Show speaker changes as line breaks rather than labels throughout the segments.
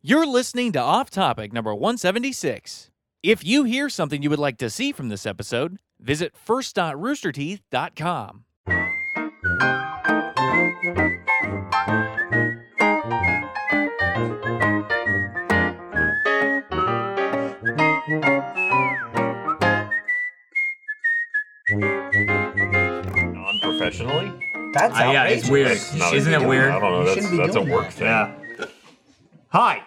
You're listening to Off Topic number 176. If you hear something you would like to see from this episode, visit first.roosterteeth.com.
non-professionally.
That's
Uh, yeah,
outrageous.
it's weird.
It's not
Isn't
a-
it weird?
I don't know.
You
That's,
shouldn't be
that's a
doing
work
that.
thing. Hi.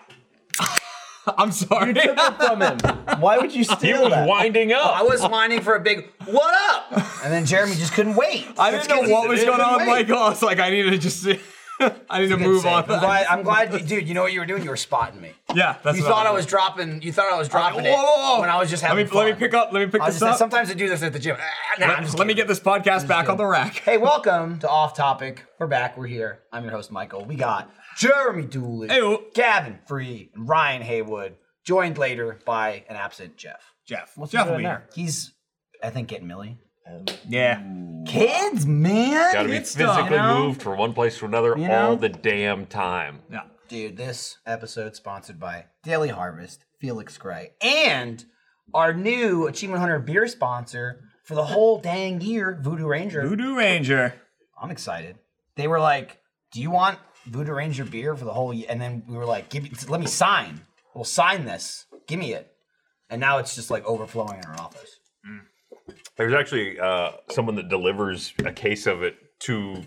I'm sorry.
from him. Why would you
He
steal
was
that?
winding
I
up.
was whining for a big what up.
and then Jeremy just couldn't wait.
I didn't know what was going on. Like, oh, it's like I need to just, I need to move on.
I'm
Yeah,
glad, I'm glad you, dude. You know what you were doing? You were spotting me.
that's
You
what
thought I
I'm
was
doing.
dropping. You thought I was dropping
Whoa, whoa,
it
whoa.
when I was just having
let me,
fun.
Let me pick up. Let me pick
I was
this
just,
up.
sometimes I do this at the gym. Ah, nah, I'm
let,
just
let me
kidding.
get this podcast back on the rack.
Hey, welcome to Off Topic. We're back. We're here. I'm your host, Michael. We got Jeremy Dooley,
Heyo.
Gavin Free, and Ryan Haywood, joined later by an absent Jeff.
Jeff. Jeff will be here.
He's, I think, getting Millie.
Yeah.
Mm.
Kids, man.
Got to be
Good stuff,
physically
you know?
moved from one place to another
You know?
all the damn time.
Yeah.
Dude, this episode sponsored by Daily Harvest, Felix Gray, and our new Achievement Hunter beer sponsor for the whole dang year, Voodoo Ranger.
Voodoo Ranger.
I'm excited. They were like, "Do you want Voodoo Ranger beer for the whole?" year? And then we were like, "Give me, let me sign. We'll sign this. Give me it." And now it's just like overflowing in our office.
There's actually uh, someone that delivers a case of it to.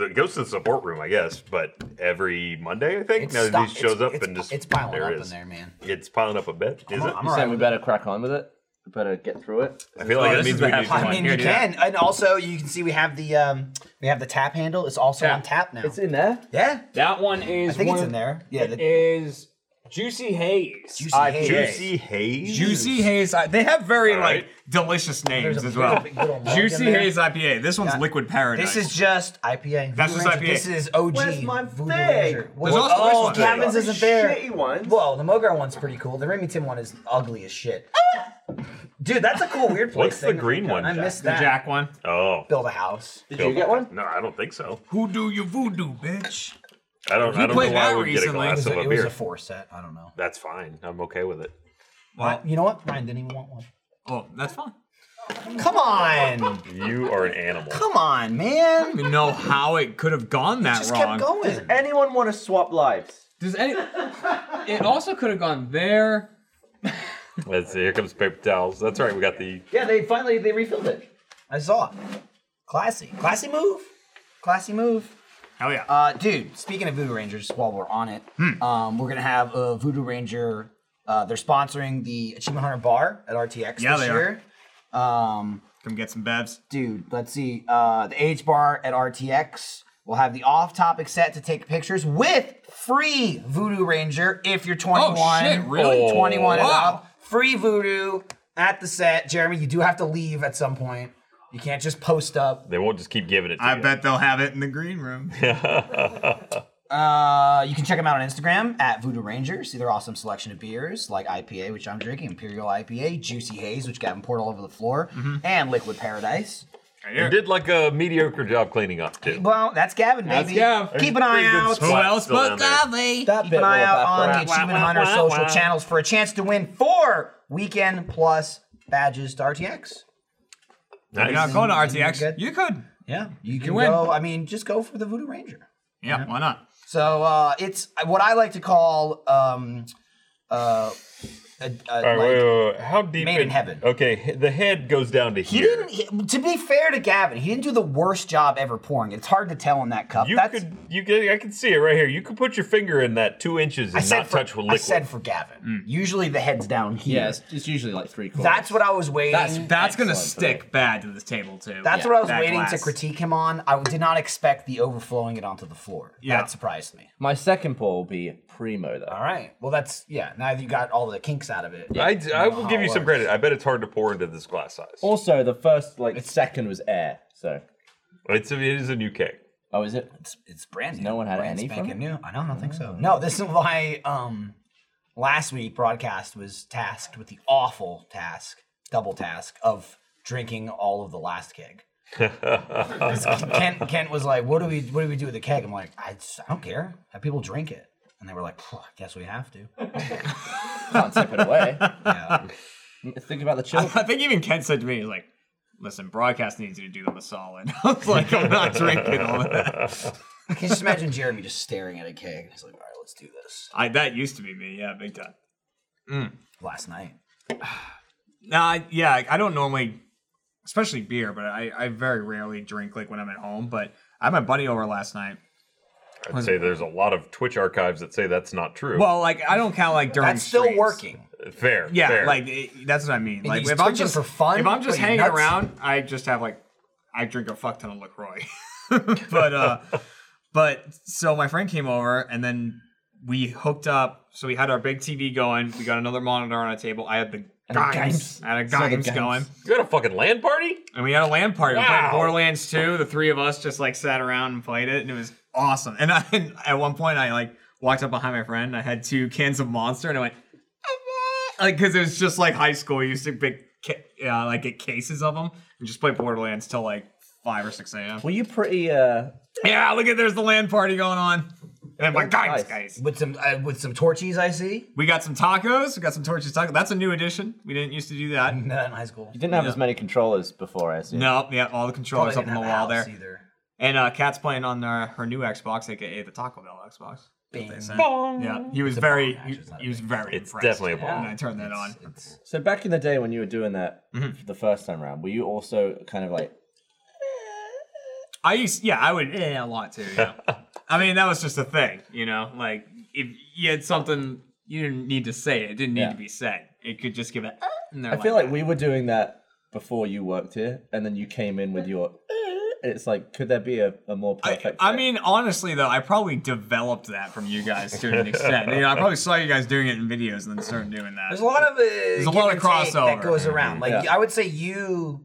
It goes to the support room, I guess, but every Monday, I think.
It's
now
sto-
he shows
it's-
up
it's-
and just
it's piling
there
up
it
in
is.
there, man.
It's piling up a bit, is it?
I'm
You saying
alright.
we better crack on with it? We better get through it.
I feel like
Oh,
it
this
means
is
we
the
need
half-
I mean,
Here,
you
do
can, and also you can see we have the um, we have the tap handle. It's also on tap now.
It's in there.
yeah,
That one is.
I think
one
it's in there. Yeah, the
Is Juicy Haze.
juicy
uh,
I-
haze.
Juicy haze.
Juicy Haze. I- They have very
All
like
right.
delicious names
There's a
as
big,
well.
big little mug in
Juicy
there.
Haze IPA. This one's
Yeah.
Liquid Paradise.
This is just IPA.
That's
Voodoo
just
Ranger.
IPA.
This is OG.
Where's my
Voodoo
fig?
Ranger.
There's also this
oh,
one.
Gavin's
Those
isn't there.
shitty ones.
Well, the Mogar one's pretty cool. The Remington one is ugly as shit. Dude, that's a cool weird place.
What's the
thing.
green one,
I
Jack?
missed
the
that.
Jack one.
Oh.
Build a house.
Did you get one?
No, I don't think so.
Who do you voodoo, bitch?
I don't.
You
I don't know
played
why I
that
would get a
recently.
glass
It was,
of
a,
a
it was
beer.
a four set. I don't know.
That's fine. I'm okay with it.
What?
You know what? Ryan didn't even want one.
Oh, that's fine.
Come on.
You are an animal.
Come on, man.
don't even know how it could have gone that
Just
wrong.
kept going.
Anyone want to swap lives?
Does any? It also could have gone there.
Let's see. Here comes paper towels. That's right. We got the.
Yeah, they finally they refilled it.
I saw. it. Classy. Classy move. Classy move.
Hell yeah!
Uh, dude, speaking of Voodoo Rangers, while we're on it,
Hmm.
um, we're gonna have a Voodoo Ranger. Uh, they're sponsoring the Achievement Hunter Bar at RTX
Yeah,
this
they
year. Um,
Come get some bevs.
dude, let's see. Uh, the Age Bar at RTX. We'll have the off-topic set to take pictures with free Voodoo Ranger if you're 21.
shit, really?
Oh,
21 and
wow.
up. Free Voodoo at the set. Jeremy, you do have to leave at some point. You can't just post up.
They won't just keep giving it to
I
you.
bet they'll have it in the green room.
Uh, you can check them out on Instagram at Voodoo Ranger. See their awesome selection of beers like IPA, which I'm drinking, Imperial IPA, Juicy Haze, which Gavin poured all over the floor,
Mm-hmm.
and Liquid Paradise.
You did like a mediocre job cleaning up too.
Well, that's Gavin,
That's
maybe.
Gav.
Keep an
Pretty
eye
good
out.
spot. Still down there.
Lovely.
That
Keep
bit
an eye
will
out on the
evaporate.
Achievement Hunter social channels for a chance to win four weekend plus badges to RTX.
You're not
Nice.
going to
Good.
RTX. You could.
Yeah, you can
win.
go. I mean, just go for the Voodoo Ranger.
Yeah, why not?
So uh, it's what I like to call um, uh, a, a,
All right, wait,
like-
wait, wait. How deep?
Made in heaven.
Okay, he- the head goes down to
He
here.
didn't. he- to be fair to Gavin, he didn't do the worst job ever pouring. It's hard to tell in that cup.
you
That's
could. You could. I can see it right here. You could put your finger in that two inches
I
and
said
not
for,
touch with
I
liquid.
said for Gavin. Usually the head's down here.
Yeah, it's, it's usually like three quarters.
That's what I was waiting. That's,
That's-
That's gonna
Excellent, buddy.
stick bad to this table too.
what I was
That
waiting to
glass.
critique him on. I did not expect the overflowing it onto the floor.
Yeah.
That surprised me.
My second pour will be primo though.
All right. Well, that's yeah. Now that you got all the kinks out of it.
I, I will
how
give
it
you some
works.
credit. I bet it's hard to pour into this glass size.
Also, the first like second was air. So,
It's a, it is a new cake.
oh, is it?
It's, it's brand new.
No one had
brand
any from
spanking
it?
new. I don't, I don't think so. No, this is why um, last week broadcast was tasked with the awful task, double task of drinking all of the last keg. 'Cause Kent, Kent was like, "What do we what do we do with the keg?" I'm like, "I, just- I don't care. Have people drink it." And they were like, "Phew, I guess we have to.
Can't tip it away.
Yeah.
Think about the
I,
children.
I think even Ken said to me, he's like, listen, broadcast needs you to do them a solid. I was like, I'm not drinking all that.
I can just imagine Jeremy just staring at a keg. And he's like, all right, let's do this.
I, that used to be me, yeah, big time.
Last night.
Nah, yeah, I- I don't normally, especially beer, but I, I very rarely drink like when I'm at home. But I had my buddy over last night.
I'd say there's a lot of Twitch archives that say that's not true.
Well, like I don't count like during.
That's still
streams.
working.
fair.
Yeah,
fair.
like it, that's what I mean. Like
he's
if I'm
twitching
just
for fun?
if I'm just
What, you
hanging
nuts?
around, I just have like I drink a fuck ton of Lacroix. but uh, but so my friend came over and then we hooked up. So we had our big TV going. We got another monitor on our table. I had the games,
games.
I had a
Saw the
games
games.
going.
you had a fucking land party?
And we had a land party. We played
Wow.
Borderlands 2. The three of us just like sat around and played it, and it was awesome. And, I, and at one point, I like walked up behind my friend. And I had two cans of Monster, and I went "Ah, ah," like because it was just like high school. You used to big ca- uh, like get cases of them and just play Borderlands till like five or six a.m.
Were you pretty? uh
Yeah, look at there's the land party going on. And my guys,
nice.
guys,
With some uh, with some torchies, I see.
we got some tacos. We got some torches tacos. That's a new addition. We didn't used to do that.
No, in high school.
You didn't have as many controllers before, I assume.
No, yeah, all the controllers
Probably
up on the
didn't
wall
have a
there.
house Either.
And uh, Kat's playing on uh, her new Xbox, aka the Taco Bell Xbox.
Bing.
Yeah, he was very,
bomb,
he,
actually, it's not
he
a
was very
It's
impressed.
definitely a bomb.
And I turned that on.
It's-
So back in the day when you were doing that the first time around, were you also kind of like
I used, yeah, I would eh, a lot too. Yeah, I mean that was just a thing, you know. Like if you had something, you didn't need to say it. It didn't need
Yeah.
to be said. It could just give it. "Ah," And they're
I feel like
"Ah."
we were doing that before you worked here, and then you came in with your. eh, It's like, could there be a, a more perfect?
I
fit?
mean, honestly, though, I probably developed that from you guys to an extent. you know, I probably saw you guys doing it in videos and then started doing that.
There's a lot of uh,
a lot
give
of
and take
crossover.
that goes around. Like
Yeah.
I would say, you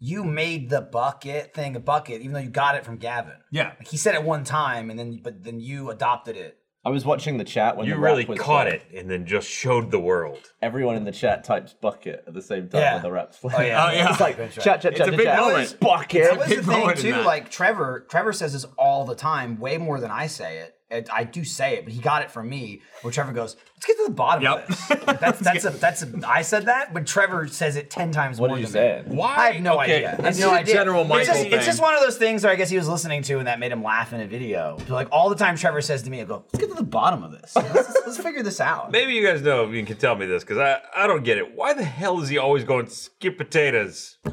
you made the bucket thing a bucket, even though you got it from Gavin.
yeah,
Like he said it one time, and then but then you adopted it.
I was watching the chat when
You
the
really
rap was
caught
playing.
it and then just showed the world.
Everyone in the chat types bucket at the same time
Yeah.
when the rap's playing.
Oh yeah,
Oh, yeah.
It's like
That's
chat,
right.
chat, chat,
It's a
chat,
big
chat.
moment.
Bucket.
That was the
Big moment
thing
in
too.
that.
Like Trevor, Trevor says this all the time, way more than I say it. And I do say it, but he got it from me. Where Trevor goes, "Let's get to the bottom of
Yep.
this." That's that's a that's a. I said that, but Trevor says it ten times
What
more
did you
than
say?
me. I have no
Okay,
idea. I have
this
no
is a
idea.
general
it's just,
Michael
it's just
thing.
one of those things where I guess he was listening to and that made him laugh in a video. So, like all the time Trevor says to me, I go, let's get to the bottom of this. Let's, let's figure this out.
Maybe you guys know, you can tell me this, because I, I don't get it. Why the hell is he always going skip potatoes?
Oh,
Oh,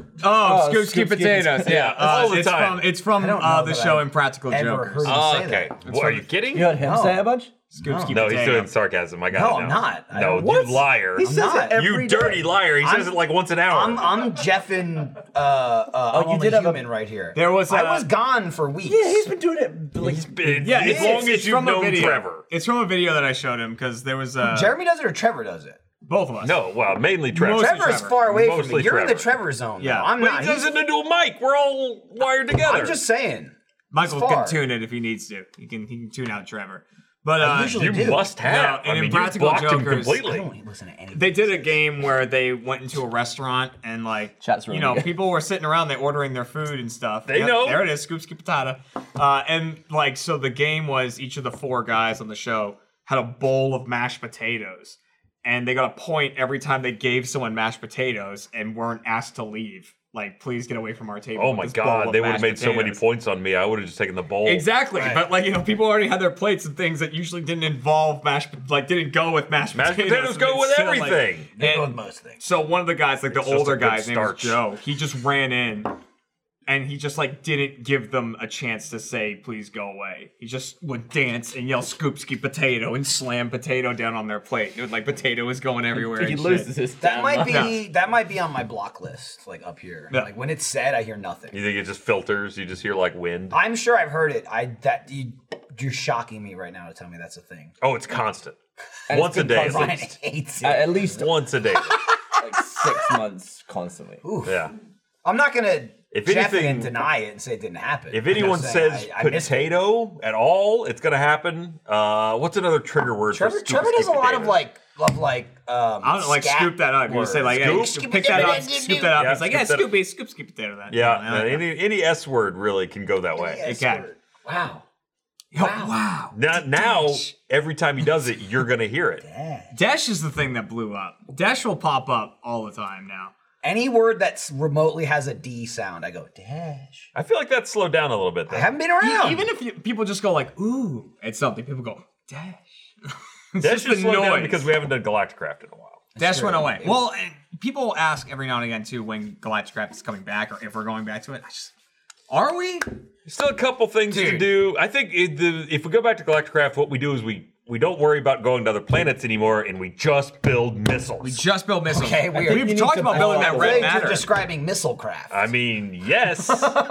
scoop,
scoop,
scoop,
scoop,
potatoes.
scoop.
Yeah,
All the
Uh, it's
time. Ah,
From, it's from
I don't
uh,
know
the
that
show
I've
Impractical
ever heard-
Jokers.
say
okay.
that.
Well, are you kidding?
You heard him
No.
say it a bunch.
Scoop, scoop,
No, he's
potato.
doing sarcasm. I got
No,
it.
I'm
now.
not. I
No,
don't-
you liar.
He says
not.
it every
you dirty
day.
liar. He says
I'm-
it like once an hour.
I'm I'm Jeffin uh, uh I'm
Oh, you
only
did have a-
human right here.
There was,
I
uh,
was gone for weeks.
Yeah, he's been doing it. Like,
It's been-
Yeah,
as
it's,
long
it's-
as
it's
you've
from a
known
video.
Trevor.
It's from a video that I showed him because there was uh,
Jeremy does it or Trevor does it?
both of us.
No, well, mainly Trevor.
Mostly
Trevor's
Trevor.
far away from
Mostly
me. You're in the
Trevor.
Trevor zone.
Yeah.
Yeah, I'm
But
not.
he
He's-
does it into a mic. We're all wired together.
I'm just saying.
Michael
it's
can
far.
tune it if he needs to. He can he can tune out Trevor. But uh,
usually
you
do.
must have.
No,
I
and
mean, you
Impractical
blocked him
Jokers-
I
completely.
don't listen to anything.
they did a game where they went into a restaurant and like
Chat's
you
ruining
know
it.
people were sitting around they ordering their food and stuff
They know.
there it is scoop scoop patata uh, and like so the game was each of the four guys on the show had a bowl of mashed potatoes and they got a point every time they gave someone mashed potatoes and weren't asked to leave like please get away from our table
Oh
with
my
this bowl of
God, they would have
mashed
made so many
potatoes.
points on me. I would have just taken the bowl.
Exactly, but like you know, people already had their plates and things that usually didn't involve mashed, like didn't go with mashed,
Mashed potatoes
and
go
it's
with
still, like-
everything.
They go
and-
with most things.
so one of the guys, like
It's
the
just
older
a good
guy, his name was
starch.
Joe. He just ran in, and he just like didn't give them a chance to say please go away. He just would dance and yell scoop ski potato and slam potato down on their plate. Dude, like potato is going everywhere.
he
and
loses
shit.
his.
That
damn
might
mind.
be that might be on my block list, like up here.
Yeah.
Like when it's said, I hear nothing.
You think it just filters? You just hear like wind?
I'm sure I've heard it. I that you, you're shocking me right now to tell me that's a thing.
Oh, it's constant.
And it's
Once a
been
day,
constant.
at
Brian
least.
hates
At
it.
at least
Once a day.
like six months constantly.
Yeah.
I'm not gonna
If
Jeff
anything-
and deny it and say it didn't happen.
If
I'm
anyone
just saying,
says
I- I miss it.
potato at all, it's gonna happen. Uh, what's another trigger word?
Trevor,
for
Trevor does a lot of like of like um.
I don't know, like
scat
scoop that up. You just say like, hey,
Scoop?
pick that up,
Scoop-
scoop that up.
Yeah,
It's like, yeah,
scoop that up.
scoopy, scoop, scoop potato. That
Yeah,
You know, I like
any any S word really can go that way.
Yes,
can.
word. Wow.
Yo, wow.
Now, now every time he does it, you're gonna hear it.
Dash is the thing that blew up. Dash will pop up all the time now.
Any word that's remotely has a D sound, I go dash.
I feel like that slowed down a little bit.
I
Then
haven't been around.
E, Even if you, people just go like, ooh, it's something, people go, Dash. it's
that
just
should
the
slow down
noise.
because we haven't done Galacticraft in a while.
Dash went away.
It-
Well, and people ask every now and again too when Galacticraft is coming back or if we're going back to it. I just, are we?
Still a couple things to
Dude.
do. I think it, the, if we go back to Galacticraft, what we do is we we don't worry about going to other planets anymore, and we just build missiles.
We just built missiles.
okay, weird.
We've talked about building that red
Wait,
matter.
You're describing missile craft.
I mean, yes,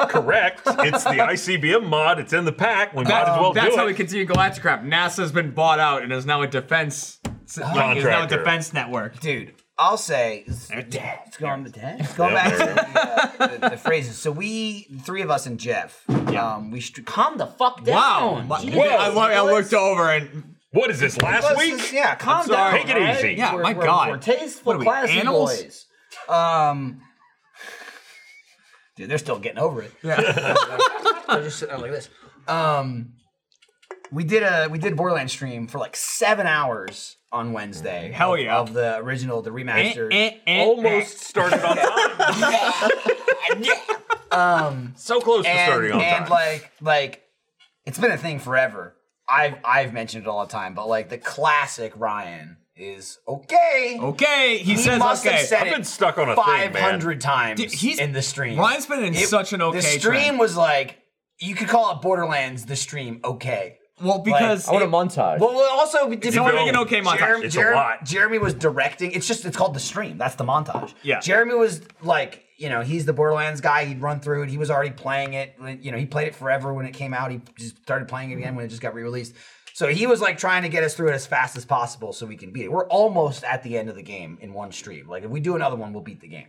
correct. It's the ICBM mod. It's in the pack. We might as well
um, That's
do
how
it.
we continue Galacticraft. NASA's been bought out and is now a defense. Like, is now a
Contractor.
defense network.
dude. I'll say it's
dead.
it's going to death. Going back to the, uh, the, the phrases. So we, the three of us and Jeff, um, we str- calm the fuck down.
Wow. My-
Jeez.
I, love, I looked over and
What is this last
Let's
week?
just- yeah, calm down.
sorry. Take it
all right?
easy.
Yeah,
We're-
my
we're-
God.
We're tasteful,
What are we,
classy
animals?
boys. Um, dude, they're still getting over it. Yeah, they're just sitting there like this. Um, we did a we did Borderlands stream for like seven hours on Wednesday.
Hell
of,
yeah.
Of the original, the
eh,
remastered.
eh, eh,
Almost started on time.
um,
So close to
and,
starting on
and
time.
like like it's been a thing forever. I've I've mentioned it all the time, but like the classic Ryan is okay.
eh. Okay, he,
He
says
must
okay.
have said
I've
it
been stuck on a thing, man.
500 times
Dude, he's-
in the stream.
Ryan's been in
It-
such an okay
The stream
trend.
was like you could call it Borderlands the stream okay.
Well, because
I want a
it-
montage.
Well, well, also we did
so we're
Well,
making okay montage.
Jeremy,
It's a
Jeremy,
lot.
Jeremy was directing. It's just it's called the stream. That's the montage.
Yeah.
Jeremy was like, you know, he's the Borderlands guy. He'd run through it. He was already playing it. When- You know, he played it forever when it came out. He just started playing it again when it just got re-released. So he was like trying to get us through it as fast as possible so we can beat it. We're almost at the end of the game in one stream. Like if we do another one, we'll beat the game.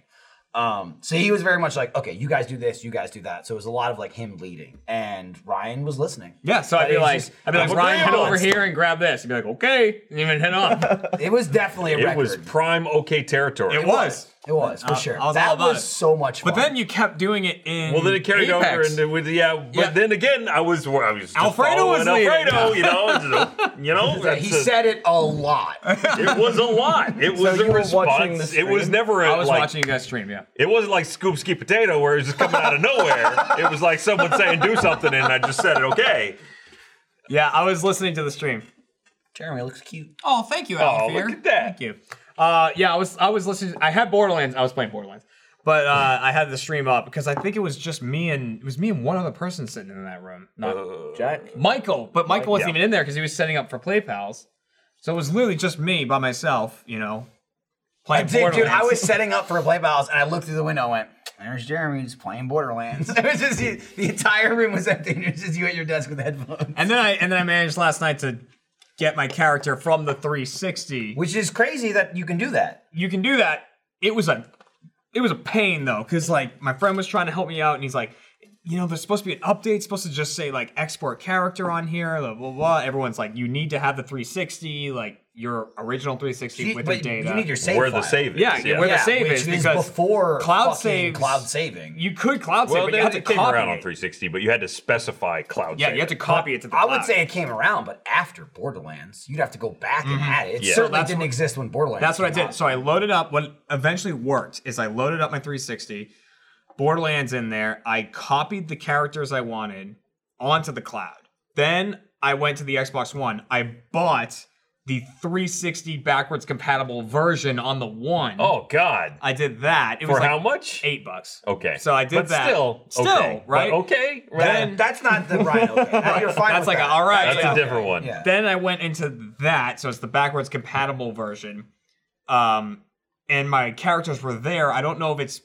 Um, so he was very much like, okay, you guys do this, you guys do that. So it was a lot of like him leading, and Ryan was listening.
Yeah, so
It
I'd be
was
like,
just-
I'd be like,
I'm
Ryan,
okay
head
on
over
it.
here and grab this. He'd be like, okay, and even head on.
It was definitely a
it
record.
was prime okay territory.
It was.
It was for sure.
I was
that
all Uh, about
was
it.
so much fun.
But then you kept doing it in.
Well, then it carried
Apex.
over, and it was, yeah. But
Yeah.
then again, I was, I was just
Alfredo
following
was leading.
Alfredo, you know, just, you know.
Yeah, he
that's a-
said it a lot.
it was a lot. It was
you
a
were watching
response.
the
It was
stream?
never a,
I was
like
watching you guys stream. Yeah.
It wasn't like Scoop Ski Potato where it was just coming out of nowhere. it was like someone saying do something and I just said it okay.
Yeah, I was listening to the stream.
Jeremy looks cute.
Oh, thank you,
Oh, look at that.
Thank you. Uh, yeah, I was I was listening. I had Borderlands. I was playing Borderlands, but uh, I had the stream up because I think it was just me and it was me and one other person sitting in that room. Not
Uh,
Jack.
Michael, but Michael wasn't
Yeah.
even in there because he was setting up for PlayPals. So it was literally just me by myself, you know, playing
Dude, dude,
Borderlands.
I was setting up for a play balls and I looked through the window and went, there's Jeremy just playing Borderlands. it was just you, the entire room was empty and it was just you at your desk with headphones.
and then I and then I managed last night to get my character from the 360.
Which is crazy that you can do that.
you can do that. It was a it was a pain though, because like my friend was trying to help me out and he's like, you know, there's supposed to be an update, it's supposed to just say like export character on here, blah blah blah. Everyone's like, you need to have the 360, like your original 360
You,
with
but
your data.
you need your save
Where
file.
the save is.
Yeah, where the
Yeah,
save
which
is because
before
cloud
fucking
saves-
cloud saving.
you could cloud save,
Well,
but
they,
you have
they
to
came
copy
around on
it.
360, but you had to specify cloud
Yeah,
save.
you have to copy it to the
I
cloud.
would say it came around, but after Borderlands, you'd have to go back and add it. It
Yeah.
certainly
Mm-hmm. That's
didn't
what-
exist when Borderlands.
That's what I
came
did.
out.
So I loaded up. What eventually worked is I loaded up my 360, Borderlands in there. I copied the characters I wanted onto the cloud. Then I went to the Xbox One. I bought the 360 backwards compatible version on the one.
Oh God.
I did that. It
For
was like
how much?
Eight bucks.
Okay.
So I did
but
that.
Still,
still,
okay.
right?
But okay. Right.
That- that's not the Ryan. Okay, That- you're fine.
That's
with
like a,
that.
all right.
That's
yeah.
a different one.
Yeah.
then I went into that, so it's the backwards compatible version. Um, and my characters were there. I don't know if it's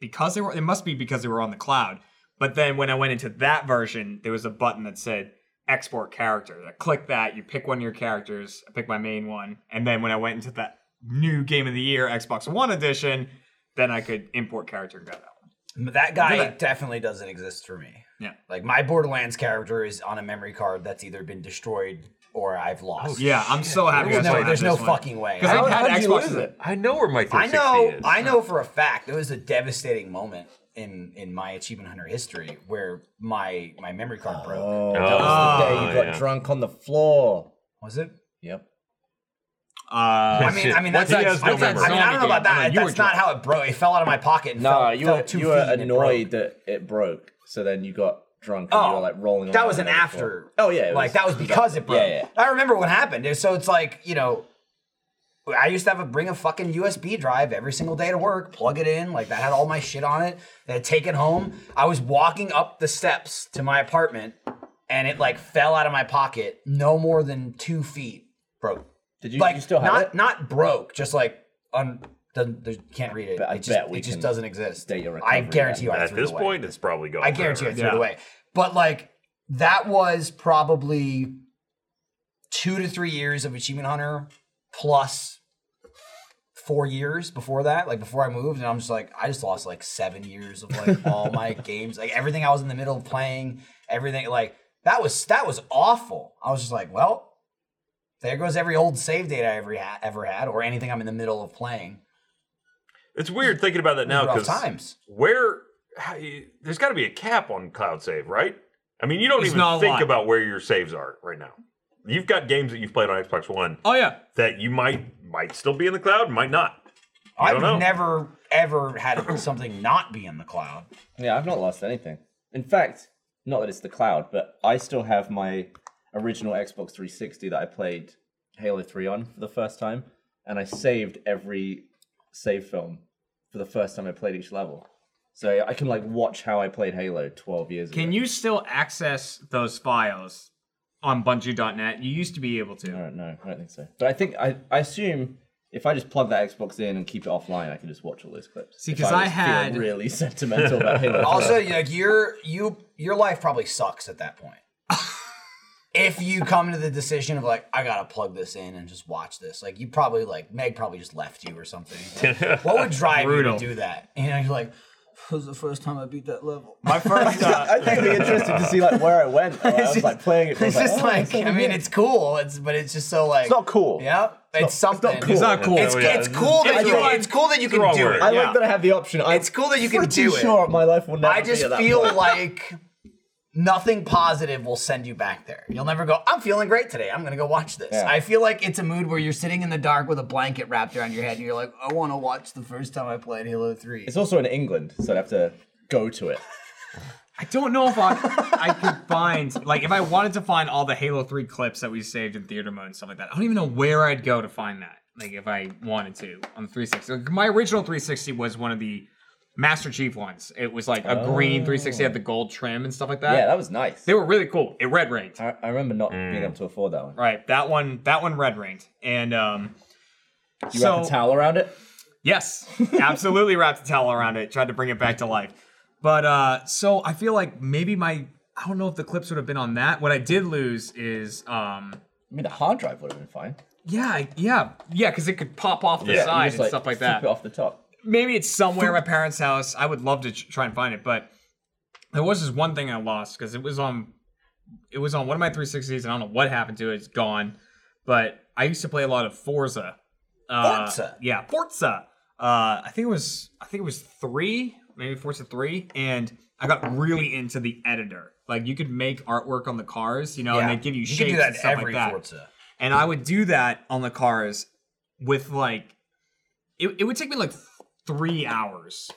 because they were. It must be because they were on the cloud. But then when I went into that version, there was a button that said export characters. I clicked that. You pick one of your characters. I picked my main one. And then when I went into that new Game of the Year Xbox One edition, then I could import character and got that one.
That guy
Yeah.
definitely doesn't exist for me.
Yeah.
Like my Borderlands character is on a memory card that's either been destroyed or I've lost.
Oh, Yeah, I'm so happy.
There's
I still
no,
have
there's no
this one.
fucking way.
Because I've
How
had
did you
Xboxes.
lose it?
I know where my
I
360
know
is.
I know for a fact it was a devastating moment. in in my achievement hunter history where my my memory card broke.
Oh, that was the day
Oh,
you got
yeah.
drunk on the floor.
Was it?
Yep.
Uh,
I mean, I mean that's,
He has
that's,
no
that's-
memory.
I mean I don't know about that.
I mean, you were
that's not how it broke. It fell out of my pocket. And
No,
fell,
you
fell
were
two
you were
feet and it broke.
annoyed that it broke, so then you got drunk and you
Oh,
were like rolling.
that
on
was
the
an
floor.
after.
Oh yeah, it
like that was because it broke.
Yeah, yeah.
I remember what happened. And So it's like you know, I used to have a bring a fucking USB drive every single day to work, plug it in. Like that had all my shit on it. Then take it home. I was walking up the steps to my apartment, and it like fell out of my pocket, no more than two feet. Broke.
Did you,
like
you still have
not
it?
not broke, just like un. Doesn't, there's- can't read it.
bet- I
it just,
bet we
it just
can
doesn't exist.
date your
I
recovery
guarantee you. I
At
threw it
this
away.
point, it's probably gone.
I guarantee I
forever.
threw it away. But like that was probably two to three years of Achievement Hunter plus four years before that, like before I moved, and I'm just like, I just lost like seven years of like all my games, like everything I was in the middle of playing, everything like that was that was awful. I was just like, well, there goes every old save date I ever had, ever had, or anything I'm in the middle of playing.
It's weird thinking about that now
rough
because
times.
where how you- there's got to be a cap on cloud save, right? I mean, you don't
It's
even
not a
think
lot.
about where your saves are right now. You've got games that you've played on Xbox One
oh yeah,
that you might might still be in the cloud, might not. I
I've
don't know.
never ever had something not be in the cloud.
Yeah, I've not lost anything. In fact, not that it's the cloud, but I still have my original Xbox 360 that I played Halo 3 on for the first time, and I saved every save film for the first time I played each level. So I can like watch how I played Halo 12 years ago.
can you still access those files on Bungie.net? You used to be able to.
I don't know. I don't think so. But I think I, I assume if I just plug that Xbox in and keep it offline, I can just watch all those clips.
See,
If
'cause I
was
had-
feeling really sentimental about Halo.
Also, you- like your you your life probably sucks at that point. if you come to the decision of like, I gotta plug this in and just watch this, like you probably like Meg probably just left you or something. Like, what would drive
Brutal.
you to do that? You know, you're like, it was the first time I beat that level.
My first, uh,
I think it'd be interesting to see like where I went. I was like playing it. I was
It's just
"Oh,
like,
that's
I mean, it's cool. It's but it's just so like,
It's not cool.
yeah, it's something. It's,
cool.
not cool.
It's,
Oh, yeah.
cool
It's
that
the
you.
wrong-
It's cool that you
it's the wrong
can do
word.
it.
I
Yeah.
like that I have the option. I'm
It's cool that you can
pretty
do it.
sure my life will never.
I
be
just
at that
feel
point.
like nothing positive will send you back there. You'll never go, I'm feeling great today. I'm going to go watch this.
Yeah.
I feel like it's a mood where you're sitting in the dark with a blanket wrapped around your head and you're like, I want to watch the first time I played Halo 3.
it's also in England, so I'd have to go to it.
I don't know if I, I could find like if I wanted to find all the Halo Three clips that we saved in theater mode and stuff like that. I don't even know where I'd go to find that. Like if I wanted to on the 360. Like, my original 360 was one of the Master Chief ones. It was like a green 360 had the gold trim and stuff like
Uh,
that.
Yeah, that Oh. was nice.
they were really cool. It red ranked.
I, I remember not being able to afford that one.
Right, that one that one red ranked. And um
You
so,
wrap a towel around it.
Yes, absolutely wrapped a towel around it, tried to bring it back to life. But uh so I feel like maybe my I don't know if the clips would have been on that. What I did lose is um
I mean, the hard drive would have been fine.
yeah, yeah, yeah, because it could pop off the
Yeah, you
side
Just,
and stuff like
flip
that.
it off the top.
Maybe it's somewhere at my parents' house. I would love to tr- try and find it, but there was this one thing I lost because it was on it was on one of my 360s, and I don't know what happened to it. It's gone. But I used to play a lot of Forza. Uh,
Forza?
Yeah, Forza. Uh, I think it was I think it was three, maybe Forza three, and I got really into the editor. Like you could make artwork on the cars, you know, and they give you,
You
shapes
can do that
and stuff
every
like that.
Forza.
And I would do that on the cars with like it, it would take me like three hours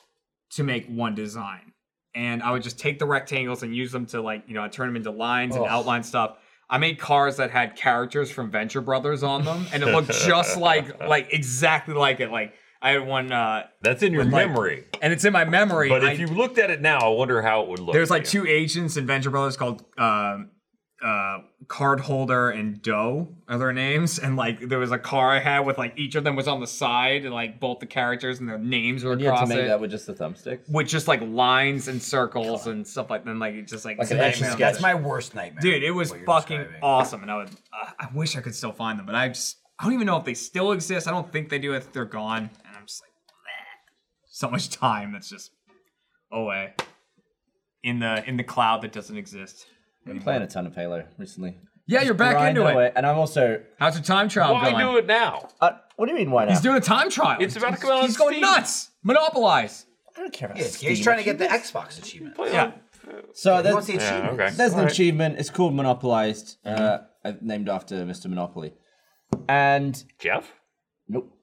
to make one design. And I would just take the rectangles and use them to like, you know, I turn them into lines and outline stuff. I made cars that had characters from Venture Brothers on them, and it looked just like like exactly like it. Like I had one uh
That's in your
With, like,
memory.
and it's in my memory.
But
I-
if you looked at it now, I wonder how it would look.
there's like
to you.
two agents in Venture Brothers called um uh, Card Holder and Doe are their names, and like there was a car I had with like each of them was on the side, and like both the characters and their names were
You had to
across
make
it,
that with just the thumbsticks.
with just like lines and circles and stuff like that. And, like it just like,
Like an
nightmare.
etch a sketch.
That's my worst nightmare.
dude, it was
what you're
fucking
describing.
awesome, and I would I I wish I could still find them, but I just I don't even know if they still exist. I don't think they do. If they're gone, and I'm just like, bleh. so much time that's just away in the in the cloud that doesn't exist.
I've been playing a ton of Halo recently.
Yeah, you're back
Grind
into
away,
it.
and I'm also.
How's your time trial
Why
going?
do it now?
Uh, what do you mean? Why not?
He's doing a time trial.
It's about to come out on
He's going
Steam.
nuts. Monopolize.
I don't care about
Yeah,
Steam.
he's trying to get the Xbox achievement.
Yeah.
So
He
there's,
wants the achievement.
okay.
there's an achievement. It's called Monopolized, uh,
Mm-hmm.
uh, named after Mr. Monopoly. And
Jeff?
nope.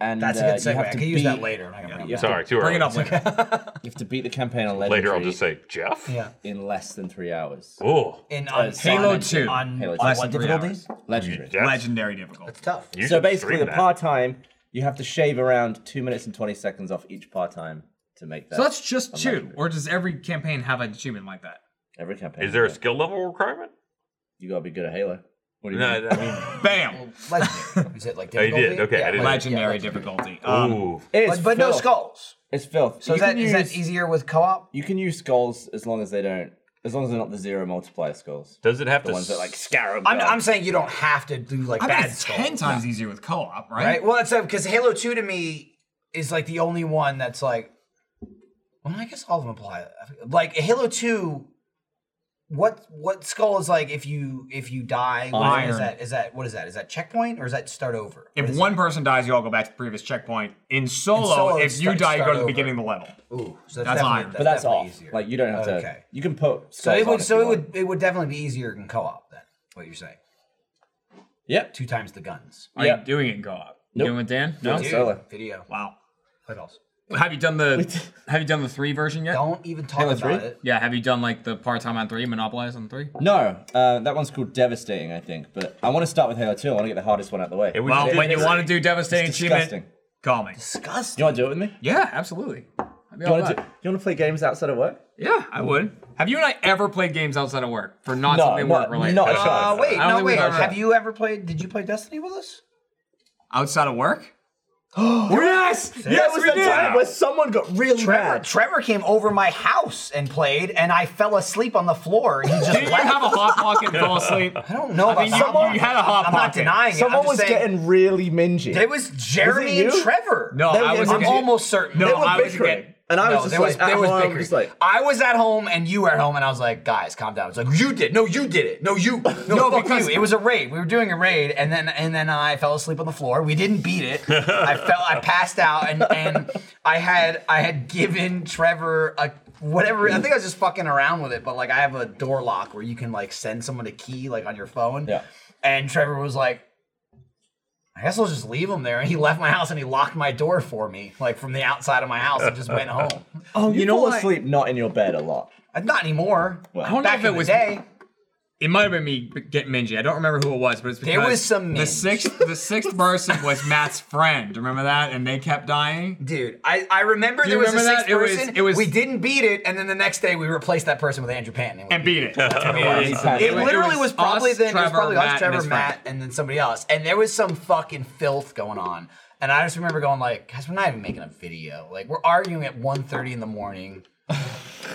And
That's
uh,
a good
you
segue.
have
I
to
can use
beat,
that later. I'm not gonna bring it up.
Sorry, too early.
Bring it up later.
You have to beat the campaign on legendary
Later, I'll just say, Jeff?
Yeah.
in less than three hours.
Oh,
In on
it's
Halo
on-
2.
on,
Halo
on what
two.
Less than three
difficulty?
hours.
Legendary.
Jeff.
Legendary difficult.
It's tough.
You
So
can
basically,
stream
the
that.
part time you have to shave around two minutes and twenty seconds off each part time to make that.
So that's just two.
legendary.
Or does every campaign have an achievement like that?
every campaign.
Is there a
yeah.
skill level requirement?
You gotta be good at Halo. What do you mean?
No, I mean,
Bam!
Legendary. Is it like
Oh, you
difficulty?
did. Okay, I
Yeah,
didn't-
like-
Legendary
yeah,
difficulty. Um,
ooh,
It's
But, but no
filth.
skulls.
It's filth.
So is
You
that
can
is that
use-
easier with co-op?
You can use skulls as long as they don't, as long as they're not the zero multiplier skulls.
does it have
The
to
ones that like
s-
scarab.
I'm,
dog.
I'm saying you don't have to do like
I bet
bad
it's
skulls.
ten times easier with co-op, right?
right? Well, that's because Halo Two to me is like the only one that's like. Well, I guess all of them apply. Like Halo Two, what what skull is like if you if you die? what is
Iron.
that? Is that what is that? Is that checkpoint or is that start over? What
If
is
one person dies, you all go back to the previous checkpoint. In solo,
solo,
if
it's
you
start-
die, you go
start
to the
over.
beginning of the level.
that? Ooh, so that's,
That's
definitely-
iron.
but that's
definitely
off.
Easier.
Like you don't have to.
Okay.
You can put.
so
skulls
it
on
would
if
so
you
it
want.
would it would definitely be easier in co-op then. What you're saying?
Yep.
Two times the guguns.
Are
Yeah.
you doing it in co-op?
Nope.
You doing it, Dan? No.
Dude. Solo.
video.
Wow.
What else?
Have you done the Have you done the three version yet?
Don't even talk
Halo
about
three?
it.
Yeah. Have you done like the part time on three, monopolize on three?
No, uh, that one's called Devastating, I think. But I want to start with Halo 2. I want to get the hardest one out of the way.
It was-
Well,
did
when you
it.
want to do devastating
It's
achievement,
disgusting.
call me.
Disgusting.
you want to do it with me?
Yeah, absolutely. I'd be
You
all
want to
about it.
you want to play games outside of work?
Yeah, I would. Have you and I ever played games outside of work for not
No,
something
no,
work related?
not a
Uh,
shot.
wait,
I don't
no,
think we've
wait.
ever-
Have you ever played? Did you play Destiny with us?
Outside of work? yes!
That
Yes,
was
we
the
did!
time where someone got really
Trevor,
mad.
Trevor came over my house and played, and I fell asleep on the floor. And he just
Did you
left.
have a hot pocket and fall asleep?
I don't know.
I
about
mean, you-
someone-
you had a hot
I'm not
pocket.
denying it.
Someone
I'm
was
just saying,
getting really mingy.
It was Jeremy and
you?
Trevor.
No,
They were
I was.
getting-
I'm
was it-
almost certain.
No,
they were
I was
bickering,
again-
and I was
No,
just
there
like,
was, there
at
was
home,
bickering.
just like,
I was at home and you were at home, and I was like, guys, calm down. It's like you did. No, you did it. No, you. No, fuck
because-
you. It was a raid. We were doing a raid, and then and then I fell asleep on the floor. We didn't beat it. I fell. I passed out, and and I had I had given Trevor a. Whatever, I think I was just fucking around with it, but like I have a door lock where you can like send someone a key like on your phone.
Yeah.
And Trevor was like, I guess I'll just leave him there. And he left my house and he locked my door for me, like from the outside of my house, and just went home.
oh, you,
know
fall
what?
asleep not in your bed a lot.
Uh, Not anymore.
Well, I
don't know
Back
if it
in the
was-
day,
It might have been me getting mingy. I don't remember who it was, but it's because
There was some
the
minge.
sixth the sixth person was Matt's friend. Remember that? And they kept dying.
dude. I, I remember
Do
there
you
was
remember
a
that?
sixth
It was-
person.
it was-
we didn't beat it, and then the next day we replaced that person with Andrew Patton. And we
And beat it.
Yeah.
It literally was, probably
us,
then it was
Trevor,
probably us,
Matt, and
Trevor,
his friend.
Matt, and then somebody else. And there was some fucking filth going on. And I just remember going like, guys, we're not even making a video. Like we're arguing at 1.30 in the morning.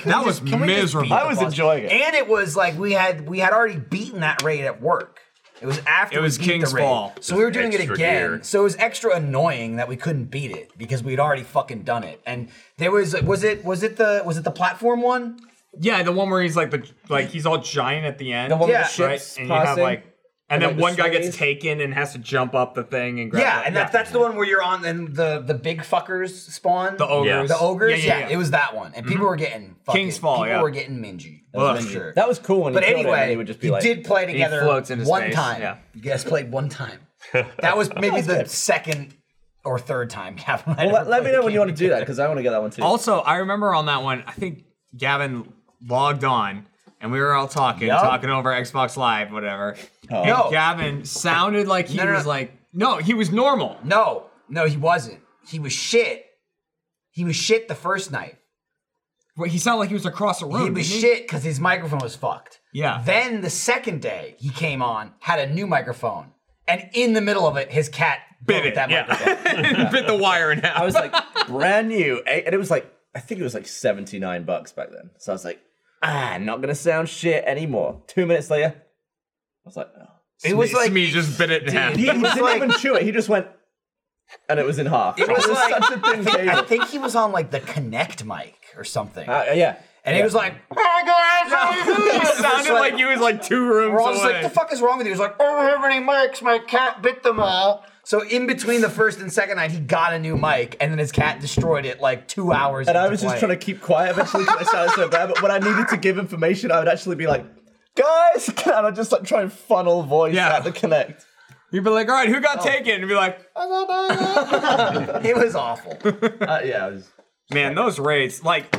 That was
Can we just beat
miserable.
I was
the bus?
enjoying it.
And it was like we had we had already beaten that raid at work. It was after
It was
we beat
King's
the raid.
Fall.
So we were doing it
Extra
again.
gear.
So it was extra annoying that we couldn't beat it because we'd already fucking done it. And there was was it was it the was it the platform one?
Yeah, the one where he's like the like he's all giant at the end.
The one
Yeah.
with the ships
right? And you have
passing.
like and then
like, the
one guy gets
slaves.
taken and has to jump up the thing and grab
Yeah,
the-
and that's that's the one where you're on and the the big fuckers spawn.
the ogres.
Yeah.
The ogres,
Yeah,
yeah,
yeah, yeah.
it was that one, and people were getting fucking,
King's Fall,
People
yeah.
were getting mingy.
That was
for
mingy.
sure.
That was cool when he
but
killed him
anyway,
and he would just be
you
like-
did play together
floats into
one
space,
time.
yeah.
You guys played one time. That was maybe the second or third time, Gavin. and I
Well, let,
ever
let me
played
know when you want
a
to
game
do that because I want to get that one too.
Also, I remember on that one, I think Gavin logged on and we were all talking,
Yup.
talking over Xbox Live, whatever.
Oh.
And
No.
Gavin sounded like he
No, no,
was
no.
like, no, he was normal.
together. No, no, he wasn't. He was shit. He was shit the first night.
Wait, He sounded like he was across the
Oh,
room.
He was
didn't
shit because his microphone was fucked.
Yeah.
Then the second day he came on, had a new microphone, and in the middle of it, his cat
Bit
broke
it.
That microphone.
yeah. Bit the wire in half.
I was like, brand new, eh? and it was like, I think it was like seventy nine bucks back then. So I was like, ah, not gonna sound shit anymore. Two minutes later, I was like, oh.
It was like
me just bit it in half.
he, he
was
didn't
like-
even chew it. He just went, and it was in half. It
was like-
such a thin
I
cable.
think he was on like the Connect mic or something.
Uh, yeah,
and he was like,
He sounded like he was like two rooms
we're all just
away.
like, the fuck is wrong with you? He was like, I don't have any mics. My cat bit them all. So in between the first and second night, he got a new mic, and then his cat destroyed it like two hours.
And I
into
was just
playing.
trying to keep quiet eventually because I sounded so bad. But when I needed to give information, I would actually be like, guys, can I just like try and funnel voice
Yeah.
at the connect?
You'd be like, all right, who
Oh.
got taken? And be like,
It was awful.
Uh, yeah, it was,
man, those raids, like,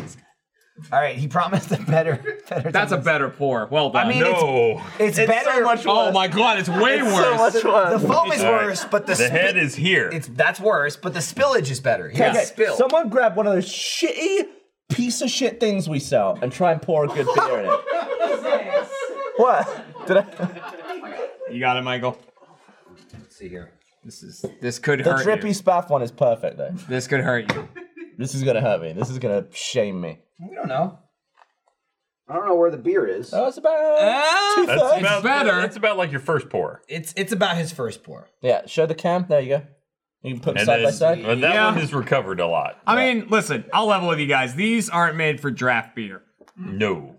All right, he promised a better, better.
that's a better pour. Well done.
I mean,
No.
it's, it's better.
so much
oh
worse.
my god, it's way
so
worse.
much worse.
the foam is
All right.
worse, but the,
the
spi-
head is here.
it's that's worse, but the spillage is better. He yeah.
Okay,
spill.
Someone grab one of those shitty piece of shit things we sell and try and pour a good beer in it. what? Did I?
you got it, Michael.
Let's see here.
This is this could
The
hurt
drippy
you.
spaff one is perfect though.
This could hurt you.
This is gonna hurt me. This is gonna shame me.
We don't know. I don't know where the beer is.
Oh, it's about.
Ah!
That's
It's
about,
better.
That's about like your first pour.
It's it's about his first pour.
Yeah, show the cam. There you go. You can put them
And
side by
then,
side.
but that
Yeah.
one is recovered a lot.
I mean, listen, I'll level with you guys. These aren't made for draft beer.
No.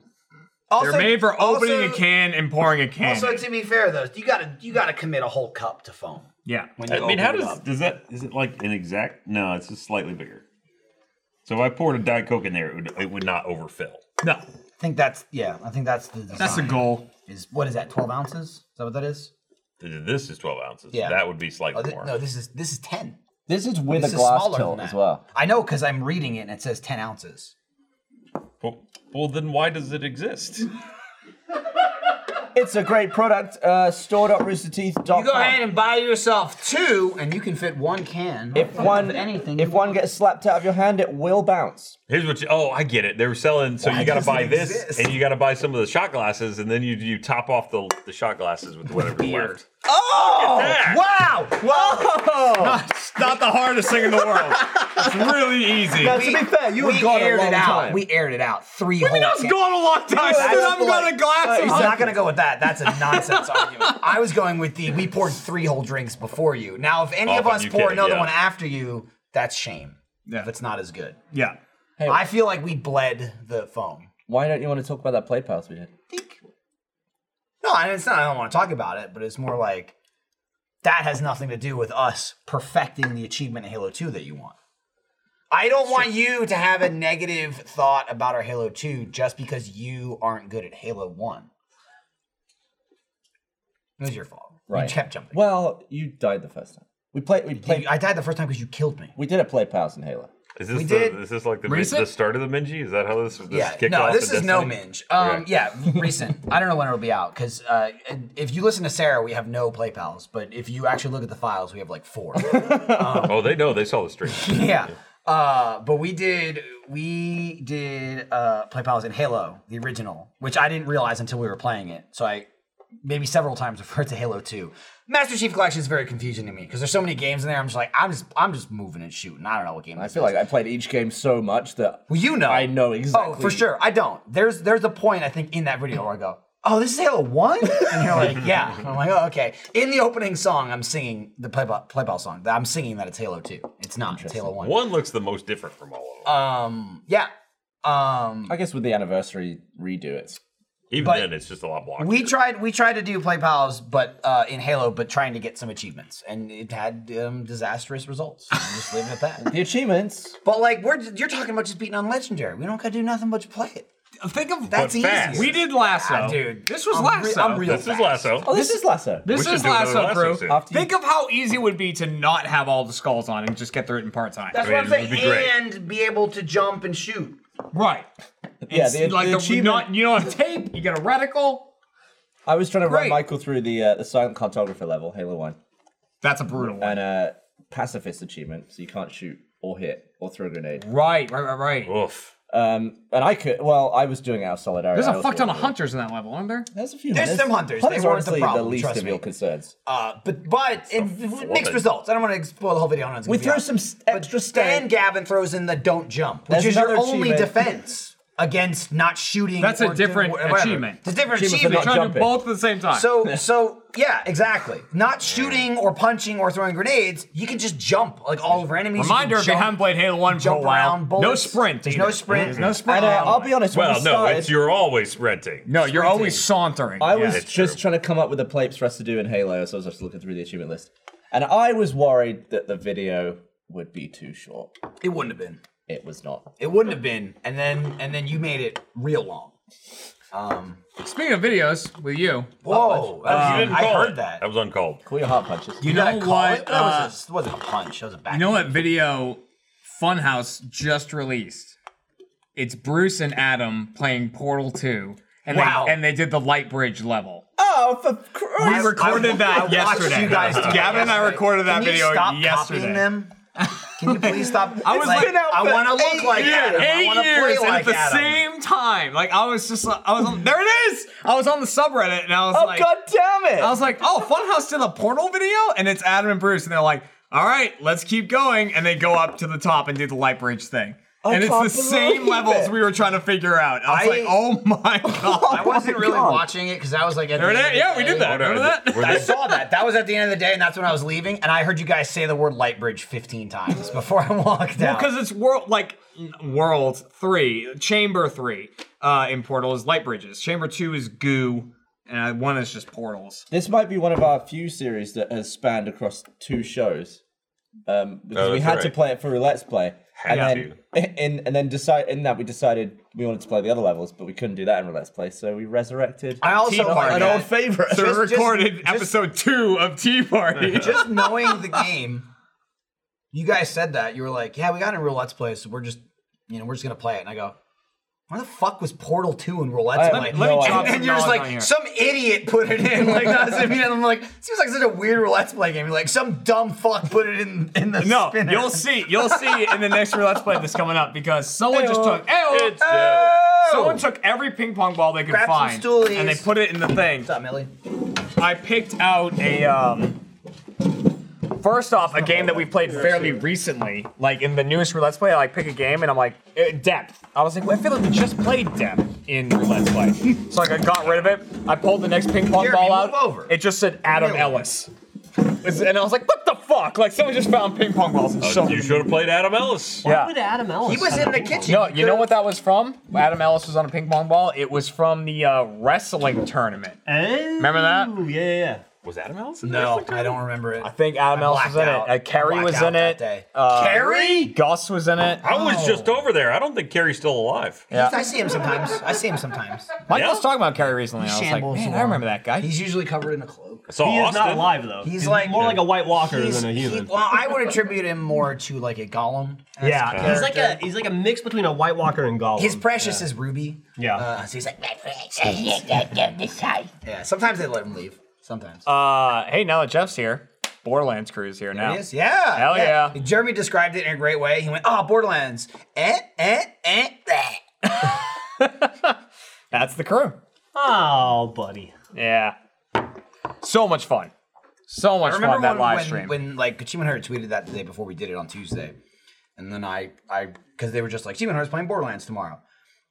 They're made for opening
also-
a can and pouring a can.
Also, to be fair though, you gotta you gotta commit a whole cup to foam.
yeah.
When you
I mean,
open
how
it
does
up.
does that? Is it like an exact? No, it's just slightly bigger. So if I poured a diet coke in there, it would, it would not overfill.
No.
I think that's yeah. I think that's the design.
That's the goal.
Is what is that? Twelve ounces? Is that what that is?
This is twelve ounces.
Yeah.
That would be slightly
Oh, thi-
more.
no, this is this is ten.
This is with
This
a
is
glass
smaller
tilt
than
as
that.
well.
I know because I'm reading it and it says ten ounces.
Well, well, then why does it exist?
It's a great product. Uh, store.roosterteeth.com.
You go ahead and buy yourself two, and you can fit one can.
if one
anything,
if
you
one
want.
gets slapped out of your hand, it will bounce.
Here's what you. Oh, I get it. They were selling, so you got to
does it
buy this,
exist?
and you got to buy some of the shot glasses, and then you you top off the the shot glasses with whatever's left.
Oh! wow,
Whoa!
It's not the hardest thing in the world. It's really easy.
Now, to be fair, you
we
were gone a
aired
long
it out.
time.
We aired it out. Three.
I mean, I
whole
was
cans.
gone a long time.
Yeah,
Dude,
that's
I'm going
like-
to glass
uh,
him.
he's
I'm not gonna go with that. That's a nonsense argument. I was going with the we poured three whole drinks before you. Now, if any
Oh,
of
but
us
you
pour
can't,
another
yeah.
one after you, that's shame.
Yeah.
If it's not as good,
Yeah.
I feel like we bled the foam.
Why don't you want to talk about that play pass we had?
No, and it's not. I don't want to talk about it, but it's more like that has nothing to do with us perfecting the achievement in Halo Two that you want. I don't want you to have a negative thought about our Halo Two just because you aren't good at Halo One. It was your fault.
Right.
You kept jumping.
Well, you died the first time. We played. We played.
Dude, I died the first time because you killed me.
we did a play pass in Halo.
Is this
We
the,
did-
is this like the, min-
Recent?
the start of the Minji? Is that how this, this
yeah,
kicked
no,
off?
this
the
is no
Destiny?
minge. Um,
Okay.
yeah, recent. I don't know when it'll be out because uh, if you listen to Sarah, we have no play pals. But if you actually look at the files, we have like four.
Oh, they know. They saw the stream.
yeah. Uh, but we did we did uh, play pals in Halo, the original, which I didn't realize until we were playing it. So I maybe several times referred to Halo 2. Master Chief Collection is very confusing to me because there's so many games in there. I'm just like I'm just I'm just moving and shooting. I don't know what game.
I feel like I played each game so much that
well, you know
I know exactly.
Oh, for sure. I don't. There's there's a point I think in that video where I go, "Oh, this is Halo One," and you're like, "Yeah." And I'm like, "Oh, okay." In the opening song, I'm singing the play ball, play ball song. I'm singing that it's Halo Two. It's not. It's Halo One.
One looks the most different from all of them.
Um, yeah. Um,
I guess with the anniversary redo, it's
Even
but-
then, it's just a lot blockier.
we tried we tried to do play pals, but uh, in Halo, but trying to get some achievements, and it had um, disastrous results. I'll just leave it at that.
the achievements.
But like, we're you're talking about just beating on legendary. We don't gotta do nothing but play it.
Think of
That's
But
easy.
fast.
We did lasso.
Ah, dude.
This was
I'm re-
lasso.
I'm real
this is
fast.
lasso.
Oh, this, is Lasso.
This
We
is
should do another
lasso,
lasso
crew.
soon.
After you-
Think of how easy it would be to not have all the skulls on and just get the written parts on it.
That's
I mean,
what
it
I'm
would be great.
saying. And be able to jump and shoot.
right.
Yeah,
It's
the,
like
the
the,
achievement.
not, you don't have tape. You get a reticle.
I was trying to run
Great.
Michael through the uh, the silent cartographer level, Halo One,
That's a brutal one.
and a pacifist achievement, so you can't shoot or hit or throw a grenade.
Right, right, right, right.
Oh,
Oof.
Um, and I could. Well, I was doing it out of solidarity.
There's
I
a
also
fuck ton of
wanted to-
hunters in that level, aren't there?
There's a few.
There's some hunters. They
Hunters are
weren't the
honestly
problem,
the least
trust
of
me.
your concerns.
Uh, but but it, mixed
flippin'.
results. I don't want to spoil the whole video. on it.
We threw some s- extra
Stan
stand.
Gavin throws in the don't jump, which
That's
is your
another
only
achievement.
defense against not shooting.
That's a
or doing
different
whatever.
achievement.
It's a different
Achievement for
achievement.
not
Trying to do
jumping.
both at the same time.
So so yeah, exactly. Not shooting or punching or throwing grenades. You can just jump like all over enemies.
Reminder
you
if you
can
haven't played Halo 1 for a
jump
while,
around. Bullets.
no sprint.
There's
either.
no sprint.
There's no sprint.
And uh, I'll
um,
be honest. when
Well,
we
no,
started,
it's you're always renting.
no, you're always sauntering.
I was
it's
just
true.
trying to come up with a plate for us to do in Halo, so I was just looking through the achievement list. And I was worried that the video would be too short.
It wouldn't have been.
It was not.
It wouldn't have been. And then and then you made it real long. Um.
Speaking of videos, with you,
Whoa! Um,
You didn't
I
call
heard
it.
that.
That was uncalled.
Call your heart punches.
you
Did I
know
call
what?
it? That
uh,
was a, wasn't a punch. That was a back.
You know what video Funhouse just released? It's Bruce and Adam playing Portal 2. And,
Wow.
they, and they did the light bridge level.
oh, for Christ.
We recorded that
I watched
yesterday.
You guys do that
Gavin and I
yesterday.
recorded that
Can you
video
stop
yesterday.
Copying them? Can you please stop?
I was
like,
looking out
I
for
want to look
eight
like
years-
Adam. I
Eight
want to
years,
play
and
like
at the
Adam.
same time, like I was just, like, I was on, there. It is. I was on the subreddit, and I was
Oh,
like,
God damn it.
I was like, oh, Funhouse did a portal video, and it's Adam and Bruce, and they're like, all right, let's keep going, and they go up to the top and do the light bridge thing.
Oh,
and it's
can't
the same
believe
levels
it.
we were trying to figure out. I was
I-
like, oh my
I
god.
wasn't really
Oh, God.
watching it because I was like, at
There
the end
it is.
of the
Yeah, we did
day.
that. Remember that?
Were
I
they-
saw that. That was at the end of the day, and that's when I was leaving. And I heard you guys say the word Lightbridge 15 times before I walked out.
Because it's world like n- world three, chamber three uh, in Portal is light bridges. Chamber two is goo, and uh, one is just portals.
This might be one of our few series that has spanned across two shows. Um, because
Oh,
we
that's
had to
right.
play it for a let's play,
Had
and then in and then decide in that we decided we wanted to play the other levels, but we couldn't do that in a let's play, so we resurrected
I also
Tea
like
an
Party.
that.
old favorite.
So
Just-
we
just-
recorded
just-
episode two of Tea Party.
just knowing the game, you guys said that you were like, "Yeah, we got in real let's play, so we're just, you know, we're just gonna play it." And I go, "Where the fuck was Portal Two in real let's
I-
play?"
let me- let me drop
and
some
then you're just
knowledge on here.
like, "Some idiot put it in." Like that's I mean, and I'm like, seems like such a weird real let's play game. You're like, some dumb fuck put it in in the
No,
spinner.
you'll see. You'll see in the next Let's Play that's coming up because someone just took
Oh,
Ayo!
It's, uh,
someone took every ping pong ball they could
Grab some
find
stoolies.
and they put it in the thing.
What's up, Millie?
I picked out a um First off, a game that we played fairly recently, like in the newest Let's Play, I like pick a game and I'm like, eh, depth. I was like, well, I feel like we just played depth in Let's Play. So like I got rid of it. I pulled the next ping pong
Jeremy,
ball out.
move over.
It just said Adam
Millie.
Ellis. And I was like, what the fuck? Like someone just found ping pong balls and shoved them
you should have played Adam Ellis.
Yeah.
Would Adam Ellis?
He was in the kitchen.
No, you know what that was from? Adam Ellis was on a ping pong ball. It was from the uh, wrestling tournament. Remember that?
Ooh, yeah, yeah, yeah.
Was Adam Ellis? in
No,
wrestling
I
tournament?
don't remember it.
I think Adam Ellis was in
blacked
it.
out.
Uh, Kerry
I
was
blacked
in
out that
it.
day. Oh,
Uh,
Kerry?
Gus was in it.
I was just over there. I don't think Carrie's still alive.
I see him sometimes. I see him sometimes.
Mike
Yeah?
was talking about Kerry recently. I was like,
shambles
man, I
along.
remember that guy.
He's usually covered in a cloak.
I saw
He is
Austin.
not alive though.
He's like-
more like a White Walker
He's-
than a
he-
human.
well, I would attribute him more to like a golem.
yeah, he's like a he's like a mix between a White Walker and Gollum.
His precious is Ruby.
Yeah.
Uh, so he's like, my precious. yeah. Sometimes they let him leave. Sometimes.
Uh, hey, now that Jeff's here, Borderlands crew is here now.
Yes, yeah.
Hell yeah.
Jeremy described it in a great way. He went, oh, Borderlands. Eh, eh, eh, eh.
That's the crew.
oh, buddy.
Yeah. So much fun. So much
I
fun
remember
that
when,
live
when,
stream.
when like Achievement Hunter tweeted that the day before we did it on Tuesday, and then I I because they were just like Achievement Hunter's playing Borderlands tomorrow,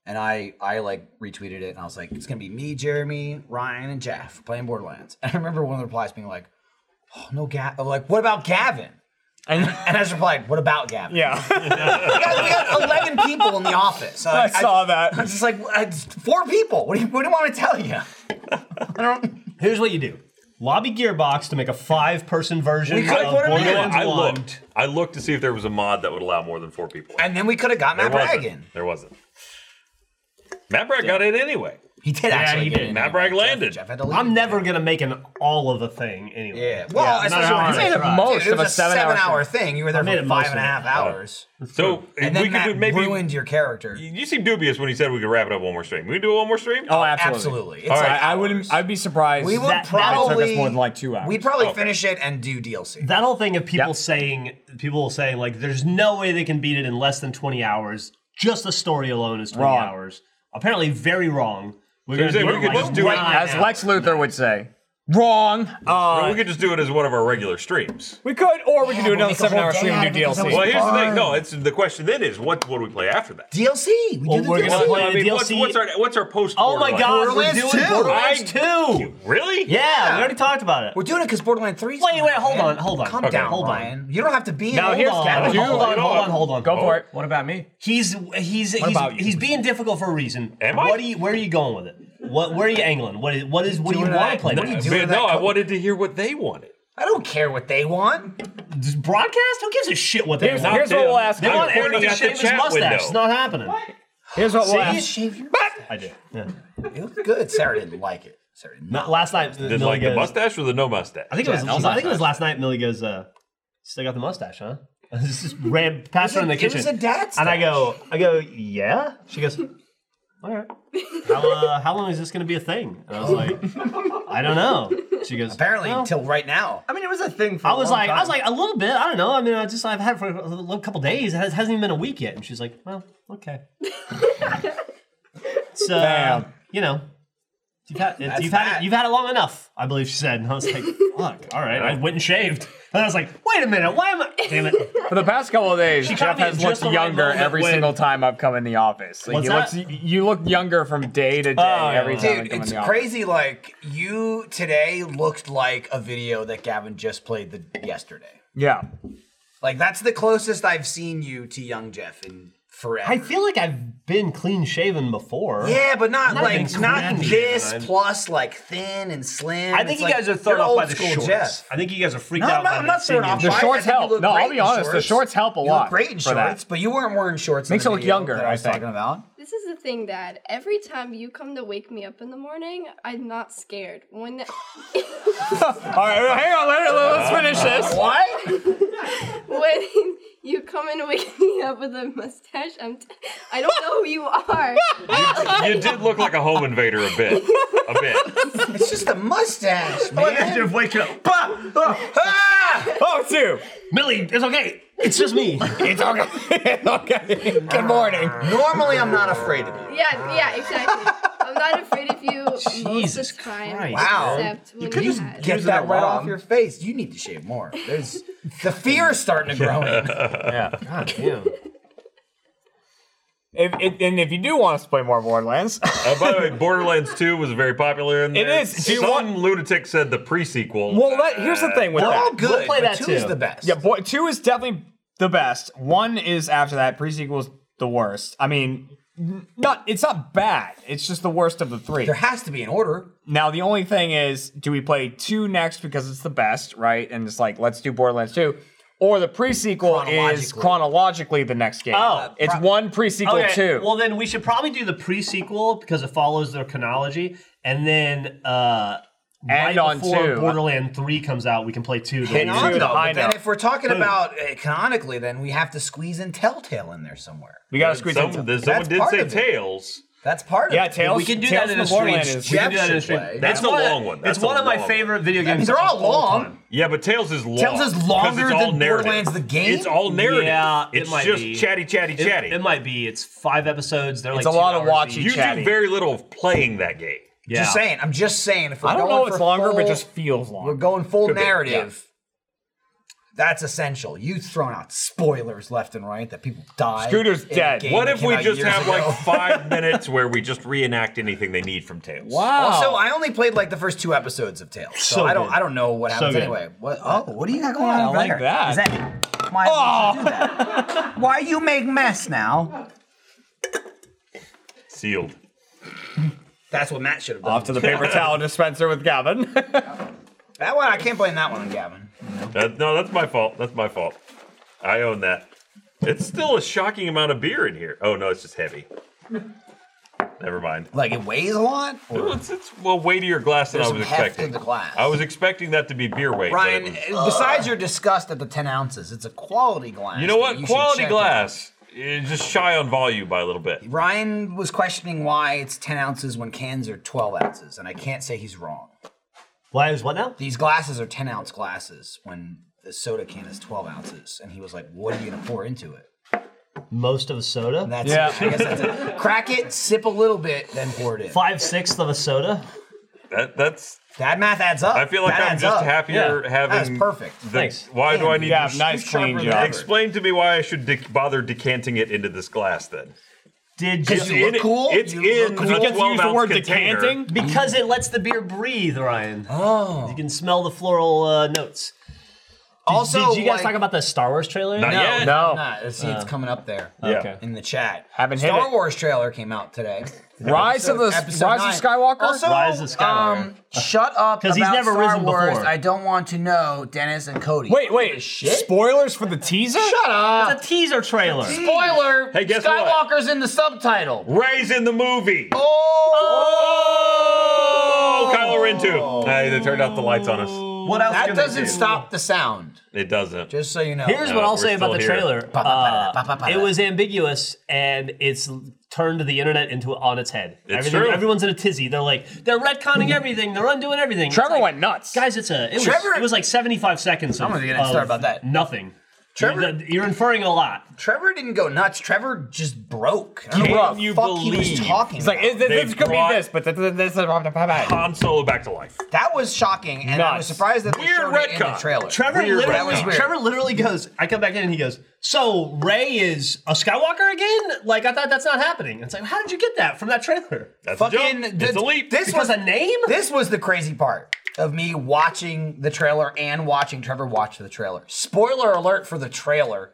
and I I like retweeted it and I was like it's gonna be me, Jeremy, Ryan, and Jeff playing Borderlands. And I remember one of the replies being like, oh no, Gav, like what about Gavin?
and,
And I just replied, what about Gavin?
yeah,
We got, we got eleven people in the office.
I
Like,
saw
I
that. Oh,
was just like "Well, it's four people. What do you what do you want me to tell you? I don't.
Here's what you do: lobby Gearbox to make a five-person version
We
of
could have put him in.
Uh, Borderlands
I
1.
looked. I looked to see if there was a mod that would allow more than four people.
And then we could have got
there
Matt Bragg in.
wasn't. There wasn't. Matt Bragg got in anyway.
He did actually.
he
get
did.
in
Matt
anyway.
Bragg
Jeff-
landed.
Jeff had to leave.
I'm never gonna make an all of a thing anyway.
Yeah. Well,
Yeah,
it's
not
also-
an
it's
hour.
made
Dude, it
most
it
of a
was
seven-hour
hour
stream.
thing. You were there
made
for
it
five
most
and a
of
half
it.
hours.
So
And
if
then
we
Matt
could do maybe.
ruined your character.
You seemed dubious when he said we could wrap it up one more stream. We can do one more stream.
Oh, absolutely.
Absolutely. It's
All right,
like
I, I wouldn't.
hours.
I'd be surprised.
We would
that- that it
probably
took us more than like two hours.
We'd probably
Okay.
finish it and do DLC.
That whole thing of people
Yep.
saying people saying like, "There's no way they can beat it in less than 20 hours." Just the story alone is 20
Wrong.
hours. Apparently, very wrong. We're
you're saying
do
we
it
could
like
just do it
right
as
now.
Lex Luthor would say. Wrong. Uh,
we could just do it as one of our regular streams.
we could, or we could do
we'll
another
make a
seven
whole
hour
day
stream
out
and
of
do
it 'cause I
DLC.
was-
Well, here's the thing.
Fine.
No, it's the question then is what what do we play after that?
DLC. We
Well,
do
we're
the
gonna
DLC.
play
I
the
mean, what's,
DLC.
what's our what's our post?
Oh my god,
Borderlands
we're doing
2.
Borderlands 2.
Really?
Yeah,
Yeah.
we already talked about it.
We're doing it because Borderlands 3 's
Wait,
coming
wait,
out,
hold
man.
on, hold on.
Calm
Okay,
down,
hold on.
Ryan. You don't have to be
Now
in
here's
hold
Gavin.
on.
Hold on, hold on,
You know
hold
what?
on, hold on.
Go for it.
What about me? He's he's he's
about you?
he's being difficult for a reason.
Am I?
what do you where are you going with it? What where are you angling? What is what is what do you
Doing
want
that-
to play?
what
with
are you
it?
doing?
But no,
that
I
co-
wanted to hear what they wanted.
I don't care what they want.
This broadcast? Who gives a shit what they
Here's,
want?
here's what we'll ask.
they
you.
want Eric
pointing
to
at the
shave his
chat
mustache.
window.
It's not happening.
Here's what we'll
You
ask.
shave your
I do. Yeah.
It looked good. Sarah didn't like it. Sarah didn't.
Not, last night,
Did
Millie
like the
goes-
mustache or the no mustache?
I think it was. I think it was last night. Millie goes, uh, "Still got the mustache, huh?" This just ran past her in the
It was
kitchen,
a dad
and I go, "I go, yeah." She goes, "All right. How, uh, how long is this going to be a thing?" And I was like, "I don't know." She goes,
Apparently,
"Well,
until right now.
I mean, it was a thing for.
I was like, I was like, a little bit. I don't know. I mean, I just I've had it for a little couple days. It has- hasn't even been a week yet. And she's like, well, okay. so you know, you've had
That's
you've had
that.
it, you've had it long enough. I believe she said. And I was like, fuck, all right. I went and shaved. And I was like, wait a minute, why am I? Damn it.
For the past couple of days,
caught
Jeff
me
has
just
looked
the right
younger
moment
every
when-
single time I've come in the office. Like,
What's
he looks,
that?
you look younger from day to day
Oh,
every
yeah.
time I
Dude,
come
it's
in the
crazy. Like you today looked like a video that Gavin just played the yesterday.
office. Yeah.
Like that's the closest I've seen you to young Jeff in forever.
I feel like I've been clean shaven before.
yeah, but not
Not
like
even
not
crappy,
this
man.
plus like thin and slim.
I think
It's
you
like,
guys are thrown
you're
off by
old
the
school
shorts.
Jeff.
I think you guys are freaked
No,
out.
I'm not,
by
I'm
the
not throwing
singing.
off.
The
by it. I
shorts
think you
help.
look
No,
great
I'll be
in
honest, the shorts help a
You
lot
Look great in
for that.
shorts, but you weren't wearing shorts. in
Makes
the
you look
video
younger,
That
I
I was
think.
talking about.
This is the thing, Dad. Every time you come to wake me up in the morning, I'm not scared. When
All right, well, hang on, let, let, let's finish
Oh,
this.
What?
when you come and wake me up with a mustache, I'm t- I don't know who you are.
You did look like a home invader a bit. A bit.
it's just a mustache, man. Ah!
Jeff, wake up.
Oh, two.
Millie, it's okay. It's just me.
It's okay. okay. Good morning.
Normally, I'm not afraid of you.
yeah, yeah, exactly. I'm not afraid of you most
Jesus
of the time.
Christ.
Wow.
Except when you,
could just
had.
get
it
that right
along.
off your face. You need to shave more. There's the fear is starting to grow. in.
God damn.
If, if, and if you do want us to play more Borderlands,
Uh, by the way, Borderlands 2 was very popular in
It
there.
is. Do you
Some
want-
lunatic said the pre-sequel.
well, let, here's the thing with
They're
that.
all good.
play
but
that
two is
too.
the best.
Yeah, boy, two is definitely the best. One is after that. Pre-sequel's the worst. I mean, n- not it's not bad. It's just the worst of the three.
There has to be an order.
Now the only thing is, do we play two next because it's the best, right? And it's like let's do Borderlands two, or the pre-sequel is
Chronologically.
chronologically the next game.
Oh.
it's one pre-sequel two.
Well, then we should probably do the pre sequel because it follows their chronology, and then uh, right
And on
before
two.
Borderland Three comes out, we can play two. the
Hang
way
on,
we
though.
did.
I
but then
know.
if we're talking about uh, canonically, then we have to squeeze in Telltale in there somewhere.
we gotta squeeze
Some,
in.
there's- someone
That's
did
part
say
of it.
Tails.
That's part
yeah,
of it.
Tales.
We can do
Tales
that in
from
a
the Borderlands
stream.
is-
We
Jeff
can do that in a
should
stream.
play.
That's
It's
a
one of-
long one. That's
it's one
a
of my
long
favorite video games.
They're all
of
long.
time.
Yeah, but Tails is long.
Tails is
'cause
longer
it's all
than
narrative.
Borderlands the game?
It's all narrative.
Yeah, it
it's
might
just
be.
chatty, chatty,
It,
chatty.
it might be. It's five episodes. They're
It's
like
a
two
lot of
hours
watchy
each.
you
chatty.
do very little of playing that game.
Yeah.
Just saying. I'm just saying. If we're
I don't
going
know if it's
for
longer, but it
full-
just feels
we're
long.
going full
Could be, yeah.
narrative. That's essential. You've thrown out spoilers left and right that people die.
Scooter's
in a
dead.
game
What
that
if
came
we
out
just
years
have
ago.
like five minutes where we just reenact anything they need from Tails? Oh.
Also, I only played like the first two episodes of Tales, so,
So
I don't
good.
I don't know what happens
good.
anyway. What? Oh, what do you got going
I
on over
like
there?
that.
Is that why?
Oh.
would you
Oh.
do that? why you make mess now?
Sealed.
That's what Matt should have done.
Off to the paper towel dispenser with Gavin.
that one I can't blame that one on Gavin.
That- no, that's my fault. That's my fault. I own that. It's still a shocking amount of beer in here. Oh no, it's just heavy. Never mind.
Like it weighs a lot. Or
Well, It's, it's well weightier glass than
There's
I was
some heft
expecting.
in the glass.
I was expecting that to be beer weight. but it
Ryan, uh,
was-
besides your disgust at the ten ounces, it's a quality glass.
you know
that
what?
should
Quality
check
glass is just shy on volume by a little bit.
out. Ryan was questioning why it's ten ounces when cans are twelve ounces, and I can't say he's wrong.
Why is what now?
These glasses are ten ounce glasses when the soda can is twelve ounces, and he was like, "What are you gonna pour into it?"
Most of a soda.
That's
Yeah.
I guess that's it. Crack it, sip a little bit, then pour it in.
Five sixths of a soda.
That that's.
That math adds up.
I feel like
That
I'm
adds
just
up.
happier having.
That is perfect.
the-
Thanks.
Why do I need?
Yeah,
to
nice clean
sharper
job.
than
Explain to me why I should de- bother decanting it into this glass then.
Did
Because
you?
you look
In it-
cool.
It's
you
in.
look
a
cool.
Gets to use the
12-ounce
word
container.
decanting.
Because it lets the beer breathe, Ryan.
Oh,
You can smell the floral uh, notes.
Also,
did you
like-
guys talk about Uh. the Star Wars trailer?
Not
No,
yet.
No.
Not. See, it's coming up there
Yeah.
Okay.
in the chat.
Haven't hit
Star
it.
Wars trailer came out today.
Rise of the
Episode
Rise
nine.
of Skywalker.
Also,
Rise of Skywalker.
Um, shut up
'Cause
about
he's never
Star
risen
Wars.
before.
I don't want to know Dennis and Cody.
wait, wait.
Shit.
Spoilers for the teaser?
Shut up.
It's a teaser trailer.
Spoiler.
Hey, guess what?
Skywalker's in the subtitle.
Ray's in the movie. Oh,
Oh.
Kylo Ren too. Hey, they turned off the lights on us.
What else?
That
can they
doesn't
do?
stop the sound.
It doesn't.
Just so you know.
Here's
No,
what I'll
we're
say about
still
the
here.
trailer.
ba, ba, ba,
Uh,
ba.
It was ambiguous, and it's turned the internet into on its head.
It's
Everything-
true.
Everyone's in a tizzy. They're like, they're
Mm-hmm.
retconning everything. They're undoing everything.
Trevor
It's like,
went nuts.
Guys, it's a. It was,
Trevor-
it was like 75 seconds. Of,
I'm gonna get in a story
of
about that.
Nothing.
Trevor-
You're, you're inferring a lot.
Trevor didn't go nuts. Trevor just broke. I don't know what
Can
the
you
fuck he was
believe-
talking
It's like
about.
it, this,
They
this could
brought-
be this, but th- th- this is
Han Solo back to life.
that was shocking, and I was
Nuts.
surprised that they
Weird
showed it in the
retcon.
trailer.
Trevor
Weird
That was
literally,
weird.
Trevor literally goes. I come back in and he goes. So Ray is a Skywalker again? Like I thought that's not happening. It's like, how did you get that from that trailer?
That's
fucking
a jump.
th-
it's a leap.
This
Because
was
a name?
This was the crazy part of me watching the trailer and watching Trevor watch the trailer. Spoiler alert for the trailer.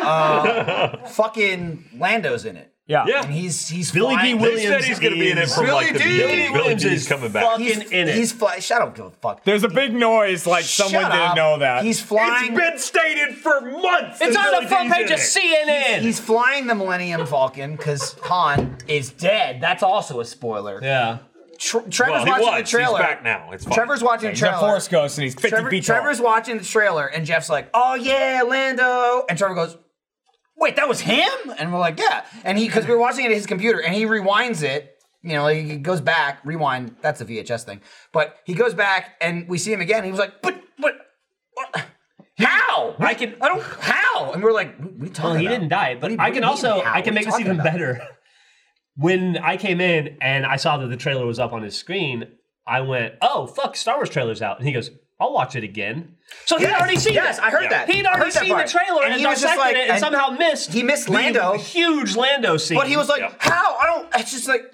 Uh, fucking Lando's in it.
Yeah.
Yeah.
And he's he's
Billy D.
flying.
They
Williams
said he's going to be in it
is-
from like the
Billy D.
beginning. Billy
Williams
D's
is
coming back.
fucking-
He's
in it.
He's flying. Shut up, give a fuck.
There's a big noise like
Shut
someone
up.
didn't know that.
He's flying.
It's been stated for months.
It's
that
on
Billy
the front
Dean's
page
in
of
it.
CNN.
He's flying the Millennium Falcon because Han is dead. That's also a spoiler.
yeah.
Tr- Trevor's
Well, he
watching
was.
the trailer.
He's back now. It's fine.
Trevor's watching the
he's
trailer.
a force ghost and he's 50
Trevor,
feet
Trevor's watching the trailer, and Jeff's like, "Oh yeah, Lando," and Trevor goes, "Wait, that was him?" And we're like, "Yeah," and he because we were watching it at his computer, and he rewinds it. You know, like, he goes back, rewind. That's a VHS thing, but he goes back, and we see him again. And he was like, "But, but, what? how? I can, I don't how." And we're like, "What are you talking
Well, he
about?"
didn't die, but
What do you-
I
what do
can
you
also
mean, how?
I
What
can make
are you
this even
talking about?
better. When I came in and I saw that the trailer was up on his screen, I went, "Oh fuck, Star Wars trailer's out," and he goes, "I'll watch it again." So he'd
Yes,
already seen
yes,
it.
I heard that.
He'd
I
already
heard that
seen the
part.
trailer
And
and,
he was just
dissected
like-
it and,
and
somehow missed.
he missed
the
Lando.
huge Lando scene.
But he was like,
Yeah.
"How? I don't." It's just like,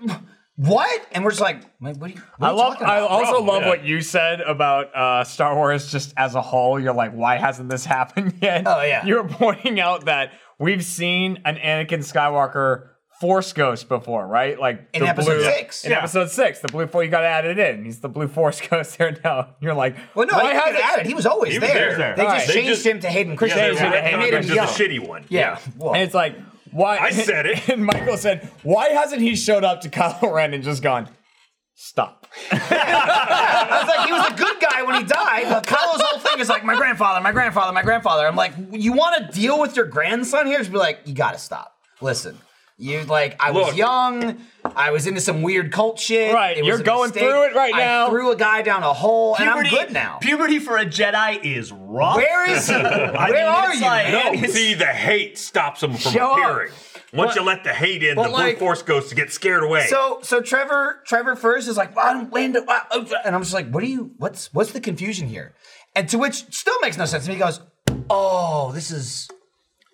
"What?" And we're just like, "What are you?" What
I
are you
love.
talking
I
about?
also
Problem,
love
yeah.
what you said about uh, Star Wars just as a whole. You're like, why hasn't this happened yet?
Oh, yeah.
You were pointing out that we've seen an Anakin Skywalker Force Ghost before, right? Like
In episode six.
In
Yeah.
episode six, the blue four you got added in. He's the blue Force Ghost there now. You're like,
Well, no,
why
he didn't
hasn't
get added. He was always
He was
there.
there.
They
All
just
right.
changed
They just-
him to Hayden
Yeah,
Christensen.
Christensen.
they
They made him
were
young.
just a shitty one.
Yeah. Whoa.
And it's like, why?
I said it.
And Michael said, why hasn't he showed up to Kylo Ren and just gone, stop?
I was like, he was a good guy when he died. But Kylo's whole thing is like, my grandfather, my grandfather, my grandfather. I'm like, you want to deal with your grandson here? Just be like, you got to stop. Listen. You like I was
Look.
young, I was into some weird cult shit.
Right,
it was
you're
a
going
mistake.
through it right now.
I threw a guy down a hole, and I'm
Puberty-
good now.
Puberty for a Jedi is rough.
Where is he? Where
I mean,
are
it's
you?
like-
No,
It's-
see, the hate stops them from
Show up.
appearing. Once you let the hate in, the
but
blue
like-
force goes to get scared away.
So so Trevor Trevor first is like, well, I don't land, uh, uh," and I'm just like, what do you? What's what's the confusion here? And to which still makes no sense. And he goes, oh, this is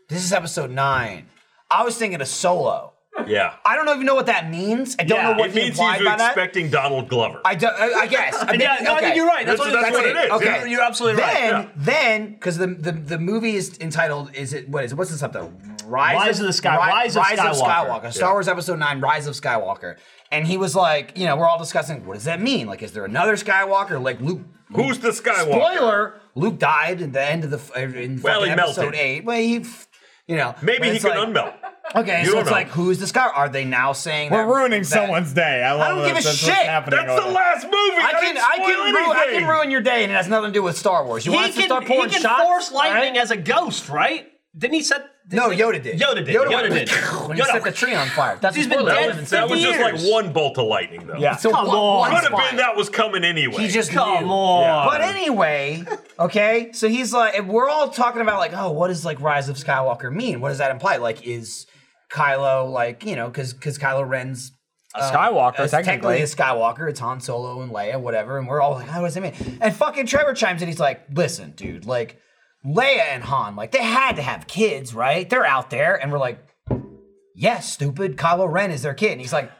this is episode nine. I was thinking of Solo.
yeah.
I don't even know what that means. I don't
Yeah,
know what
it
he
means
implied
he's
by that.
expecting Donald Glover.
I, do, I, I guess. I
Yeah, no, I think you're right. That's,
That's-
what,
that's what it is, yeah.
You're absolutely right.
then,
Yeah.
Then, because the, the the movie is entitled, is it what is it? What's the subtitle? Rise,
Rise of the Sky- Rise of Skywalker.
Star Wars Episode Nine: Rise of Skywalker. And he was like, you know, we're all discussing what does that mean? Like, is there another Skywalker? Like Luke.
Who's the Skywalker?
Spoiler: Luke died at the end of the f- in
Well,
fucking
he melted.
Episode Eight. Well, he, f- you know,
Maybe
but
he
it's
can
like-
unmelt.
Okay,
You
so
don't
it's
know.
like, who's the Skywalker? Are they now saying
We're
that-
ruining
that-
someone's day. I, love
don't give a
this. That's what's
shit.
happening
That's
over
the
there.
last movie.
I can,
didn't
I
spoil
can, ruin, I
anything.
can ruin your day, and it has nothing to do with Star Wars. You want us to start pouring
he can
shots?
force
All right?
lightning as a ghost, right? Didn't he set? didn't
No,
he-
Yoda did.
Yoda did.
Yoda,
Yoda, did.
When he set the tree on fire. That's
He's
a
been
spoiler.
dead
That would've been
That was just like
50 years.
one bolt of lightning, though.
Yeah.
So
Come
one-
on.
one's
Could have
fine.
been that was coming anyway.
He just
Come
knew.
on.
But anyway, okay, so he's like, and we're all talking about like, oh, what does like Rise of Skywalker mean? What does that imply? Like, is Kylo like you know because because Kylo Ren's
A Skywalker,
It's technically
technically.
a Skywalker. It's Han Solo and Leia, whatever. And we're all like, how does it mean? And fucking Trevor chimes in. He's like, listen, dude, like Leia and Han, like they had to have kids, right? They're out there. And we're like, yes, stupid. Kylo Ren is their kid. And he's like,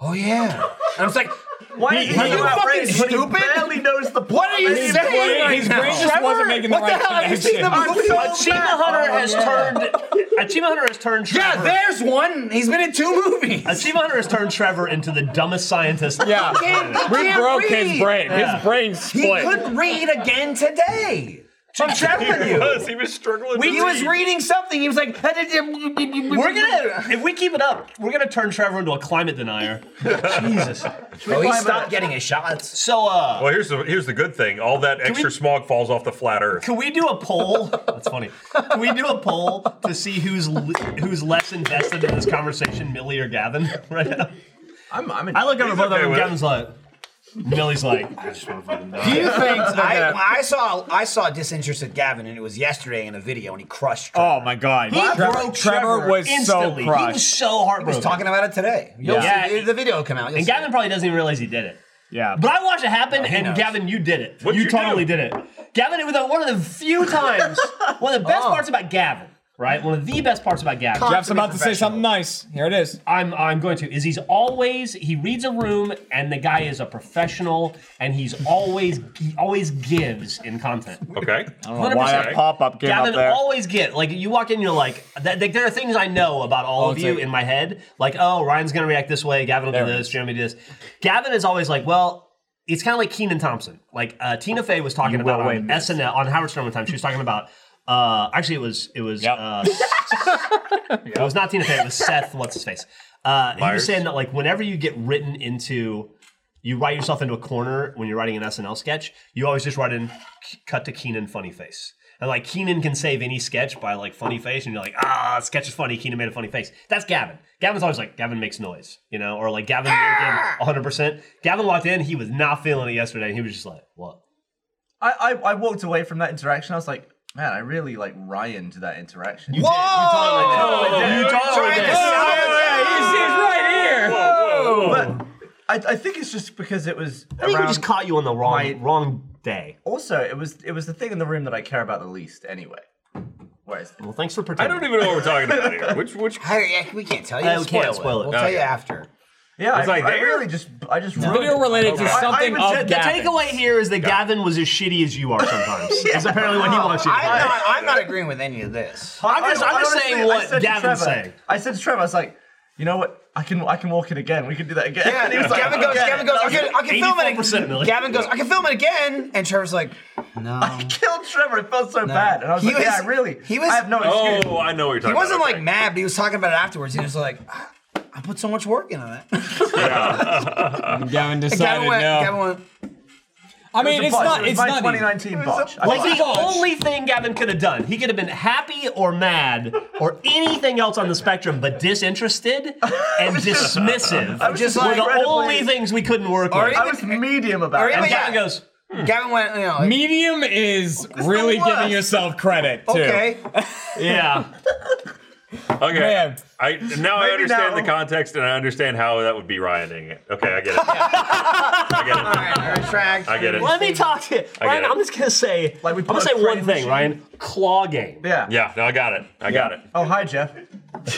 oh yeah. And I was like,
Why is he talking about race when he barely knows the plot? What are you
His brain just wasn't making the right connection.
Achievement Hunter has turned. Achievement Hunter has turned.
Oh, Yeah,
Trevor-
there's one. He's been in two movies.
Achievement Hunter has turned Trevor into the dumbest scientist.
Yeah. We
can't
broke
read.
his brain.
Yeah.
His brain
He
split.
couldn't read again today. I'm telling you.
He was struggling.
He
to
was
read.
reading something. He was like, Oh, we're
We're gonna if we keep it up, we're gonna turn Trevor into a climate denier. Jesus.
Oh, he stopped getting his shots.
So uh
Well, here's the here's the good thing. All that extra smog falls off the flat Earth.
can we do a poll? That's funny. Can we do a poll to see who's le- who's less invested in this conversation, Millie or Gavin? Right now,
I'm, I'm
I look over both of
okay
them.
with it.
Gavin's like, Millie's like, I just want to fucking
Do
die.
you think
I,
that?
I saw I saw disinterested Gavin, and it was yesterday in a video, and he crushed. Trevor.
Oh my god.
He
Trevor,
broke
Trevor was
instantly.
so crushed.
He was so heartbroken.
He's talking about it today. You'll
Yeah.
see, the video will come out. You'll
and
see.
Gavin probably doesn't even realize he did it.
yeah.
But I watched it happen, and
knows.
Gavin, you did it.
What'd
you,
you
totally
do?
did it. Gavin, it was one of the few times, one of the
Oh.
best parts about Gavin, right? One of the best parts about Gavin.
Jeff's about to say something nice. Here it is.
I'm I'm going to is he's always he reads a room and the guy is a professional and he's always he always gives in content.
Okay.
I don't know Oh, Why
100%.
that pop up came
Gavin
up there?
always get like you walk in, you're like, that, like, there are things I know about all of
Oh, it's
you
like-
in my head. Like, oh, Ryan's gonna react this way. Gavin will do
There it
this. Jeremy do this. Gavin is always like, well, it's kind of like Keenan Thompson. Like uh, Tina Fey was talking
You
about
will
on
win this.
SNL on Howard Stern one time. She was talking about. Uh, actually, it was it was
Yep.
uh, it was not Tina Fey. It was Seth. What's his face? Uh, he was
Myers.
saying that like whenever you get written into you write yourself into a corner when you're writing an SNL sketch. You always just write in "C- cut to Keenan funny face. And like Keenan can save any sketch by like funny face, and you're like, ah, sketch is funny. Keenan made a funny face. That's Gavin. Gavin's always like, Gavin makes noise, you know, or like Gavin, will give 100%. Gavin walked in, he was not feeling it yesterday. He was just like, what?
I, I, I walked away from that interaction. I was like, man, I really like Ryan to that interaction.
You
Oh,
Whoa! Did. You totally did. You totally did.
But I, I think it's just because it was
I think we
around.
just caught you on the wrong
my-
wrong day.
also, it was it was the thing in the room that I care about the least anyway. Whereas
Well, thanks for
I
pretending.
don't even know what we're talking about here. Which which
Hey, yeah, we can't tell you.
Uh, we can't
it.
spoil it.
We'll
Oh,
tell you
yeah.
after.
yeah, I,
Was I
I
there?
really just I just ruined
Video
it.
related
Okay.
to
I- I
something
was
of
just-
The
Gavin.
takeaway here is that Gavin was as shitty as you are sometimes. Is apparently what he wants you to be.
I'm not, I'm not agreeing with any of this.
I'm just,
I-
I'm
I
just
honestly-
saying
I
what
said to
Gavin's
Trevor-
saying.
I said to Trevor, I was like, you know what? I can I can walk it again. We can do that again.
Yeah,
And he was like,
Gavin goes,
"Okay."
Gavin goes, I can, I can film it.
84% Millie.
Gavin goes, I can film it again. And Trevor's like, no.
Killed Trevor. It felt so bad, and I was
He
like,
was-
yeah, really.
he was-
I have no excuse.
Oh, I know what you're talking
He wasn't
about.
like mad, but he was talking about it afterwards. He was like, "Ah, I put so much work into it. And
Gavin decided
Gavin went,
no.
Gavin went,
I
It was
mean,
a
it's
botch.
not.
It was
It's
my
not. even-
2019 botch. I
Like
think-
the only thing Gavin could have done, he could have been happy or mad or anything else on the spectrum, but disinterested and
was
dismissive
just
just
were
like,
the
incredibly-
only things we couldn't work
Or
with.
I was medium
or
about
even-
it.
And Gavin goes,
Gavin went, you know, like,
Medium is really
worst.
giving yourself credit
"Oh,
too.
okay.
yeah.
Okay.
Man.
I now I
Maybe
understand
now-
the context and I understand how that would be rioting it. Okay, I get it. I
All right, retract.
I get it.
Let me talk to you. Ryan,
it.
I'm just going to say,
Like we
I'm going
put
to
a
say one
train
thing,
machine.
Ryan. Claw game.
Yeah.
get it. Yeah, no, I got it. I got it.
Oh, hi, Jeff.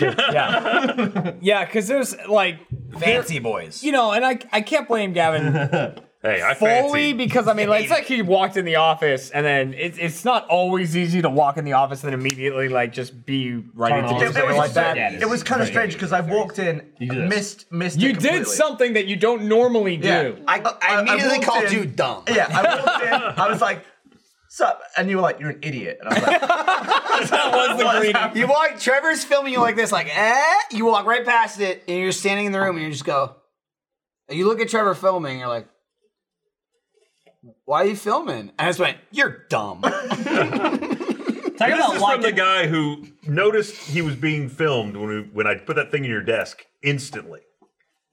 Yeah. yeah, because there's like,
Fancy boys.
you know, and I I can't blame Gavin
Hey, I
fully
fancy.
because I mean, like, it's like he walked in the office and then it's it's not always easy to walk in the office and immediately like just be right
Turn
into
on.
doing
It, it
something
was
like that.
Yeah, it is.
It was kind of strange because I walked in,
do this.
missed, missed. it
You did
completely.
something that you don't normally do.
Yeah.
I, I immediately
walked
called
in-
you dumb.
Yeah, I walked in. I was like, "Sup?" And you were like, "You're an idiot." And I was like,
That was the greeting.
You walk, Trevor's filming you like this, like, eh? You walk right past it, and you're standing in the room, and you just go, you look at Trevor filming, and you're like, why are you filming? And I just went, you're dumb.
Talk
This
about
is from the
locking
guy who noticed he was being filmed when we, when I put that thing in your desk instantly.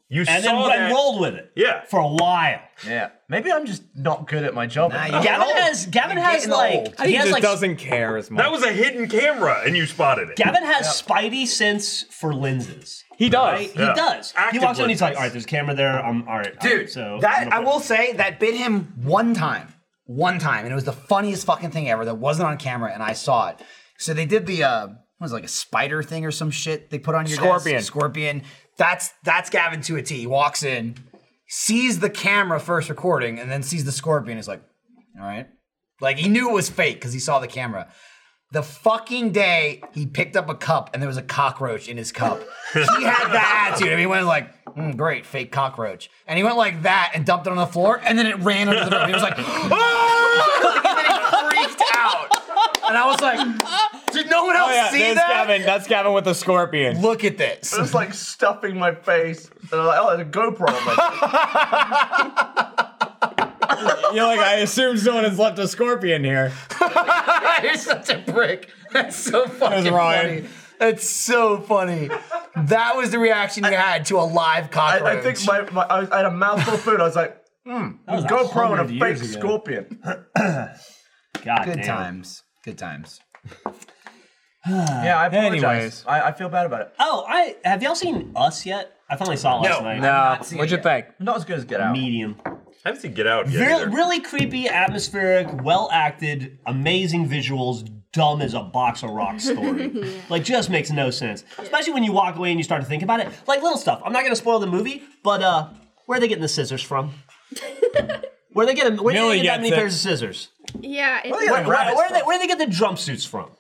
You
and then
saw that.
and rolled with it.
Yeah.
For a while.
"Yeah, maybe I'm just not good at my job."
you-
Gavin
old.
has Gavin
You're
has
getting old.
like
I
he
think he
has
just
like
doesn't care as much.
That was a hidden camera, and you spotted it.
Gavin has spidey sense for lenses.
he does.
Right?
Yeah.
He does.
Active
he walks in and he's like,
lenses.
all right, there's a camera there. I'm all right.
Dude,
so I'm
that
gonna
I
put-
will say that bit him one time, one time, and it was the funniest fucking thing ever. That wasn't on camera, and I saw it. So they did the uh, what was it, like a spider thing or some shit they put on your desk?
Scorpion.
Scorpion. That's that's Gavin to a T. He walks in. sees the camera first recording and then sees the scorpion. He's like, all right. Like he knew it was fake because he saw the camera. The fucking day he picked up a cup and there was a cockroach in his cup. he had that attitude. I mean, he went like, "Mm, great, fake cockroach. And he went like that and dumped it on the floor and then it ran under the roof. He was like, "Ah!" Like, and then he freaked out. And I was like, did no one else
Oh yeah,
see
there's
that?
Gavin. That's Gavin with the scorpion.
Look at this.
It's like stuffing my face. And I'm like, oh, there's a GoPro on my face.
You're like, I assume someone has left a scorpion here.
You're such a prick. That's so fucking
Ryan.
funny. That's so funny. That was the reaction you had to a live
I,
cockroach.
I think my, my I, was- I had a mouthful of food. I was like, hmm, GoPro and a fake scorpion.
God
good
damn.
times. Good times.
Yeah, I apologize.
Anyways.
I, I feel bad about it.
Oh, I have y'all seen Us yet? I finally saw it last night.
No. Uh, What'd you think?
Not as good as Get Out.
Medium.
I haven't seen Get Out yet.
Very,
either.
really creepy, atmospheric, well acted, amazing visuals, dumb as a box of rocks story. Like, just makes no sense. Especially when you walk away and you start to think about it. Like, little stuff. I'm not going to spoil the movie, but uh, where are they getting the scissors from? where are they getting, where
Millie
are they getting that
gets
many
it.
pairs of scissors?
Yeah, it's
Wait,
Where, where, where, are they, where do they get the jumpsuits from?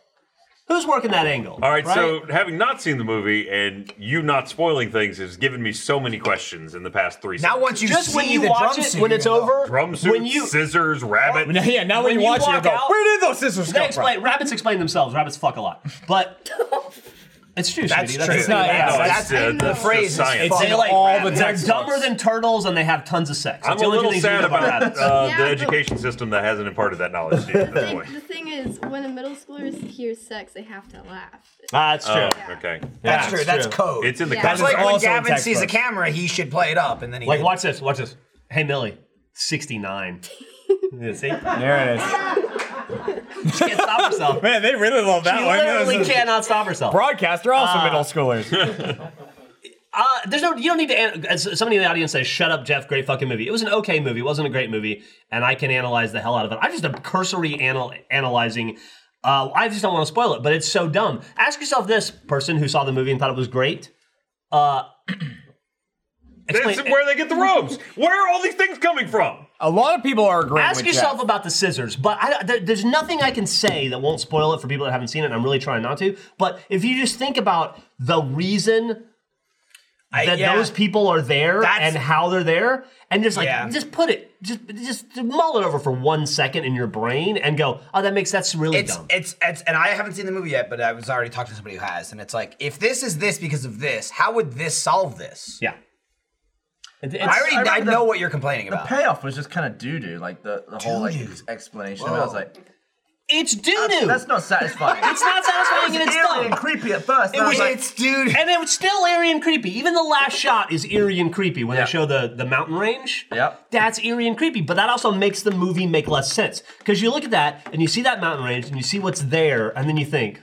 Who's working that angle?
All right, so having not seen the movie and you not spoiling things has given me so many questions in the past three
Now
seconds.
once you
just
see
when you
the
watch
drum
it,
suit,
when it's
you go,
over,
Drum suit,
when you
scissors, rabbit.
Yeah, now when,
When
you
you
watch it, you
walk
go,
out-
where did those scissors
They
come from?
explain. Rabbits explain themselves. Rabbits fuck a lot, but it's true.
That's
sweetie.
true.
That's
It's
not-
No,
yeah,
that's,
that's-
uh,
I know.
that's
The phrase
just
is
science.
It's
They
in
like
all the
rabbits. they're
textbooks.
dumber than turtles and they have tons of sex.
I'm
That's
a
the only two
little
things you
sad
know
about
rabbits.
uh,
Yeah,
the
but-
education system that hasn't imparted that knowledge to you at this
the,
point.
the thing is, when a middle schooler hears sex, they have to laugh.
That's true.
Oh, okay.
That's true. That's code.
It's in the
Yeah.
that's
context.
like when
also in
Gavin sees a
textbooks.
camera, he should play it up, and then he
Like watch this. Watch this. Hey Millie, 69. Yeah, See, she
There it is.
can't stop herself.
Man, they really love that
She
one.
literally Ah.
Those
cannot stop herself.
Broadcasts are also middle schoolers.
Uh, there's no, you don't need to. An- as somebody in the audience says, "Shut up, Jeff. Great fucking movie." It was an okay movie. It wasn't a great movie, and I can analyze the hell out of it. I just am cursory anal- analyzing. Uh, I just don't want to spoil it, but it's so dumb. Ask yourself this person who saw the movie and thought it was great. Uh,
That's
explain-
where they get the robes. Where are all these things coming from?
a lot of people are agreeing
ask
with
yourself
Jeff.
about the scissors but I, there, there's nothing i can say that won't spoil it for people that haven't seen it and i'm really trying not to but if you just think about the reason that
yeah.
those people are there
That's-
and how they're there and just like
Yeah.
just put it just just mull it over for one second in your brain and go oh that makes that's really
it's,
dumb
it's it's and I haven't seen the movie yet, but I was already talking to somebody who has, and it's like if this is this because of this, how would this solve this?
yeah It- it's-
I already I,
remember
know
the-
what you're complaining about.
Payoff was just kind of doo doo, like the, the whole like ex- explanation. of it. I was like,
it's doo-doo
that's, that's not satisfying.
it's not satisfying and it's
eerie
dumb
and creepy at first. and I was
was-
like,
it's dude.
And it was still eerie and creepy. Even the last shot is eerie and creepy when
Yeah.
they show the, the mountain range.
Yep.
That's eerie and creepy, but that also makes the movie make less sense. Because you look at that and you see that mountain range and you see what's there, and then you think.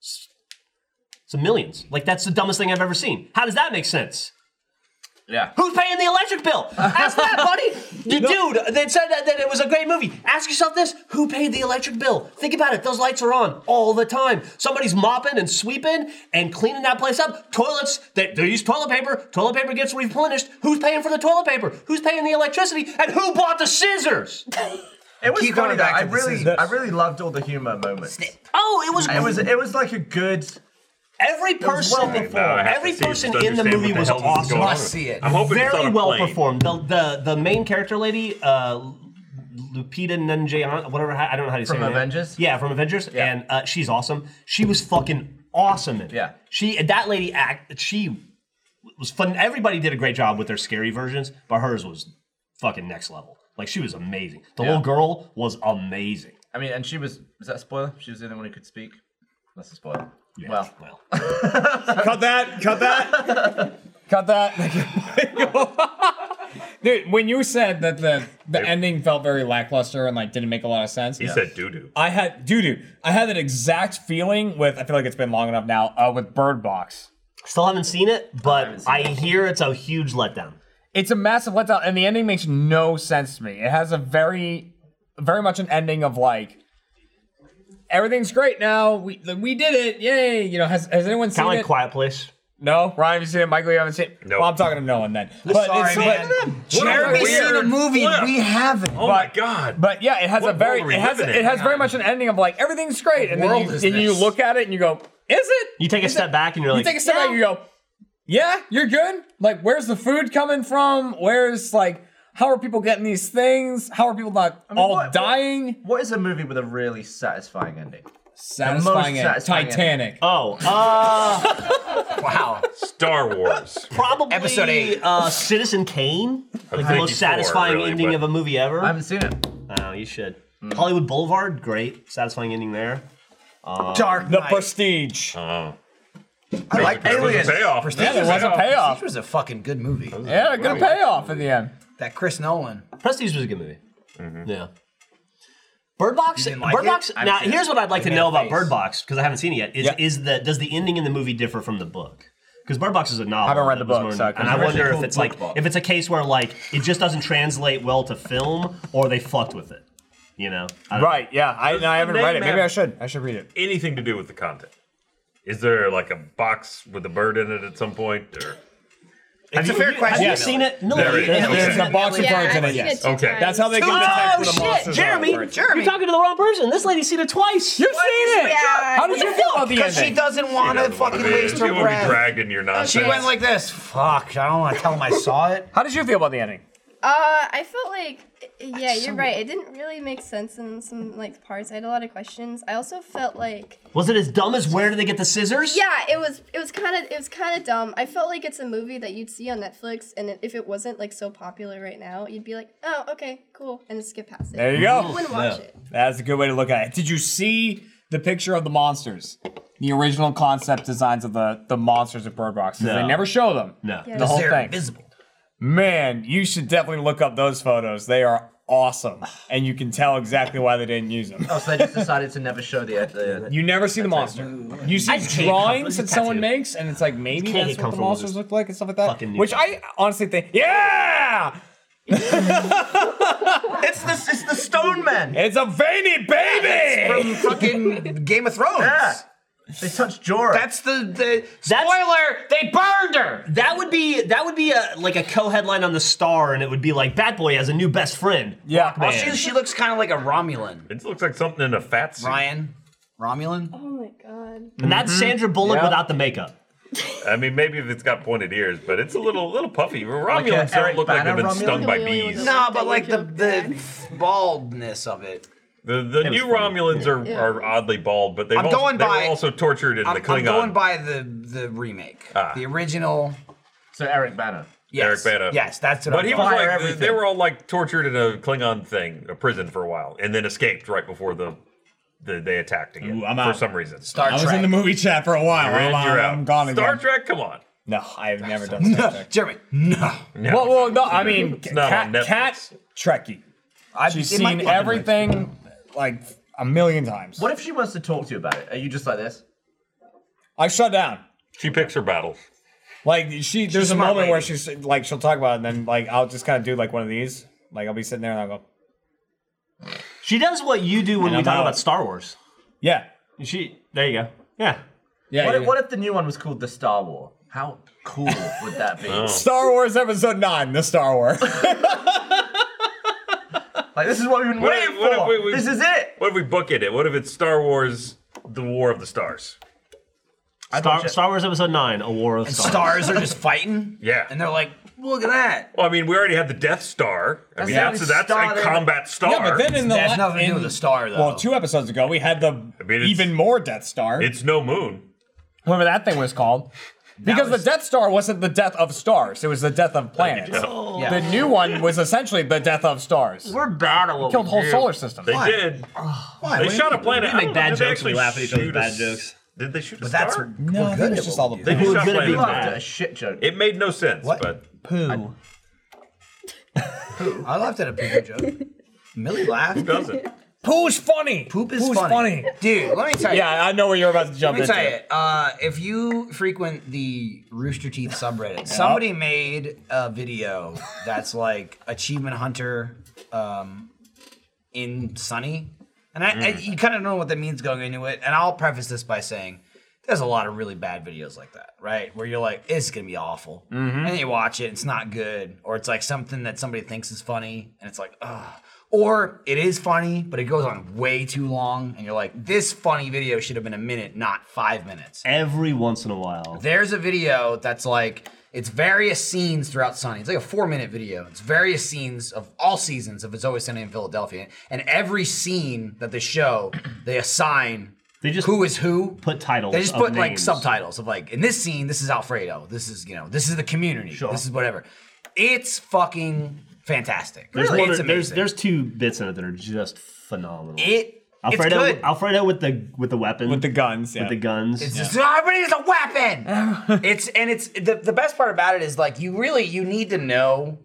It's a millions. Like that's the dumbest thing I've ever seen. How does that make sense?
yeah.
Who's paying the electric bill? Ask that, buddy. You Dude, they said that, that it was a great movie. Ask yourself this: Who paid the electric bill? Think about it. Those lights are on all the time. Somebody's mopping and sweeping and cleaning that place up. Toilets they, they use toilet paper. Toilet paper gets replenished. Who's paying for the toilet paper? Who's paying the electricity? And who bought the scissors?
it was
Keep
funny
going
though.
back
I
to the
really,
scissors.
I really loved all the humor moments.
Oh, it was.
It was, it was like a good.
every
was well
person.
performed.
Now I have to
every
see it
person
to
in the
understand
movie
what
was
hell this is
awesome.
going on.
Must see it.
I'm hoping it's
very
on a
well
plane.
performed. The, the the main character lady, uh, Lupita Nyong'o, whatever I don't know how to say
From
her name.
Avengers?
Yeah, from Avengers, and uh, she's awesome. She was fucking awesome. In it.
Yeah.
she that lady act. She was fun. Everybody did a great job with their scary versions, but hers was fucking next level. Like she was amazing. The little girl was amazing.
I mean, and she was was that a spoiler? She was the only one who could speak. That's a spoiler.
Yeah,
Well,
well,
cut that. Cut that. cut that. Dude, when you said that the the ending felt very lackluster and like didn't make a lot of sense,
He said doo doo.
I had doo doo. I had that exact feeling with. I feel like it's been long enough now. Uh, with Bird Box,
still haven't seen it, but I, hear it's a huge letdown.
it's a massive letdown, and the ending makes no sense to me. It has a very, very much an ending of like. Everything's great now. We we did it. Yay! You know, has has anyone seen
Kind of
it?
like Quiet Place.
No, Ryan, have you seen it? Michael, you haven't seen it.
Nope.
Well, I'm talking to no one then. But
Sorry,
it's,
man.
But,
Jeremy's seen a
Weird.
movie we haven't.
Oh my god.
But yeah, it has
What
a very
world are we
it has
living in?
it has very much an ending of like everything's great, and then
world
you,
is
and you
this?
look at it and you go, is it?
You take a
Is
step
it-
back and you're
You
like,
take a step back and you go, yeah, you're good. Like, where's the food coming from? Where's like, how are people getting these things? How are people not all
what- what-
dying?
What is a movie with a really satisfying ending?
Satisfying,
most
it.
satisfying
Titanic.
oh, uh,
Wow.
Star Wars.
probably
Episode eight.
Uh, Citizen Kane, like the
54,
most satisfying
really,
ending
but-
of a movie ever.
I haven't seen it.
Oh, you should. Hollywood Boulevard, great, satisfying ending there.
Dark
the
Knight.
Prestige.
Oh.
I like
There was
Aliens.
a payoff.
yeah, there was a
This
payoff.
was a fucking good movie.
Yeah, good payoff in the end.
That Chris Nolan.
Prestige was a good movie. Yeah. Bird Box.
didn't like
Bird
it?
Box.
I've
Now,
seen it.
here's what I'd like to
made
know
a
about
face.
Bird Box because I haven't seen it yet. Is
Yeah.
is the does the ending in the movie differ from the book? Because Bird Box is a novel.
haven't read
that
the
was
book,
more-
so I
and
couldn't-
I
It's a
wonder
cool
if it's
book
like
box.
if it's a case where like it just doesn't translate well to film or they fucked with it. You know. I don't know.
Right, yeah. I, I haven't read it. Maybe I should. I should read it.
Anything to do with the content. Is there like a box with a bird in it at some point? Or
It's a fair question.
Have you seen it? No,
There it is. Okay.
There's a box of
Yeah,
cards in
I've
it,
seen
yes.
it two
Okay.
times.
That's how they give the text
Oh
with the
shit,
monsters.
Jeremy, You're talking to the wrong person. This lady's seen it twice.
You've seen it!
Yeah.
How did you feel about the
Because she
ending?
doesn't want to fucking waste her
You won't be
breath.
dragged in your
She
nonsense.
went like this. Fuck. I don't want to tell him I saw it.
How did you feel about the ending?
Uh, I felt like, eh, yeah, you're right. It didn't really make sense in some like parts. I had a lot of questions. I also felt like,
Was it as dumb as where do they get the scissors?
yeah, it was, it was kind of, it was kind of dumb. I felt like it's a movie that you'd see on Netflix, and it- if it wasn't like so popular right now, you'd be like, oh, okay, cool, and just skip past it.
There you go.
Wouldn't watch it.
That's a good way to look at it. Did you see the picture of the monsters? The original concept designs of the, the monsters at Bird Box. 'cause
No.
They never show them.
No.
Yeah.
The whole
They're
thing.
invisible.
Man, you should definitely look up those photos. They are awesome. And you can tell exactly why they didn't use them.
Oh, so they just decided to never show the. uh, the
You never see the monster. You see
just can't
drawings
comfort-
that someone
tattoo.
makes, and it's like maybe
can't
that's what
get
the
comfortable with
monsters
this
look like and stuff like that.
fucking new
Which
thing.
I honestly think, yeah,
it's the it's the Stone Man.
it's a veiny baby.
From fucking Game of Thrones.
Yeah. They touched Jorah.
That's the, the
That's-
spoiler. They burned her.
That would be that would be a like a co-headline on the Star, and it would be like Bat Boy has a new best friend.
Yeah,
Well, she, she looks kind of like a Romulan.
It looks like something in a fat suit.
Ryan. Romulan?
Oh my god.
And that's Sandra Bullock without the makeup.
I mean, maybe if it's got pointed ears, but it's a little little puffy. Romulans
a
don't
Eric
look like they've
Bana
been
Romulan?
stung by
Really
bees.
was a-
No,
That
but
you
like the,
joke
the baldness of it.
The, the new Romulans are, are oddly bald, but they've
I'm
also,
going
they
by-
were also tortured in
I'm,
the
I'm
Klingon.
going by the the remake.
Ah.
The original.
so Eric Banner.
Yes.
Eric Bana.
Yes, that's what
but
I'm
he was
going
like,
by.
everything.
they were all like tortured in a Klingon thing, a prison for a while, and then escaped right before the, the they attacked again
Ooh, I'm
for
out.
some reason.
Star
I was
Trek.
in the movie chat for a while.
You're in,
I'm,
you're
I'm
out.
gone
Star
again.
Trek, come on.
No, I have never done Star Trek.
Jeremy. No.
No.
Well, well, no, I mean,
not
Cat,
on Netflix.
Cat Trekkie. She's
it might
seen
be on
everything like a million times.
What if she wants to talk to you about it? Are you just like this?
I shut down.
she picks her battles.
Like she, there's a
smart
moment where
lady.
she's like, she'll talk about it, and then like I'll just kind of do like one of these. Like I'll be sitting there and I'll go,
She does what you do when
And
we
I'm
talk
out.
about Star Wars.
yeah,
She there you go. Yeah.
yeah.
What
yeah.
if, what if the new one was called the Star War? How cool would that be?
Oh.
Star Wars Episode Nine, the Star Wars.
Like this is what we've been
What if-
waiting
what if
for.
we- we-
this is it.
What if we bucket it? What if it's Star Wars: The War of the Stars?
Star, Star Wars Episode Nine: A War of Stars.
Stars are just fighting.
Yeah.
And they're like, look at that.
Well, I mean, we already had the Death Star. I mean,
the
that's
only
that's
star
a
they-
combat star.
yeah, but then in the
That
la-
has nothing to do
in-
with the star, though.
Well, two episodes ago we had the
mean, it's-
even more Death Star.
it's no moon.
Whatever that thing was called. Because
was-
the Death Star wasn't the death of stars; it was the death of planets.
Yeah.
The new one was essentially the death of stars.
We're bad at what
killed
we
whole
do.
solar systems.
They did.
Why?
They
What do you
shot a
mean?
planet.
We make
I don't
bad
know, did they
jokes and we
actually
laugh at each other's
shoot a
bad
s-
jokes.
Did they shoot a
But
star?
that's
No, I
good
think it's
at
just
what
all
we
the
do.
they just
We're
shot
good at
planet in
We
being
the
laughed
bad.
at a shit joke.
It made no sense,
What?
but
Poo.
I laughed at a poop joke. Millie laughed.
it doesn't.
Poo's funny.
Poop is funny. Dude, let me tell you.
Yeah, I know what you're about to jump
Let me
into.
tell you, uh, if you frequent the Rooster Teeth subreddit, somebody made a video that's like Achievement Hunter um, in Sunny. And I, I, you kind of know what that means going into it. And I'll preface this by saying There's a lot of really bad videos like that, right? Where you're like, "This is gonna be awful," and then you watch it, it's not good, or it's like something that somebody thinks is funny, and it's like, ugh. Or it is funny, but it goes on way too long, and you're like, "This funny video should have been a minute, not five minutes."
Every once in a while.
There's a video that's like it's various scenes throughout Sunny. It's like a four minute video. It's various scenes of all seasons of It's Always Sunny in Philadelphia, and every scene that they show, they assign
They just
who is who.
put titles.
They just
of
put like
names.
subtitles of like in this scene, this is Alfredo. This is you know, this is the community. This is whatever. It's fucking fantastic.
There's,
Really,
one
it's
or- there's
amazing.
there's two bits in it that are just phenomenal.
it.
Alfredo,
it's good.
Alfredo with the with the weapon,
with the guns. Yeah.
with the guns.
It's just, everybody is a weapon. it's and it's the, the best part about it is like you really you need to know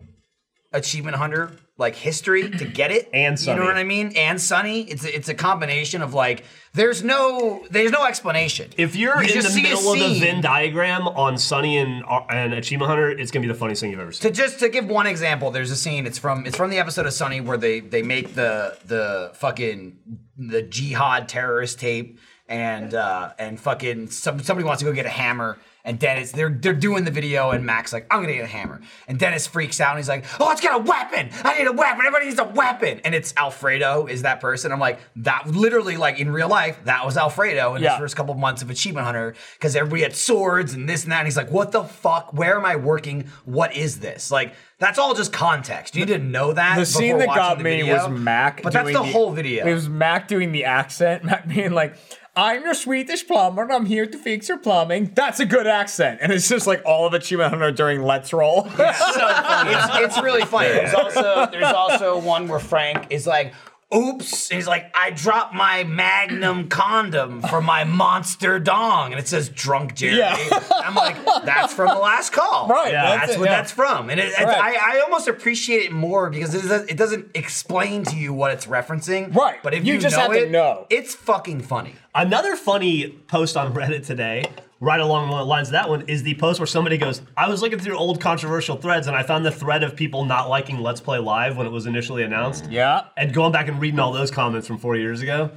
achievement hunter like history to get it
And
you know
Sunny.
what I mean and Sunny it's a, it's a combination of like there's no there's no explanation
if you're
You
in
just
the
see a
middle of the
scene.
Venn diagram on Sunny and and Achievement Hunter, it's gonna be the funniest thing you've ever
to
seen.
just to give one example, there's a scene. It's from it's from the episode of Sunny where they they make the the fucking the jihad terrorist tape and uh and fucking some, somebody wants to go get a hammer. And Dennis, they're they're doing the video, and Max like, I'm gonna get a hammer. And Dennis freaks out, and he's like, Oh, let's get a weapon! I need a weapon! Everybody needs a weapon! And it's Alfredo is that person. I'm like, that literally like in real life, that was Alfredo in
Yeah.
his first couple months of Achievement Hunter because everybody had swords and this and that. And he's like, what the fuck? Where am I working? What is this? Like, that's all just context. You need to know that.
The
before
scene that
watching
got
the
me
video.
was Mac.
But that's
doing
the whole video.
It was Mac doing the accent. Mac being like, "I'm your Swedish plumber. and I'm here to fix your plumbing." That's a good accent, and it's just like all of Achievement Hunter during Let's Roll.
it's, it's really funny. There's also there's also one where Frank is like, "Oops," and he's like, "I dropped my Magnum condom from my monster dong," and it says "drunk Jerry."
Yeah.
I'm like, "That's from the last call,
Right,
Yeah.
That's,
that's it,
what
yeah.
that's from." And it, it's-
Right.
I, I almost appreciate it more because it doesn't, it doesn't explain to you what it's referencing.
Right.
But if you,
You just
know
have
it,
to know.
it's fucking funny.
Another funny post on Reddit today, right along the lines of that one, is the post where somebody goes, I was looking through old controversial threads and I found the thread of people not liking Let's Play Live when it was initially announced.
yeah,
And going back and reading all those comments from four years ago.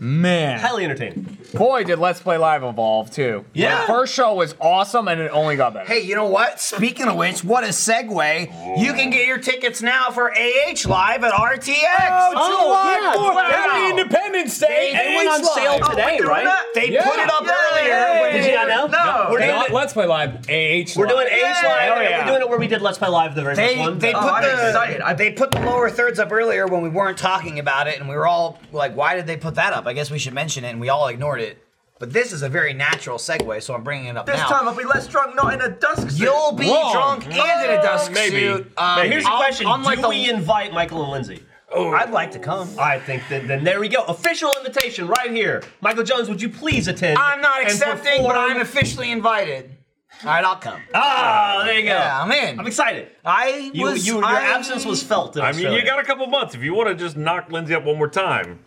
man,
Highly entertaining.
boy, did Let's Play Live evolve too.
Yeah.
The first show was awesome, and it only got better.
Hey, you know what? Speaking of which, what a segue. You can get your tickets now for AH Live at RTX.
Oh, July fourth,
wow.
Happy Independence Day!
They went on
Ace
sale
Live.
today, right?
They
Oh, Yeah.
put it up earlier. when
Did you not know?
No.
We're doing,
Not
it-
Let's Play Live. AH.
we're doing Age Live.
Oh, yeah.
We're doing it where we did Let's Play Live the very first
They,
one.
they, put
Oh, I'm
the,
excited. I-
they put the lower thirds up earlier when we weren't talking about it, and we were all like, why did they put that up? I guess we should mention it, and we all ignored it. But this is a very natural segue, so I'm bringing it up
This
now.
time I'll be less drunk, not in a dusk suit.
You'll be
Wrong.
drunk and in a dusk
Uh, Maybe.
suit.
Now, here's the
un-
question:
Unlike
Do
the,
we invite Michael and Lindsay?
I'd like to come.
I think that then there we go. Official invitation right here. Michael Jones, would you please attend?
I'm not
and
accepting, but
perform?
I'm officially invited. All right, I'll come.
Ah, there you go.
Yeah, I'm in.
I'm excited.
I
You,
was.
you, your
I-
absence was felt. in
I mean, you
Australia.
got a couple months. If you want to just knock Lindsay up one more time,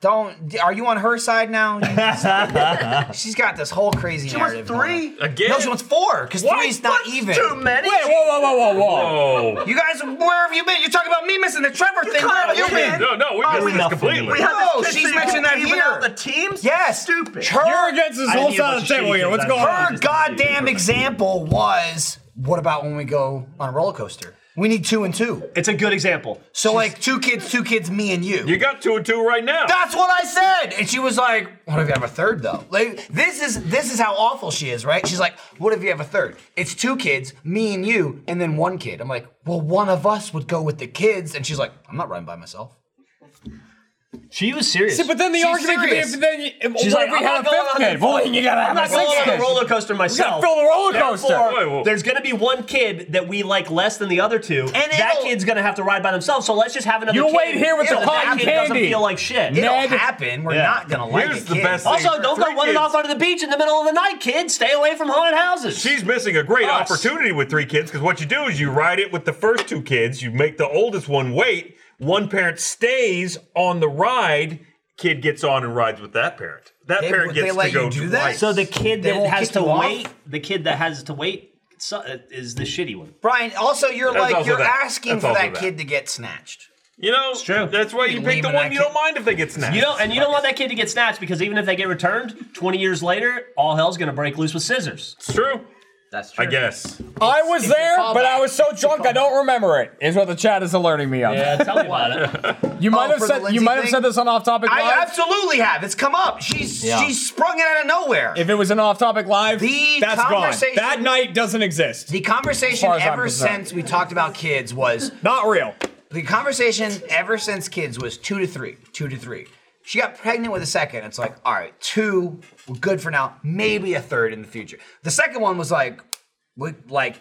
Don't. Are you on her side now? She's got this whole crazy
She wants
narrative. going
three.
again.
on. No, she wants four. Because three's not
What's
even.
Too many.
Wait, whoa, whoa, whoa, whoa, whoa!
Oh
You guys, where have you been? You're talking about me missing the Trevor thing. Where have
can't
you
win.
been?
no, no, we missed
we
this
nothing.
completely.
We had
No,
this
she's
picture
mentioned that
even
here.
out the teams.
Yes.
Stupid.
You're against this
I
whole
need a
side of
bunch of
the
shitty
table here.
kids.
What's
That's
going on?
Her goddamn example was. What about when we go on a roller coaster? We need two and two.
It's a good example.
So like two kids, two kids, me and you.
You got two and two right now.
That's what I said. And she was like, "What if you have a third though?" Like this is this is how awful she is, right? She's like, "What if you have a third? It's two kids, me and you, and then one kid." I'm like, "Well, one of us would go with the kids," and she's like, "I'm not running by myself."
She was serious.
See, but then the
She's
argument could be
serious.
if then you, if,
She's
what
like,
if we
I'm
had a
not going
fifth
on
kid.
that
Well, then you gotta have
I'm not
a sixth
going on
kid.
a roller coaster myself.
fill the roller coaster.
Therefore,
Wait, whoa.
there's going to be one kid that we like less than the other two. that
it'll-
kid's going to have to ride by themselves. So let's just have another.
You
kid
wait here with
so
the
that
cotton
that kid Doesn't
candy.
feel like shit.
It'll
Ned-
happen. We're
Yeah.
not gonna like
Here's
a
the
kid.
best thing.
Also, don't go
Three
running
kids.
off onto the beach in the middle of the night, kid. Stay away from haunted houses.
She's missing a great
Us.
opportunity with three kids because what you do is you ride it with the first two kids. You make the oldest one wait. One parent stays on the ride. Kid gets on and rides with that parent. That
They-
parent
they
gets
let
to
you
go
do
twice.
that?
so the kid
They
that
won't
has
kick
to
you off?
wait, the kid that has to wait, su- is the shitty one.
Brian, also you're
That's
like
also
you're
that.
asking
That's
for
also
that,
that.
kid to get snatched.
You know,
true.
that's why you pick the
Leaving
one
that
you
kid-
don't mind if they get snatched.
You don't, and you don't want that kid to get snatched because even if they get returned, 20 years later, all hell's gonna break loose with scissors.
It's true.
That's true.
I guess.
I was there, but I was so drunk I don't remember it. Is what the chat is alerting me of.
Yeah, tell me about it.
You might have
for the
said you
Lindsay
might have
thing?
said this on off topic live.
I absolutely have. It's come up. She's she's sprung it out of nowhere.
if it was an off topic live,
The
that's gone.
conversation-
That night doesn't exist.
the conversation
far as I'm
ever
concerned.
since we talked about kids was
Not real.
the conversation ever since kids was two to three, two to three. She got pregnant with a second. It's like, all right, two, we're good for now. Maybe a third in the future. The second one was like, we, like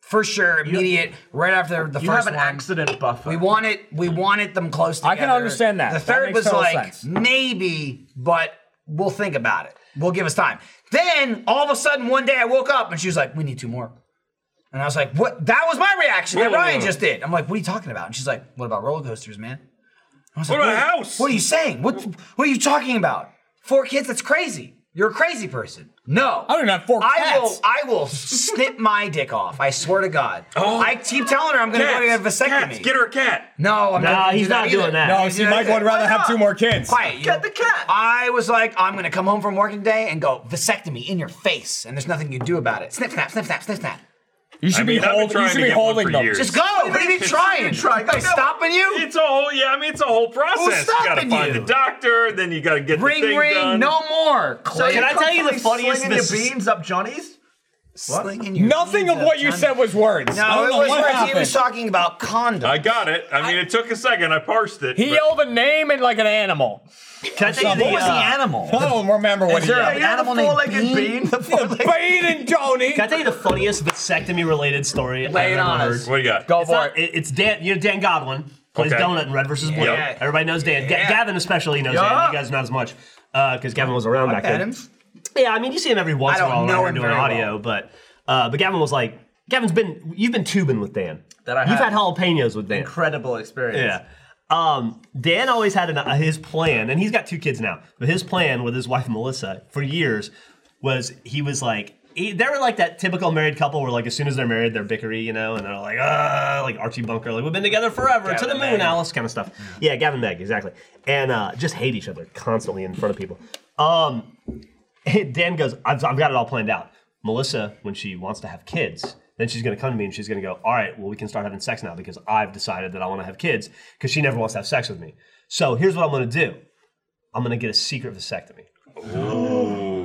for sure, immediate, right after the
You
first
have an
one.
accident buffer.
We wanted we wanted them close together.
I can understand that.
The
That
third
makes
was
total
like
sense.
maybe, but we'll think about it. We'll give us time. Then all of a sudden one day I woke up and she was like, "We need two more." And I was like, "What?" That was my reaction that
Wait, wait,
Ryan
wait.
just did. I'm like, "What are you talking about?" And she's like, "What about roller coasters, man?" I was
What
like,
about
are-
house?"
What are you saying? What What are you talking about? Four kids? That's crazy. You're a crazy person. No,
I don't even have four
I will.
cats.
I will snip my dick off. I swear to God. I keep telling her I'm going to go get a
Oh. Cats,
vasectomy.
cats, get her a cat.
No, I'm
Nah,
not. gonna
he's
do
not
either.
doing that.
No, see, Michael would rather
Why
have
not?
two more kids.
Quiet. You
Get the cat.
I was like, I'm gonna come home from work today and go vasectomy in your face, and there's nothing you can do about it. Snip, snap, snip, snap, snip, snap.
You should
I
be,
mean, I've been
hold, you
trying
should
to
be
get one
holding
for
them.
years.
Just go. What are you trying?
Trying.
Am I stopping you?
It's a whole yeah. I mean, it's a whole process. You gotta
stopping
find
you?
the doctor, then you gotta get
Ring,
the thing
ring,
done.
no more.
So
Can I tell you the
comfortably
funniest-
slinging
this is-
your beans up Johnny's?
Slinging your
Nothing of
beans
what
up,
you
Johnny.
said was words. I
No,
don't
it
know
was
what
words. He was
happened.
talking about condom.
I got it. I mean, it took a second. I parsed it.
He
but-
yelled a name and like an animal.
Can I tell you the,
what was the
uh,
animal?
I don't remember what he
there
yelled.
An
you know the
animal named
four-legged
Bean?
bean? The four-legged
Bane and Tony.
can I tell you the funniest vasectomy related story I've
Lay it
ever
on
heard?
us.
What do you got?
Go
It's,
for
not,
it.
it, it's Dan. You know Dan Godwin plays
Okay.
Donut in Red versus Blue.
Yeah.
Everybody knows Dan. Ga- Gavin especially knows Dan.
Yeah.
You guys not as much because Gavin was around back then.
Adams.
Yeah, I mean, you see him every once
I
in a
don't
while
know
when we're
him
doing
very
audio, but uh, but Gavin was like, Gavin's been you've been tubing with Dan.
That I
You've
have.
had jalapenos with Dan.
Incredible experience.
Yeah. Um, Dan always had an, uh, his plan, and he's got two kids now. But his plan with his wife Melissa for years was he was like he, they were like that typical married couple where like as soon as they're married they're bickery, you know, and they're like uh like Archie Bunker, like we've been together forever to the moon, Alice kind of stuff. Yeah, Gavin Meg exactly, and uh, just hate each other constantly in front of people. Um, Dan goes, I've, I've got it all planned out. Melissa, when she wants to have kids, then she's going to come to me and she's going to go, All right, well, we can start having sex now because I've decided that I want to have kids because she never wants to have sex with me. So here's what I'm going to do I'm going to get a secret vasectomy.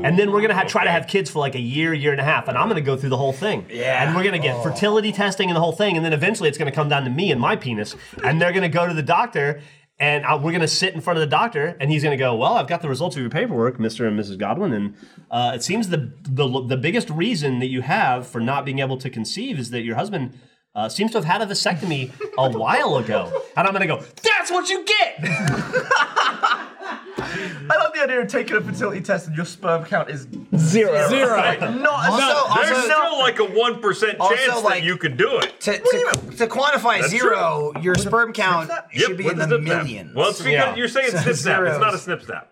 And then we're gonna ha- try to have kids for like a year, year and a half, and I'm gonna go through the whole thing. Yeah. And we're gonna get fertility testing and the whole thing, and then eventually it's gonna come down to me and my penis, and they're gonna go to the doctor, and I, we're gonna sit in front of the doctor, and he's gonna go, "Well, I've got the results of your paperwork, Mr. and Mrs. Godwin, and uh, it seems the, the the biggest reason that you have for not being able to conceive is that your husband." Uh, seems to have had a vasectomy a while ago, and I'm gonna go. That's what you get.
I love the idea of taking a fertility test and your sperm count is
Zero. Zero.
not
Also-
There's
also-
still like a one percent
Also,
chance
like-
that you could do it.
To, to, to quantify
That's
zero, your sperm count should be
with
in
the
the
snip snap.
millions.
Well, it's because
Yeah.
you're saying
So
snip snap. It's not a
zeros.
snip snap.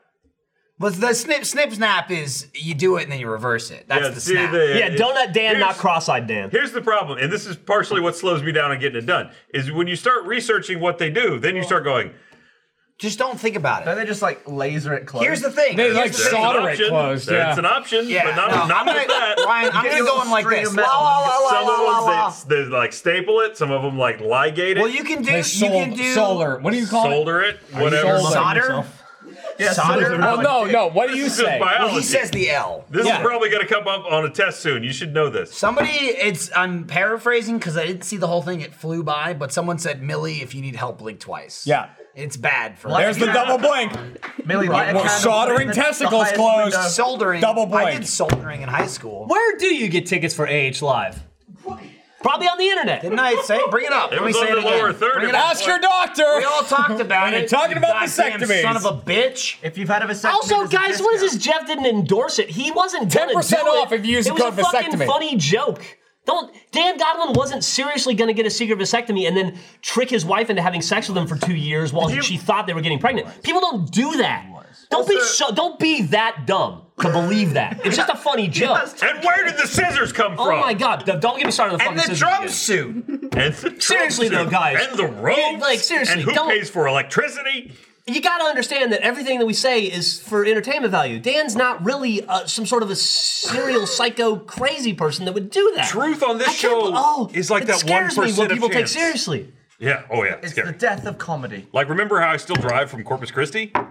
Well, the snip, snip, snap is you do it and then you reverse it. That's
Yeah,
the
see
snap.
the-
Yeah, donut Dan, not
Here's-
cross-eyed Dan.
Here's the problem, and this is partially what slows me down on getting it done. Is when you start researching what they do, then you start going,
Just don't think about
Don't
it.
they just like laser it close?
Here's the thing.
They
Here's
like
the
"That's an
thing.
solder it
option.
closed, yeah.
That's an option,
Yeah,
but not,
no,
not
I'm
with
gonna-
that.
Ryan, I'm gonna go in like this.
Stream of
La, la, la,
Some
la,
of the
la,
ones
la, la.
that they like staple it. Some of them like ligate it,
Well, you can do.
They
You can
sold
do
solar. What do you call it?
solder it, whatever.
sold-
solder. solder.
Well, Oh, no, no. What do you
This is
say?
biology.
Well, he says the L.
this
Yeah.
is probably going to come up on a test soon. You should know this.
Somebody, it's I'm paraphrasing because I didn't see the whole thing. It flew by, but someone said, "Millie, if you need help, blink twice."
Yeah.
it's bad for
There's the double blink.
Millie light a
Well,
candle
soldering
in the- the
testicles
highest
closed.
window.
soldering.
Double
I
blank.
did soldering in high school.
Where do you get tickets for AH Live? Probably on the internet.
Didn't I say? Bring it up.
It
Let
was
me say
on
it
the lower
again.
third.
Bring it up.
Ask your doctor.
We all talked about
You're
it.
talking
you
about
goddamn
vasectomies.
Son of a bitch.
If you've had a vasectomy,
Also,
there's a
guys, what is
discount.
this? Jeff didn't endorse it. He wasn't gonna
10%
do it.
off if you use
It
the
was
code
a fucking
vasectomy.
funny joke. Don't Dan Godwin wasn't seriously gonna get a secret vasectomy and then trick his wife into having sex with him for two years while she thought they were getting pregnant. People don't do that. Don't be so, don't be that dumb. to believe that. It's just a funny joke.
And where did the scissors come from?
Oh my god! the- Don't get me started on the
And
fucking
the
scissors
drum
again.
suit.
And the
Seriously,
drum
though, guys.
And the ropes.
Yeah, like, seriously,
And who
don't-
pays for electricity?
you got to understand that everything that we say is for entertainment value. Dan's not really uh, some sort of a serial psycho crazy person that would do that.
Truth on this
I can't
show
be- oh,
is like
it
that
scares me
1%
what
of
people take
chance.
seriously.
Yeah. Oh yeah. It's scary.
death of comedy.
like remember how I still drive from Corpus Christi?
The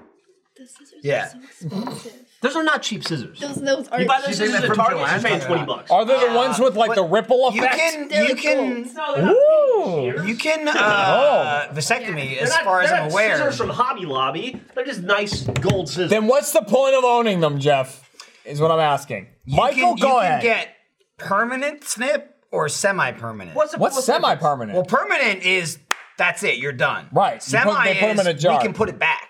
scissors
Yeah.
are so expensive.
Those are not cheap scissors.
Those, those are
You buy those scissors
that
at
from
Target,
Joanne's?
you're paying twenty bucks.
Are they the ones with like the ripple
You
effect?
can
They're
you
cool.
can
Ooh.
you can uh, vasectomy as far as I'm aware.
scissors from Hobby Lobby. They're just nice gold scissors.
Then what's the point of owning them, Jeff? Is what I'm asking.
You can,
Michael, go
you
ahead.
can get permanent snip or semi-permanent.
What's, the-
what's
the-
semi-permanent?
well, permanent is that's it. You're done.
Right, you put-
Semi
they put 'em
is
in a jar.
we can put it back.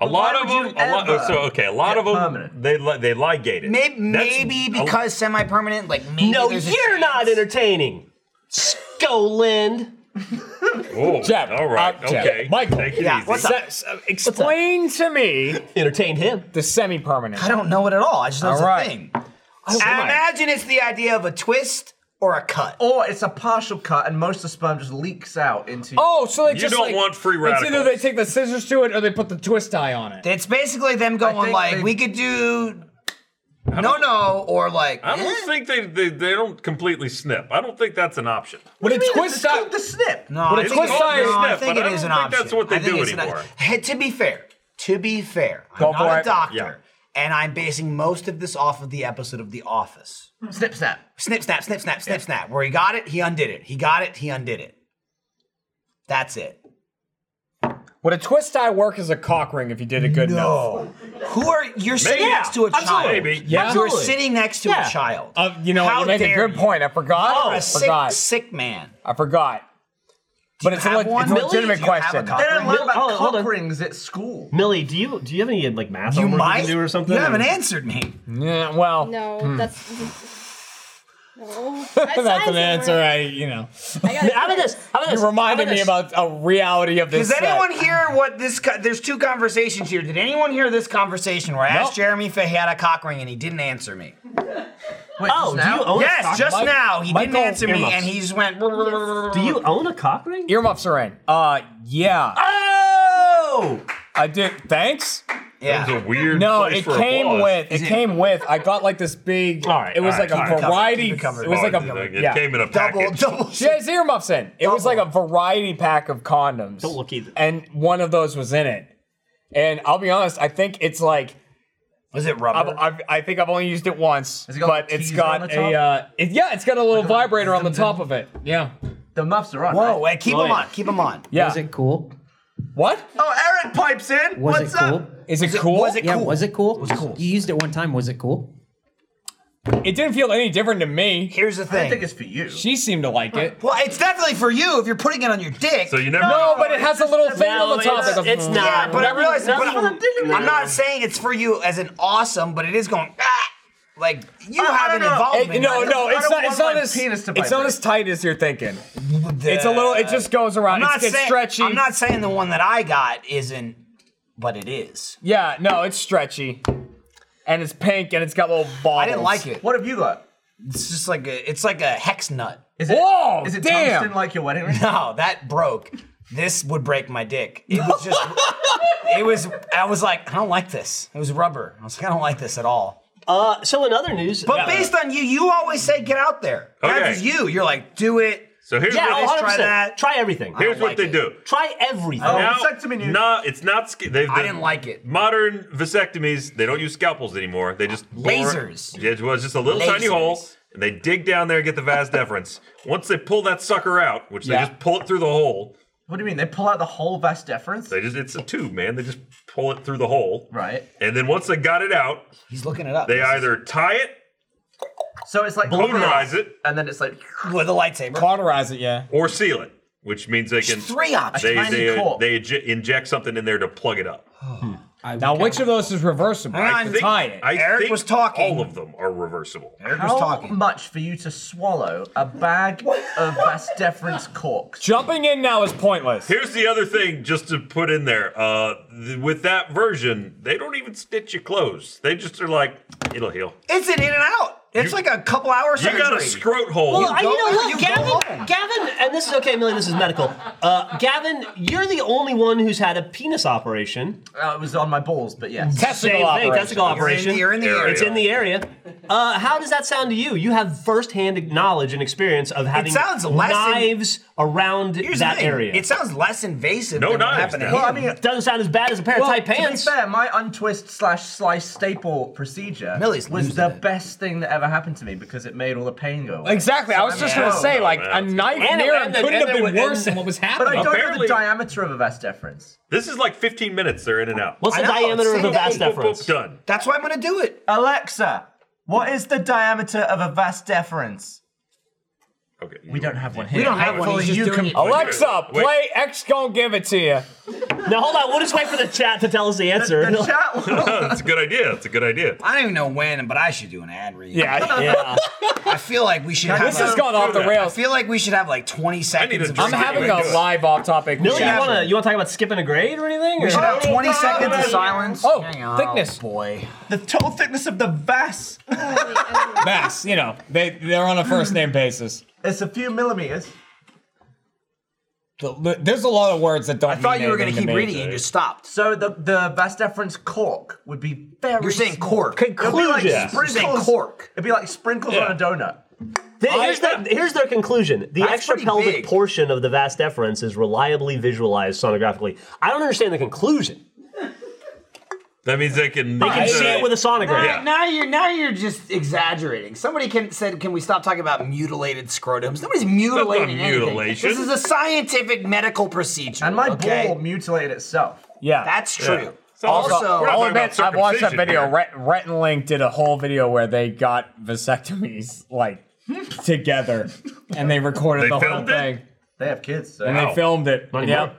A lot
why
of
would
them.
you
A lot.
ever
So okay, a lot
get
of them.
permanent?
They li- they ligate it.
Maybe,
That's- oh,
maybe
a-
because semi-permanent, like maybe
no,
there's a
you're
chance.
not entertaining. Scoland.
Oh,
Jeff,
all right.
uh, Jeff,
okay.
Michael.
Take it
Yeah,
easy.
what's up?
Se- se- explain to me
Entertain him.
the semi-permanent. Oh,
I don't know it at all. I just know it's
All right.
a thing. I imagine it's the idea of a twist or a cut.
Or it's a partial cut, and most of the sperm just leaks out into.
Oh, so they
You
just
don't
like-
want free
It's either
radicals.
they take the scissors to it or they put the twist tie on it.
It's basically them going
think
like,
they-
we could do no, no, or like
I don't
eh?
think they, they they don't completely snip. I don't think that's an option.
But a twist
It's
tie.
called the snip.
no. I
it's
think-
called science,
no, I
Steph,
think
but
it
I
is an
don't think
option.
that's what they
I think
do
it's an
anymore.
option. to be fair, to be fair,
Go
I'm not
for
a
it.
doctor,
Yeah.
and I'm basing most of this off of the episode of The Office.
Snip snap.
Snip, snap, snip, snap, snip, snap. Where he got it, he undid it. He got it, he undid it. That's it.
Would a twist tie work as a cock ring if you did it good enough?
Who are you're sitting
Maybe.
next to a
Absolutely.
child?
Maybe.
Yeah.
You're
Absolutely.
sitting next to
Yeah.
a child.
Uh, you know,
How
you make a
dare
good
you. Oh,
point. I forgot.
You're
I
a sick,
forgot.
sick man.
I forgot. But it's a,
have
leg-
one?
it's a
Millie,
legitimate
do you have a
question.
cock
They don't learn
Hold on,
about
Oh,
hold on.
cock rings at school.
Millie, do you do you have any like math
You
homework
might.
can do or something?
You haven't answered me.
Yeah, well,
No, that's. No.
that's an answer. I, you know,
How about this? How about this?
you reminded
How about
me
this?
about a reality of this.
Does anyone
set.
hear what this? Co- there's two conversations here. Did anyone hear this conversation where I
Nope.
asked Jeremy if he had a cock ring and he didn't answer me?
Wait,
Oh, do you own a
Yes,
cock
just
Mike-
now he
Michael
didn't answer me
earmuffs.
and he just went.
Do you own a cock ring?
Earmuffs are in. Uh, yeah,
Oh!
I did. Thanks.
It's
Yeah.
a weird.
No,
place
it
for
came
applause.
with. It came with. I got like this big.
All right,
it was
all right,
like
keep
a
it covered,
variety.
keep it covered.
It was like
Oh,
a.
It
yeah.
came in a
Double,
package.
double.
She has earmuffs in. It was like a variety pack of condoms.
Don't look either.
And one of those was in it. And I'll be honest, I think it's like
Was it
I've,
rubber?
I've, I think I've only used it once,
it got
but
the
it's
keys
got
on the
a uh, it, yeah, it's got a little
on,
vibrator on the
zoom,
top of it. Yeah,
The muffs are on.
Whoa!
right?
Wait, keep him on. Keep him on.
yeah.
Was it cool?
what?
Oh, Aaron pipes in.
Was
What's
it cool?
up?
Is it cool?
Was it
Yeah,
cool?
was it cool? was cool. You used it one time. Was it cool?
It didn't feel any different to me.
Here's the
I think
thing.
it's for you.
She seemed to like it.
Well, it's definitely for you if you're putting it on your dick.
So you Mm-hmm. never.
No, but it has a little thing
No,
on the top.
it's-
that goes,
it's not.
Yeah, but I
Nothing-
realize but
nothing
I'm,
I'm thinking
I'm
about.
not saying it's for you as an awesome, but it is going ah, like you
I
have an
don't know.
involvement.
It- Uh, no,
in it.
no,
I
it's
don't
not.
want
It's not
my
as
penis to
it's not
vibrate.
as tight as you're thinking. It's a little. It just goes around.
I'm not
it's, it's
saying
stretchy.
I'm not saying the one that I got isn't, but it is.
Yeah, no, it's stretchy, and it's pink, and it's got little balls.
I didn't like it.
What have you got?
It's just like a, it's like a hex nut.
Is it,
Whoa,
is it
damn.
tungsten like your wedding ring?
No, that broke. This would break my dick. It was just. it was. I was like, I don't like this. It was rubber. I was like, I don't like this at all.
Uh, so in other news,
But
yeah,
based on you, you always say get out there.
Okay.
That was you. You're like, do it.
So here's
yeah, oh,
what
this, try
100%.
that.
Try everything.
here's what
like
they
it.
do.
Try everything.
Oh.
Now,
vasectomy news.
No, it's not. sca- They've,
I didn't like it.
Modern vasectomies, they don't use scalpels anymore. They just bore-
Lasers.
Yeah, it was just a little tiny
Lasers.
hole, and they dig down there and get the vas deferens. Once they pull that sucker out, which
Yeah.
they just pull it through the hole.
What do you mean? They pull out the whole vas deferens?
They just—it's a tube, man. They just pull it through the hole.
Right.
And then once they got it out,
He's looking it up.
they
This is-
either tie it,
So it's like
Glutinarize it.
and then it's like
with a lightsaber.
Cauterize it, yeah.
or seal it, which means they can.
Three options.
They
tiny
they,
cork.
they inje- inject something in there to plug it up.
I
Now,
would
which
count.
of those is reversible?
I
I can
think-
tie it.
I
Eric
think
was talking.
All of them are reversible.
Eric
How
was talking.
much for you to swallow a bag of Vastefrance corks?
Jumping in now is pointless.
Here's the other thing, just to put in there. Uh, th- with that version, they don't even stitch you close. They just are like, it'll heal.
It's an in and out. It's
You-
like a couple hours.
You got a scrote hole.
Well, I, you
go-
know what,
you go
Gavin?
home.
Gavin, and this is okay, Millie. This is medical. Uh, Gavin, you're the only one who's had a penis operation.
Uh, it was on my balls, but yes.
Testicle operation.
testicle
You're in
operation.
the, you're in the
Area.
area.
It's in the area. Uh, how does that sound to you? You have firsthand knowledge and experience of having
sounds less in-
knives around
Here's
that
the thing.
area.
It sounds less invasive
No
than what
knives
happened to
now.
him.
Well, I
it doesn't sound as bad as a pair of
Well,
tight pants.
To be fair, my untwist slash slice staple procedure
Millie's
was
losing
the
it.
best thing that ever happened to me because it made all the pain go away.
Exactly. I was just gonna say, like,
man,
a
that's
knife
And-
near him
and the-
couldn't
and
have
the-
been worse
and-
than what was
But I
happening.
don't know
Apparently-
the diameter of a vas deferens.
This is like 15 minutes. They're in and out.
What's the
I know,
diameter of
same
a vas
thing.
Boop, boop, boop,
deferens?
Done.
That's why I'm gonna do it.
Alexa, what is the diameter of a vas deferens?
Okay.
We don't have one here.
We don't have one. He's just doing it.
Oh,
Alexa,
Wait.
play X gonna give it to you.
Now hold on, we'll just wait for the chat to tell us the answer.
The chat will-
That's a good idea. That's a good idea.
I don't even know when, but I should do an ad read.
Yeah.
yeah.
I feel like we should. have
This has
a-
gone off the
I
rails.
feel like we should have like 20
need
seconds.
a
of
drink
I'm
just
having
getting
anyway.
a
do it.
live off topic.
Millie, you
Yeah.
wanna you wanna talk about skipping a grade or anything?
We
or-
should have
Oh,
20
no,
seconds of
no.
silence.
Oh,
Hang on.
thickness.
boy.
the total thickness of the vas
Bass, you know, they, they're on a first name basis.
It's a few millimeters.
The- the- There's a lot of words that don't
I thought you were gonna keep reading and
it.
you stopped.
So the the vas deferens cork would be very.
You're saying
small.
cork.
It'd be like
Conclusion.
You're saying
sprinkles.
cork.
It'd be like sprinkles on a donut.
Th- here's, their, here's their conclusion. The
That's
extra
pretty
pelvic
big.
portion of the vas deferens is reliably visualized sonographically. I don't understand the conclusion.
That means they can.
They can
uh,
see it with a sonogram.
Yeah.
Now you're now you're just exaggerating. Somebody can said, "Can we stop talking about mutilated scrotums?" Nobody's mutilating anything.
mutilation.
This is a scientific medical procedure.
And my
okay?
ball mutilated itself.
Yeah.
That's true.
So we're not
Also-
talking
I'll
about
admit, I've watched that
circumcision
video.
here.
Rhett, Rhett and Link did a whole video where they got vasectomies like together, and they recorded
They
the whole
filmed it?
thing
They have kids, so.
and
Wow.
they filmed it.
anymore.
Yeah,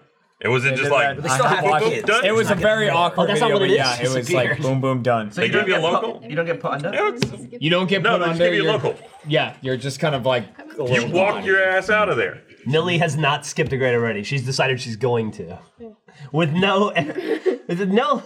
It wasn't
they
just
did
like.
that.
They still
I
have
watched
kids.
It was a very awkward
Oh, that's not
video,
what
but
it
yeah,
is?
it was like boom, boom, done.
So you,
give
don't
you a
get put-
local?
you don't get put under?
Yeah, it's-
You don't get
No,
put
they just
under.
give you a
you're-
local.
Yeah, you're just kind of like
You walk your ass out of there.
Millie has not skipped a grade already. She's decided she's going to. With no, with no,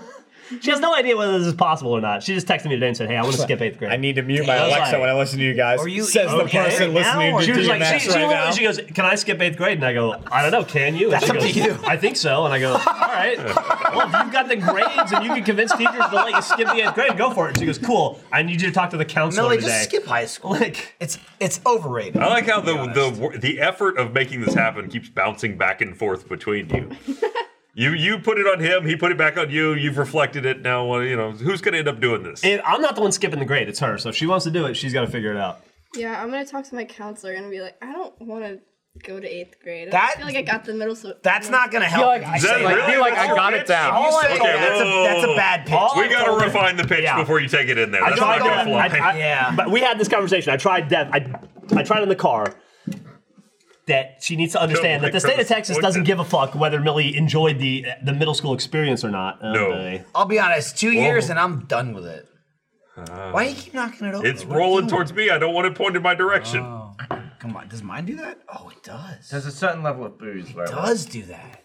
she has no idea whether this is possible or not. She just texted me today and said, "Hey, I want to skip eighth grade."
I need to mute my
I was
Alexa
like-
when I listen to you guys.
Are you
says the
okay
person
right now,
listening
or-
to
she was
DMX
like, she, she,
right now.
literally- she goes, "Can I skip eighth grade?" And I go, "I don't know. Can you?" And she
up to
goes,
you.
I think so. And I go, "All right. Well, if you've got the grades and you can convince teachers to let you skip the eighth grade, go for it." And she goes, "Cool. I need you to talk to the counselor
Millie,
today."
just skip high school.
Like,
It's it's overrated.
I like how the the wor- the effort of making this happen keeps bouncing back and forth between you. you you put it on him, he put it back on you. You've reflected it now. Well, you know who's going to end up doing this?
it, I'm not the one skipping the grade. It's her. So if she wants to do it, she's got to figure it out.
Yeah, I'm gonna talk to my counselor and be like, I don't want to go to eighth grade. I
That-
feel like I got the middle. So
That's
middle-
not gonna
I feel
help.
like,
if
I,
you
Is that
say
like,
that.
I feel like I
That's
got
your
it down.
You
pitch?
say
Okay,
that, that's, a, that's a
whoa.
bad pitch.
All
we got to
told him-
refine the pitch
Yeah.
before you take it in there. That's
I
not
tried
going to
to,
fly.
I, I,
Yeah.
But we had this conversation. I tried Deb. I, I tried in the car that she needs to understand that the state of Texas doesn't give a fuck whether Millie enjoyed the the middle school experience or not. Uh,
No.
they-
I'll be honest, two years and I'm done with it. Why do you keep knocking it over?
Uh, It's
What are you
rolling
doing?
towards me. I don't want it pointed my direction.
Come on, does mine do that? Oh, it does.
There's a certain level of booze where
It does do that.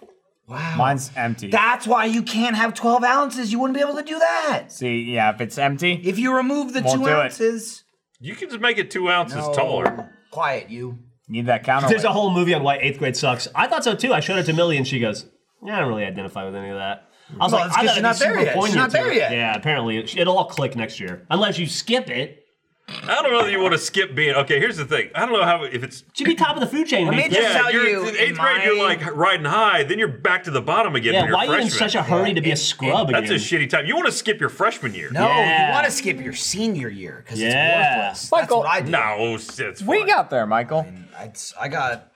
Wow.
Mine's empty.
That's why you can't have 12 ounces. You wouldn't be able to do that.
See, yeah, if it's empty,
If you remove the
Won't
two
do it.
ounces.
You can just make it two ounces
No.
taller.
Quiet, you.
need that counter.
There's a whole movie on why eighth grade sucks. I thought so too. I showed it to Millie and she goes, "Yeah, I don't really identify with any of that." I
Well,
was like,
it's 'cause
I thought
she's
it'd
not
be
there
super
yet. She's
poignant
not
to
there
her."
yet.
Yeah, apparently it- it'll all click next year unless you skip it.
I don't know that you want to skip being. Okay, here's the thing. I don't know how if it's
She'd be top of the food chain. in
me
eighth
just
grade.
tell
you're
you,
in
in
eighth grade. You're
my-
like riding high, then you're back to the bottom again. when
yeah,
you're
why are you in
freshman.
such a hurry to be a scrub again?
That's a shitty time. You want to skip your freshman year?
No,
Yeah.
you want to skip your senior year because
Yeah.
it's worthless.
Michael-
That's what I did.
No, it's it's
we
fine.
got there, Michael.
I, I got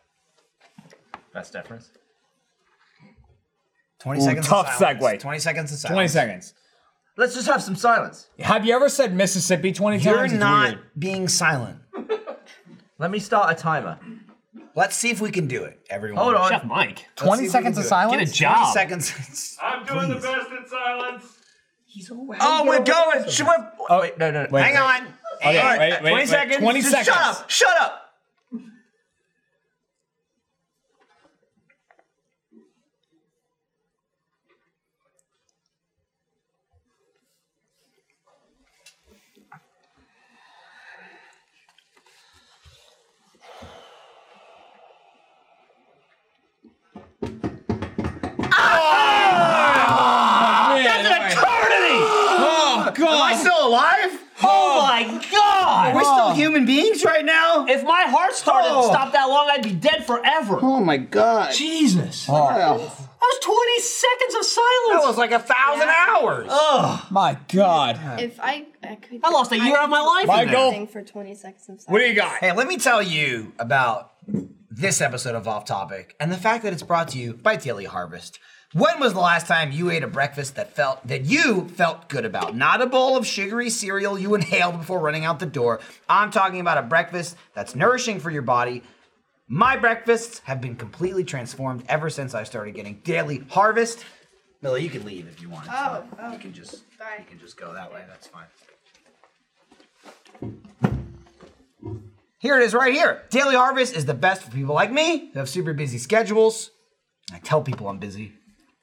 Vas deferens.
20
Ooh,
seconds
tough
of silence.
segue.
20 seconds of silence.
Twenty seconds.
Let's just have some silence.
Have you ever said Mississippi 20
You're
times? It's
not
weird.
being silent.
Let me start a timer.
Let's see if we can do it, everyone.
Hold on.
Chef Mike,
Let's see
20
if we
seconds
can
of
do it.
get a
silence?
job.
20 seconds.
I'm doing the best in silence.
Oh, we're going. She went. Oh, wait, no, no. no.
Hang on.
All right,
wait, wait,
20
wait.
seconds.
20
Just
seconds.
Shut up. Shut up.
That's an Oh, God.
Still alive?
Oh my god!
We're still human beings right now?
If my heart started
Oh.
and stopped that long, I'd be dead forever.
Oh my god.
Jesus.
Wow.
That was 20 seconds of silence.
That was like a thousand hours.
My God.
If I, I could.
I lost a year of my life in
Michael.
Thing for 20 seconds of What do you got?
Hey, let me tell you about this episode of Off Topic and the fact that it's brought to you by Daily Harvest. When was the last time you ate a breakfast that felt that you felt good about? Not a bowl of sugary cereal you inhaled before running out the door. I'm talking about a breakfast that's nourishing for your body. My breakfasts have been completely transformed ever since I started getting Daily Harvest. Millie, you can leave if you want. It's
Oh,
fine.
oh.
you can just
Sorry.
you can just go that way. That's fine. Here it is right here. Daily Harvest is the best for people like me who have super busy schedules. I tell people I'm busy.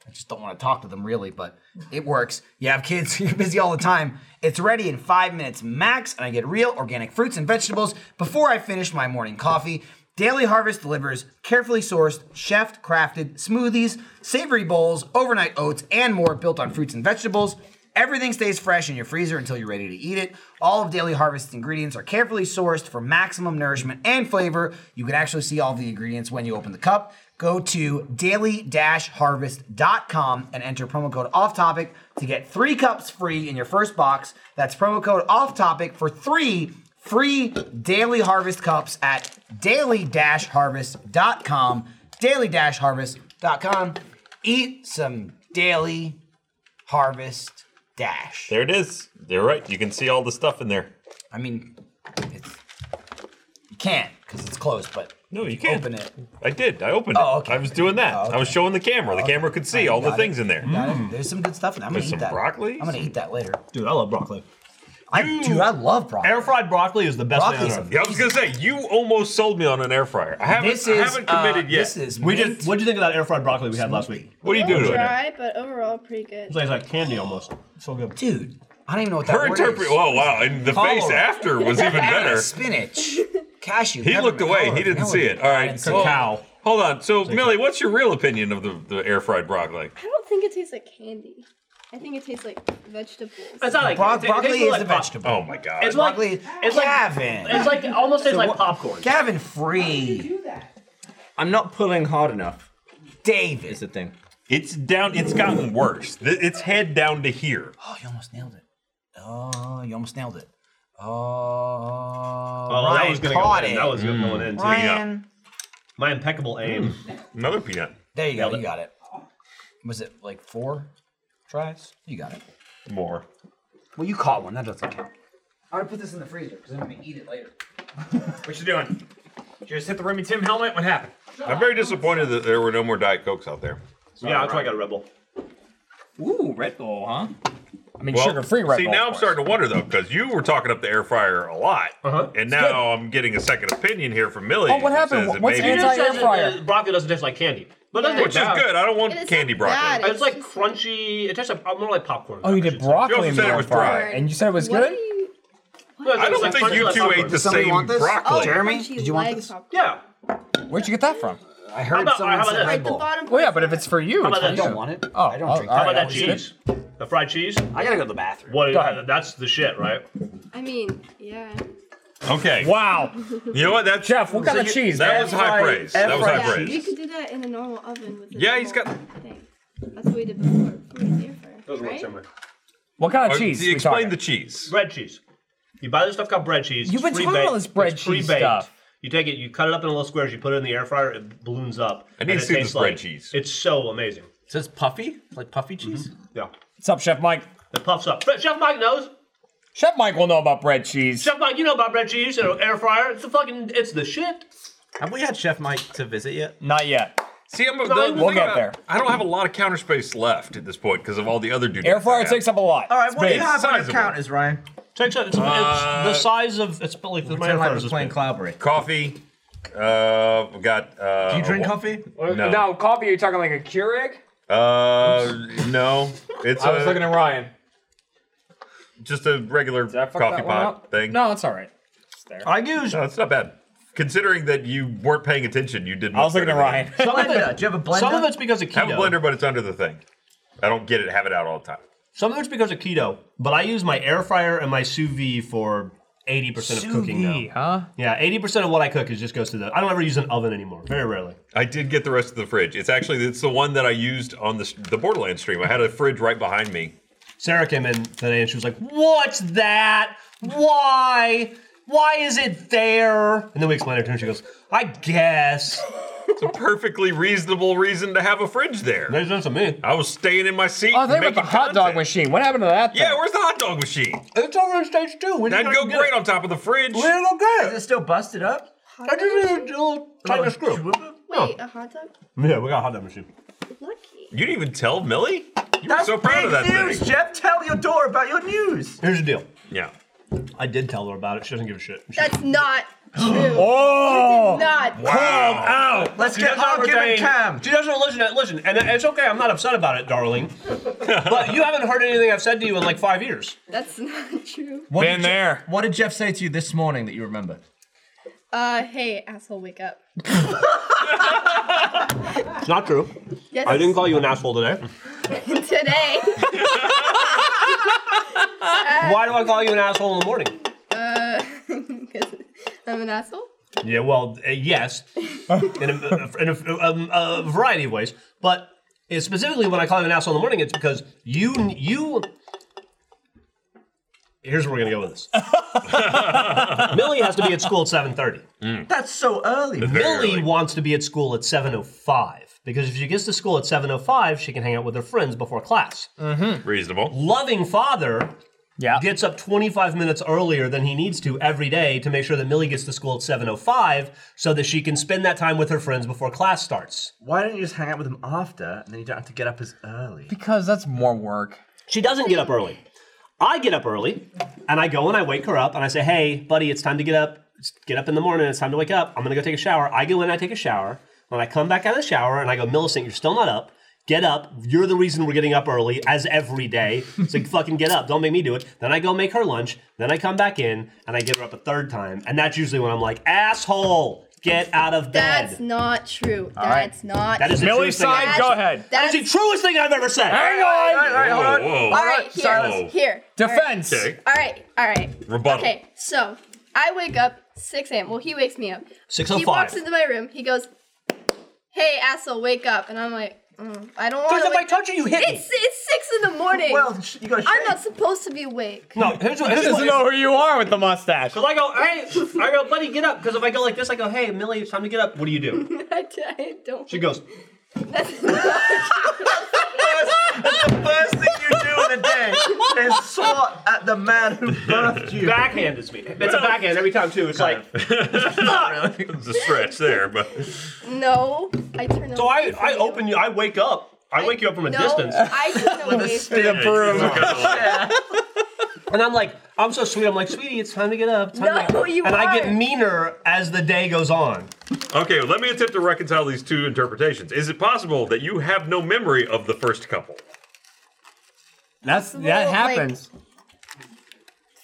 I just don't want to talk to them really, but it works. You have kids, you're busy all the time. It's ready in five minutes max, and I get real organic fruits and vegetables before I finish my morning coffee. Daily Harvest delivers carefully sourced, chef crafted smoothies, savory bowls, overnight oats, and more built on fruits and vegetables. Everything stays fresh in your freezer until you're ready to eat it. All of Daily Harvest's ingredients are carefully sourced for maximum nourishment and flavor. You can actually see all the ingredients when you open the cup. Go to daily-harvest.com and enter promo code off topic to get three cups free in your first box. That's promo code off topic for three free daily harvest cups at daily-harvest.com. Daily-harvest.com. Eat some daily harvest dash.
There it is. You're right. You can see all the stuff in there.
I mean, it's you can't because it's closed, but
No, you can't.
open it.
Oh, I did. I opened it.
Oh, okay. Oh,
I was doing that. I was showing the camera. The camera could see all the
Got it. Mm.
things in there.
Got it? There's some good stuff. in there. I'm
There's some
gonna eat that.
broccoli?
I'm gonna eat that later.
Dude, I love broccoli.
I dude, I love broccoli.
Air fried broccoli is the best
Broccoli's
thing on earth.
Yeah, I was gonna say you almost sold me on an air fryer. I haven't,
This
I
is
haven't committed
uh,
yet.
This is
We
mint.
just, what'd you think of that air fried broccoli we had last week?
what are you doing?
little
to it?
dry, but overall pretty good.
It's like, it's like candy almost. So good.
dude. I don't even know what that
Her
word
interpret.
is.
Oh wow! And the face
Cholera.
after was even better.
Spinach, cashew.
He
peppermint,
looked away.
celery,
He didn't
vanilla
see it.
bean.
All
I
right.
didn't see
so-
it.
Cow.
Hold on. So Millie, what's your real opinion of the, the air fried broccoli?
I don't think it tastes like candy. I think it tastes like vegetables.
It's not like
Bro-
it- it
broccoli
tastes
is
like
a
pop-
vegetable.
Oh my god!
It's like
Broccoli-
it's like
Gavin.
It's like it almost tastes like popcorn.
Gavin Free,
I'm not pulling hard enough. Is
David.
the thing.
It's down. It's gotten worse. Th- It's head down to here.
Oh, you almost nailed it. Oh, you almost nailed it. Oh,
Oh,
Ryan
that was gonna
caught
go in.
it.
That was good going in too.
Ryan. Hmm.
My impeccable aim.
Another peanut.
There you go. You got it. Was it like four tries? You got it.
More.
Well, you caught one. That doesn't count. I'm gonna put this in the freezer because I'm gonna eat it later.
What you doing? You just hit the Remy Tim helmet. What happened?
I'm very disappointed that there were no more diet cokes out there.
yeah, that's why I got a Red Bull.
Ooh, Red Bull, huh? I mean,
Well,
sugar-free Red
see,
Bull.
now
of
I'm
course.
starting to wonder though, because you were talking up the air fryer a lot,
Uh-huh.
and now I'm getting a second opinion here from Millie.
Oh, what
who
happened?
says that
What's
maybe-
It
anti-
just
It's like
says
air fryer.
that Broccoli doesn't taste like candy, but it doesn't
Which
taste
is
bad.
good. I don't want
It is
candy
not
broccoli.
bad.
It's like
just
crunchy. It tastes like uh, more like popcorn.
Oh, you did broccoli
also
in
said
the
it
air
was
fryer,
fried.
and you said it was
What
good.
are you?
I don't think you two ate the
somebody
same
want this?
Oh,
broccoli.
Jeremy,
crunchy
did you want
leg
this?
popcorn.
Yeah.
Where'd you get that from?
I
How
heard
about-
someone
how about
said
this?
Red
The
Bull.
bottom.
Well, yeah,
part
but if
is
it's for you,
How
it's
about
I
fine.
that?
don't want it.
Oh,
I don't
oh,
drink.
all
How
right,
about that
was good.
cheese? The fried cheese.
I gotta go to the bathroom.
What?
Go ahead.
That's the shit, right?
not- I mean, yeah.
Okay.
Wow,
You know what? That's
Jeff, what kind of cheese?
That
man?
was high praise. That was
fried
high
yeah. You
praise.
could do that in a normal oven with. A
Yeah, he's
normal Thing. That's what we did before. before we did air fryer,
Those work
right?
somewhere.
What kind of
Uh,
cheese? we
Explain
talking?
the cheese.
Bread cheese. You buy this stuff called bread cheese.
You've
It's
been
free
talking about
baked.
this bread
It's
cheese
pre-baked.
stuff.
You take it, you cut it up in little squares, you put it in the air fryer, it balloons up.
I need
and
to
it
see this
tastes
bread
like-
cheese.
It's so amazing.
So it's puffy, like puffy cheese.
Yeah.
What's up, Chef Mike?
It puffs up. But Chef Mike knows.
Chef Mike will know about bread cheese.
Chef Mike, you know about bread cheese and air fryer. It's the fucking, it's the shit.
Have we had Chef Mike to visit yet?
Not yet.
See, I'm, the,
We'll
the thing
get
about-
there.
I don't have a lot of counter space left at this point because of all the other dudes.
Air fryer takes up a lot.
All right, what do you have on your
counters, Ryan?
Takes up. It's,
Uh,
it's the size of. It's like the
Pretend I was
playing
Cloudberry.
Coffee. Uh, we got. Uh,
Do you drink
a wa-
coffee?
No.
no, coffee. You're talking like a Keurig.
Uh, no. It's.
I was
a-
looking at Ryan.
Just a regular
fuck
coffee
that one
pot
up?
thing.
No, it's all right.
I use. No, it's not bad. Considering that you weren't paying attention, you did.
I was looking at Ryan.
Some of it- Do you have a blender? some of it's because of
Have a
keto.
blender, but it's under the thing. I don't get it. Have it out all the time.
Some of it's because of keto, but I use my air fryer and my sous vide for 80% of cooking now.
huh?
Yeah, 80% of what I cook is just goes to the. I don't ever use an oven anymore. Very rarely.
I did get the rest of the fridge. It's actually it's the one that I used on the the Borderlands stream. I had a fridge right behind me.
Sarah came in today and she was like, What's that? Why? Why is it there? And then we explained it to her and she goes, I guess.
It's a perfectly reasonable reason to have a fridge there.
Makes sense to me.
I was staying in my seat.
Oh, think
making
about the hot dog machine. What happened to that?
Yeah, where's the hot dog machine?
It's over in stage two. We
That'd go great on top of the fridge.
go
Is it still busted up?
I just need a little tighten a screw.
Wait, a hot dog?
Yeah, we got a hot dog machine.
You didn't even tell Millie? You
That's
were so proud of that
big news,
thing.
Jeff. Tell your door about your news.
Here's the deal.
Yeah.
I did tell her about it. She doesn't give a shit. She-
That's not true.
oh!
You did not.
Oh.
out.
Let's get Hawk and Cam.
She doesn't listen. To, listen, and it's okay. I'm not upset about it, darling. but you haven't heard anything I've said to you in like five years.
That's not true.
Been there.
what did Jeff say to you this morning that you remember?
Uh, hey, asshole, wake up.
It's not true.
Yes.
I didn't call you an asshole today.
Today.
Why do I call you an asshole in the morning?
Uh, 'cause I'm an asshole.
Yeah, well, uh, yes, in, a, in a, um, a variety of ways, but uh, specifically when I call you an asshole in the morning, it's because you you. Here's where we're gonna go with this. Millie has to be at school at seven thirty.
That's so early.
Millie wants to be at school at seven o five because if she gets to school at seven o five, she can hang out with her friends before class.
Reasonable.
Loving father. Gets up 25 minutes earlier than he needs to every day to make sure that Millie gets to school at 7:05 so that she can spend that time with her friends before class starts.
Why don't you just hang out with them after, and then you don't have to get up as early?
Because that's more work.
She doesn't get up early. I get up early, and I go and I wake her up, and I say, "Hey, buddy, it's time to get up. It's- Get up in the morning. It's time to wake up. I'm gonna go take a shower." I go in, I take a shower. When I come back out of the shower, and I go, "Millicent, you're still not up. Get up. You're the reason we're getting up early, as every day. So fucking get up. Don't make me do it." Then I go make her lunch. Then I come back in, and I get her up a third time, and that's usually when I'm like, "Asshole, get out of bed."
That's not true.
All right.
That's not.
That is the
Millie's
truest thing
side,
I've-
go ahead.
That is the truest thing I've ever said.
Hang on.
hold on.
Whoa.
All right, here,
Silence.
here.
Defense.
Okay.
All right, all right.
Rebuttal.
Okay, so I wake up 6 a.m. Well, he wakes me up. He
6:05.
walks into my room. He goes, "Hey, asshole, wake up!" And I'm like, mm, "I don't want
Because
to."
if I touch you, you hit me.
It's it's six in the morning.
Well, sh- you gotta
I'm
shake.
not supposed to be awake.
No, here's what.
He
Here's
doesn't
what
know who you are with the mustache.
Cause I go, hey, I go, buddy, get up. Because if I go like this, I go, hey, Millie, it's time to get up. What do you do?
I, d- I don't.
She goes,
That's not
That's the first thing you do in a day is swat at the man who birthed you.
backhand is me. It's a backhand every time too. It's like,
It's a stretch there, but
no. I turn.
so I, I open you, I wake up, I wake you up from a
no,
distance,
I turn away. From
The broom.
and I'm like, I'm so sweet. I'm like, sweetie, it's time to get up. Time to
No,
get up."
you
And I get
aren't.
meaner as the day goes on.
okay. Let me attempt to reconcile these two interpretations. Is it possible that you have no memory of the first couple?
That's that
Well, like-
happens.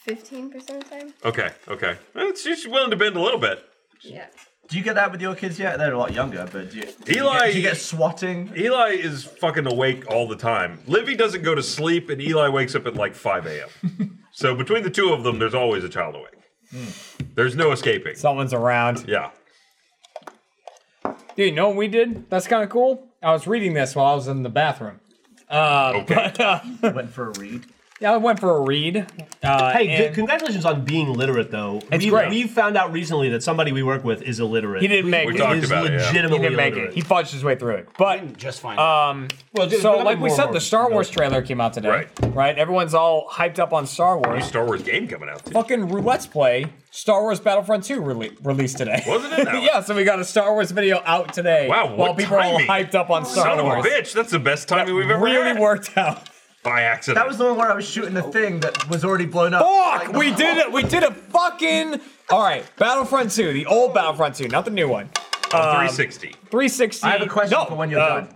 Fifteen percent of the time.
Okay, okay. Well, she's willing to bend a little bit.
Yeah.
Do you get that with your kids yet? They're a lot younger, but do you, do you,
Eli-
get, do you get swatting?
Eli is fucking awake all the time. Livy doesn't go to sleep, and Eli wakes up at like 5 a.m. so between the two of them, there's always a child awake.
Hmm.
There's no escaping.
Someone's around.
Yeah.
Dude, you know what we did? That's kind of cool. I was reading this while I was in the bathroom. Uh,
Okay.
but, uh,
Went for a read.
Yeah, I went for a read. Uh,
Hey, good-
and
congratulations on being literate, though.
It's
we,
great.
we found out recently that somebody we work with is illiterate.
He didn't make it.
is
He
legitimately
didn't make
illiterate.
it. He fudged his way through it. But
just fine.
Um,
Well, just-
so
there'll be
like we
more
said, the
moments.
Star Wars trailer came out today. Right. Right. Everyone's all hyped up on Star Wars.
New Star Wars game coming out.
Fucking Roulette's Play Star Wars Battlefront 2 rele- released today.
Wasn't it?
yeah, so we got a Star Wars video out today.
Wow, what
While people
timing.
are all hyped up on Star
Son of
Wars.
a bitch, that's the best timing we've ever
really
had.
worked out.
By accident.
That was the one where I was shooting the thing that was already blown up.
Fuck! We did it! We did a fucking. Alright, Battlefront 2, the old Battlefront 2, not the new one. Um,
360.
360.
I have a question
no,
for when you're
uh,
done.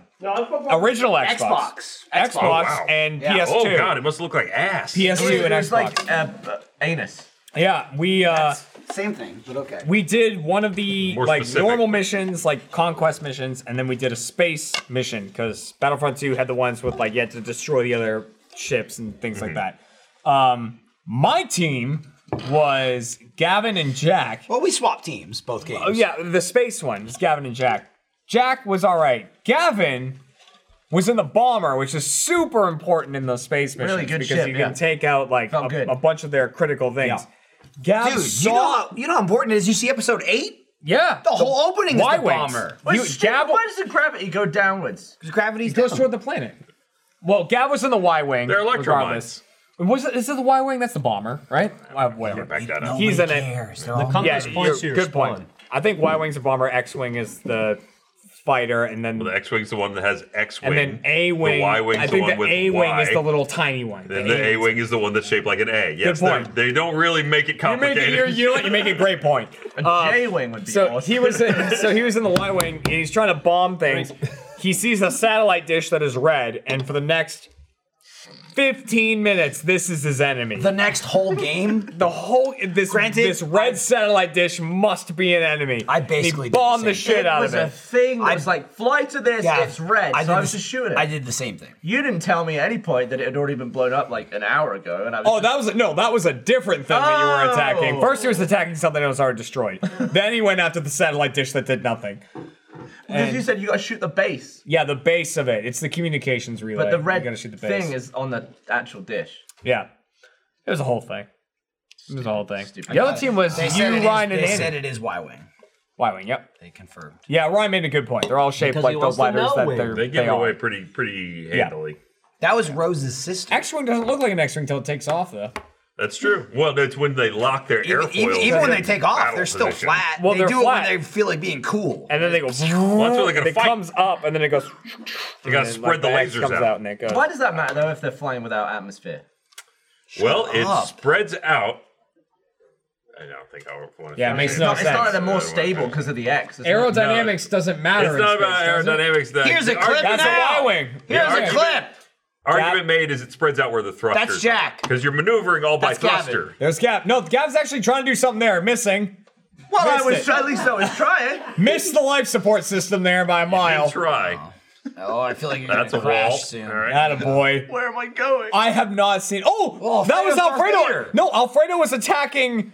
Original Xbox. Xbox
Oh, wow.
and
Yeah.
PS2.
Oh god, it must look like ass.
PS2 and
It's
Xbox.
like uh, b- anus.
yeah, we uh,
Same thing, but okay.
we did one of the
More
like
specific.
normal missions, like conquest missions, and then we did a space mission because Battlefront 2 had the ones with like you had to destroy the other ships and things
Mm-hmm.
like that. Um, my team was Gavin and Jack.
Well, we swapped teams both games.
Oh yeah, the space one is Gavin and Jack. Jack was all right. Gavin was in the bomber, which is super important in those space missions
Really good
because
ship,
you
yeah.
can take out like a, a bunch of their critical things. Gav
Dude,
saw
you know, how, you know how important it is? You see episode eight?
yeah
The whole opening is the
Y-wings.
bomber.
Wait,
You-
shit,
Gav-
why does the gravity go downwards?
Because gravity's
It goes
down.
toward the planet. Well, Gav was in the Y wing.
They're electro
regardless. Was it, is it the Y wing? That's the bomber, right? Uh, whatever.
Back that up.
He's in
cares.
it.
They're all-
Yeah,
compass points
you're-
to your
good point.
spawn.
I think Y wing's a bomber. X wing is the fighter, and then
The X Wing's the one that has X Wing.
and then A wing.
The Y Wing's
I
the
think
one
the
with
A wing
Y.
is the little tiny one.
Then the A wing is the one that's shaped like an A. Yes, they're-
point.
they don't really make it
You make it.
complicated.
You're, you know what? You make a great point. Uh,
A J wing would be
So
awesome.
he was in, so he was in the Y wing and he's trying to bomb things. He sees a satellite dish that is red, and for the next 15 minutes, this is his enemy.
The next whole game,
The whole this
Granted,
this red satellite dish must be an enemy.
I
he
basically did the
bombed the,
same.
shit
it
out
was
of
a
it.
thing.
I-
It was like fly to this.
Yeah,
it's red.
I
so
did
I was
the-
just shooting.
I did the same thing.
You didn't tell me at any point that it had already been blown up like an hour ago, and I was.
Oh, that was a, no, that was a different thing that you were attacking.
Oh.
First, he was attacking something that was already destroyed. then he went after the satellite dish that did nothing.
because you said you got to shoot the base,
Yeah, the base of it. It's the communications relay.
but the
You're
red
gonna shoot the base.
thing is on the actual dish.
Yeah. It was a whole thing. It was a whole thing. The other team was
They said it
you,
is-
Ryan,
They
and
said
Andy.
it is Y wing.
Y wing. Yep.
They confirmed.
Yeah, Ryan made a good point. They're all shaped
Because he
like the
wants to
letters
know
that
when.
they're,
They
they
give it away
are.
pretty pretty
Yeah.
handily.
That was Rose's sister.
X wing doesn't look like an X wing until it takes off, though.
That's true. Well, that's when they lock their
Even,
airfoil.
even,
to
even when
their
they take off,
battle
they're still
position.
flat.
Well,
they
they're
do
flat.
it when they feel like being cool.
And then they go.
where they're gonna
it
fight.
comes up, and then it goes.
You gotta spread the lasers
comes
out.
out. and it goes.
Why does that matter though if they're flying without atmosphere?
Well, it
up.
spreads out. I don't think I want to.
Yeah, it makes no
It's
sense.
not that they're more stable because of the X. isn't it?
Aerodynamics doesn't matter.
It's
in
not
space,
about
does it?
aerodynamics. That
Here's a
the
clip
That's
argument-
now.
a Y wing.
Here's
Yeah,
a
argument-
clip.
Argument made is it spreads out where the thrusters.
That's Jack.
Because you're maneuvering all by
That's Gavin.
thruster.
There's Gav. No, Gav's actually trying to do something there. Missing.
Well, I was
Missed it.
at least I was trying.
Missed the life support system there by a mile.
You try.
Oh, I feel like you're
That's a
gonna
wall.
crash soon.
All right.
That a boy.
Where am I going?
I have not seen. Oh,
Oh,
that was
Alfredo's
Alfredo.
Alfredo.
No, Alfredo was attacking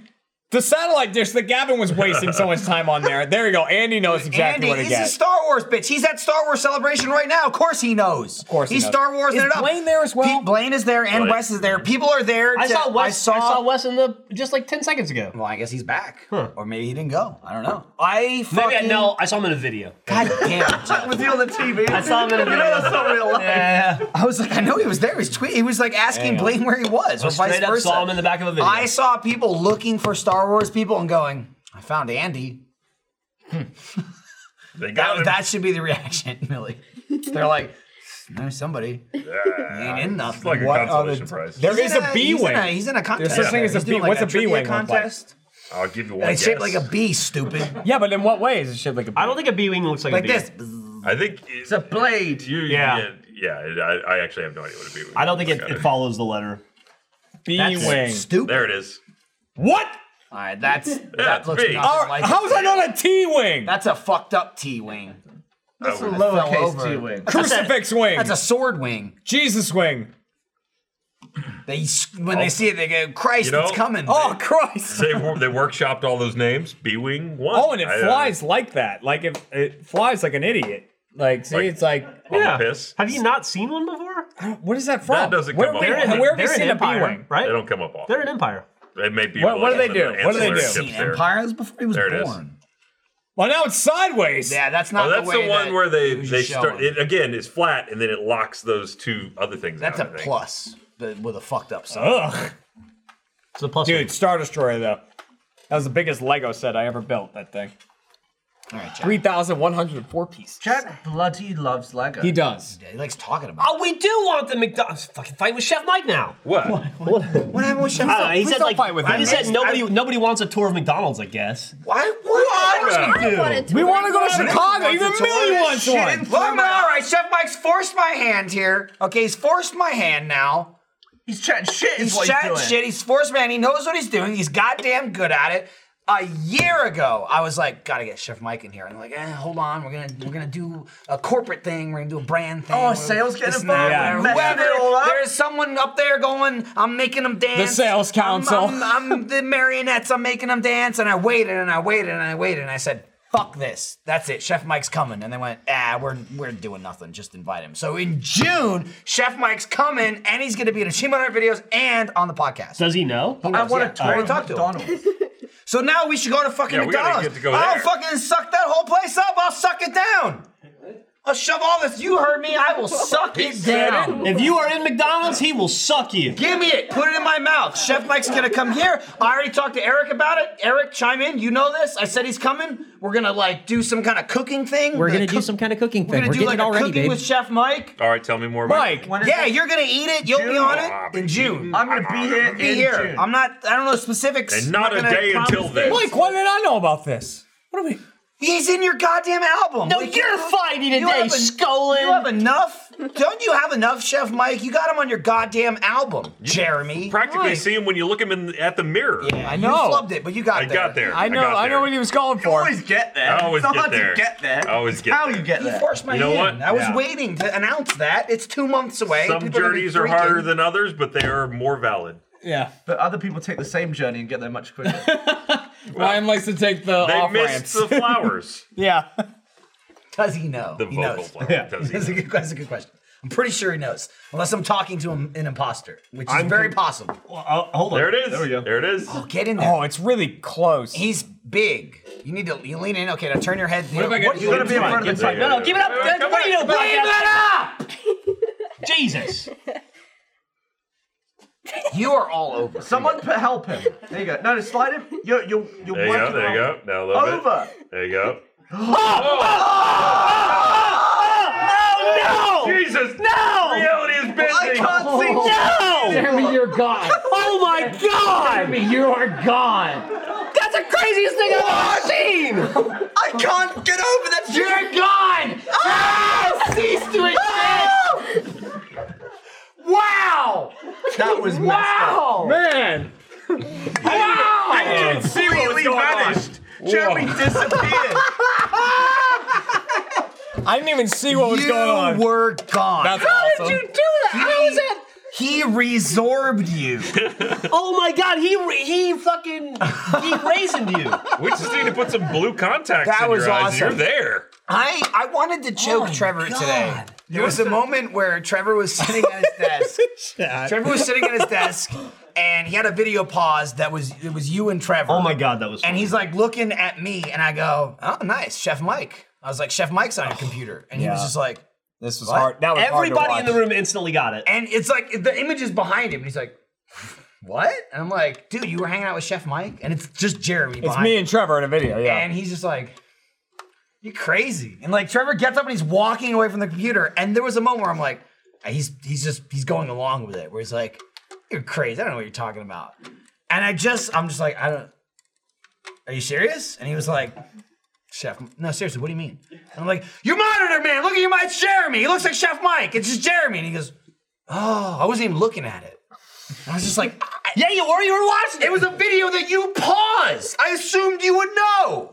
the satellite dish that Gavin was wasting so much time on there. There you go. Andy knows
Andy,
exactly what he
he's a
gets.
Star Wars bitch. He's at Star Wars Celebration right now. Of course he knows. Of
course he
he's
knows.
Star Wars.
Is
it up.
Blaine there as well?
Pete Blaine is there, and
Blaine.
Wes is there. People are there.
I
to-
saw Wes. I saw,
I saw
Wes in the just like ten seconds ago.
Well, I guess he's back, or maybe he didn't go. I don't know. I fucking
Maybe I no. I saw him in a video.
God damn. it, Jeff.
Was he on the TV?
I saw him in a
You know
video.
that's not real life.
I was like, I know he was there. He was tweet. He was like asking Blaine where he was, or vice
Straight up
versa.
saw him in the back of a video.
I saw people looking for Star Wars people and going, "I found Andy."
They got
That,
him.
that should be the reaction, Millie. They're like, "No, somebody."
Yeah.
Ain't in nothing.
It's like a
What
consolation
other-
prize.
There
He's
is
in
a
he's
B
in
wing.
a- He's in a contest.
such thing as a
He's doing
B-
like
what's a B
trivia
wing look like?
contest?
I'll give you one.
It's shaped
guess.
like a B, stupid.
Yeah, but in what way is it shaped like a?
I don't think a B wing looks like,
like
a B.
this.
I think it's
The blade.
You,
Yeah.
yeah, yeah. it- I, I actually have no idea what it would be.
I don't think it,
Got
it follows the letter.
B
That's
wing.
Stupid.
There it is.
What?
All right, that's
it's
that looks
big.
nothing
All right,
like
How is
it.
that not a T wing?
That's a fucked up T wing.
That's a
would-
Fell
lowercase
over.
T wing.
Crucifix wing.
That's a sword wing.
Jesus wing.
They s- when they see it, they go, "Christ,
Oh. You know-
it's coming."
Oh Christ.
They wor- they workshopped all those names. B wing one.
Oh, and it
I, uh,
flies like that. Like if it flies like an idiot. Like, see, it's like
yeah. piss.
Have you not seen one before?
What is that from?
That doesn't
where,
come
where-
up. often.
where have you seen a bee wing?
right?
They don't come up often.
They're an empire.
It may be.
What- what
like
do they
one of
do?
the
What do they
ancillary
do?
ships
Seen
there.
Empires before he was
There it is.
born.
Well, now it's sideways.
Yeah, that's
Oh,
not
that's
the
the,
way
one
that
where they
you
they
show
start
them.
it again. It's flat, and then it locks those two other things.
That's a
out, I think.
plus but with a fucked up sign.
Ugh.
It's a plus.
Dude, Star Destroyer though. That was the biggest Lego set I ever built. That thing.
All right, Jack.
Three thousand one hundred four pieces.
Jack bloody loves Lego.
He does.
Yeah, he likes talking about.
Oh, we do want the McDonald's fucking fight with Chef Mike now.
What?
What,
what happened with Chef
I don't know,
Mike?
he
Please
said
don't
like
fight with
I
him.
just said nobody nobody wants a tour of McDonald's. I guess.
Why? What?
I wanted
We want to go to
Why?
Chicago. Even Millie wants
Shit,
one.
and-
Oh,
Well, I'm all right. Chef Mike's forced my hand here. Okay, he's forced my hand now.
He's chatting shit.
He's chatting shit. He's forced my hand. He knows what he's doing. He's goddamn good at it. A year ago, I was like, gotta get Chef Mike in here, and like, eh, hold on, we're gonna we're gonna do a corporate thing, we're gonna do a brand thing.
Oh,
we're-
sales get
this and that,
involved,
whatever.
messing it all
Whoever,
up.
there's someone up there going, I'm making them dance.
sales
I'm-
council.
I'm, I'm the marionettes. I'm making them dance, and I waited and I waited and I waited and I said, "Fuck this! That's it. Chef Mike's coming." And they went, "Ah, we're we're doing nothing. Just invite him." So in June, Chef Mike's coming, and he's going to be in Achievement Hunter videos and on the podcast.
Does he know?
I want
yeah.
to totally
Alright.
talk to him. So now we should go to fucking
Yeah, we gotta
McDonald's.
get to go
I'll
there.
fucking suck that whole place up. I'll suck it down. I'll shove all this. You heard me. I will suck it down.
If you are in McDonald's, he will suck you.
Give me it. Put it in my mouth. Chef Mike's gonna come here. I already talked to Eric about it. Eric, chime in. You know this. I said he's coming. We're gonna like do some kind of cooking thing.
We're gonna
cook-
do some kind of cooking
We're
thing.
gonna
We're
do
getting
like
it
a
already,
cooking
babe.
with Chef Mike.
All right, tell me more. Mike.
Mike,
Yeah, you're gonna eat it. You'll be
June?
on
I'll
it
be
in June.
I'm gonna be here.
Be
in
here.
June.
I'm not. I don't know specifics.
And not
I'm
a
gonna
day
promise
until then.
Mike, why did I know about this? What are we?
He's in your goddamn album.
No,
Like,
you're
you-
fighting
you
today,
have en-
Skolin.
You have enough. Don't you have enough, Chef Mike? You got him on your goddamn album, Jeremy.
Practically see him when you look him in at the mirror.
Yeah,
I
you
know.
flubbed it, but you got
I
there.
got there.
I know.
got
I, know
there.
what he was calling
You
for.
always get there.
I always
it's
get
hard
there.
to get there.
I always
It's
get
how
there.
you get
You
there.
forced my
You know
hand.
what?
I was
Yeah.
waiting to announce that. It's two months away.
Some
People gonna be
journeys are
freaking.
harder than others, but they are more valid.
Yeah.
But other people take the same journey and get there much quicker.
Ryan likes to take the
They
off
missed
ramps.
the flowers.
yeah.
Does he know?
The
he
vocal
knows.
flower. Does he
That's a,
know?
good, that's a good question. I'm pretty sure he knows, unless I'm talking to him an imposter, which is
I'm
very
con-
possible.
Well, I'll- hold on.
There it is.
There we go.
There it is.
Oh, get in there.
Oh, it's really close.
He's big. You need to you lean in. Okay, now turn your head. What,
if I
what are
get-
you
what
gonna
if
be in
I
front of
get
the
there?
time?
No, no, give it up.
Yeah,
That's
come on,
what are you doing?
come on.
Podcast?
that up!
Jesus.
You are all over.
Someone put help him. There you go. No, no slide him. You're you're you're
There you go.
working
There you
on-
go. Now a little
Over.
bit. There you go.
oh,
Oh no!
Jesus. No. Reality is bending.
I can't see.
No!
Jeremy, you're gone.
Oh my God!
Jeremy, you are gone.
That's the craziest thing I've ever seen.
I can't get over that.
You're gone. Ah! Cease to exist. Wow.
That was messed up.
Wow.
Man.
I see what was vanished.
Jeremy disappeared.
I didn't even see what was
you
going on.
were gone.
That's awesome.
do that? How is that?
He resorbed you.
Oh my God! He re- he fucking he raisined you.
We just need to put some blue contacts
That
in
was
your eyes.
awesome.
You're there.
I I wanted to
Oh
choke Trevor today. There was a moment where Trevor was sitting at his desk. Trevor was sitting at his desk, and he had a video pause that was it was you and Trevor.
Oh my God, that was.
And he's like looking at me, and I go, "Oh, nice, Chef Mike." I was like, "Chef Mike's on your computer," and he was just like,
This was hard. That was hard to
Everybody
watch.
in the room instantly got it.
and it's like the image is behind him, and he's like, "What?" And I'm like, "Dude, you were hanging out with Chef Mike," and it's just Jeremy.
It's
behind
me and Trevor in a video. Yeah.
and he's just like, "You crazy!" And like Trevor gets up and he's walking away from the computer, and there was a moment where I'm like, "He's he's just he's going along with it," where he's like, "You're crazy! I don't know what you're talking about." And I just I'm just like, "I don't." Are you serious? And he was like, "Chef, no, seriously, what do you mean?" And I'm like, "Your monitor, man! Look at your monitor, it's Jeremy. He looks like Chef Mike. It's just Jeremy." And he goes, "Oh, I wasn't even looking at it." And I was just like, "Yeah, you were. You were watching. It was a video that you paused. I assumed you would know."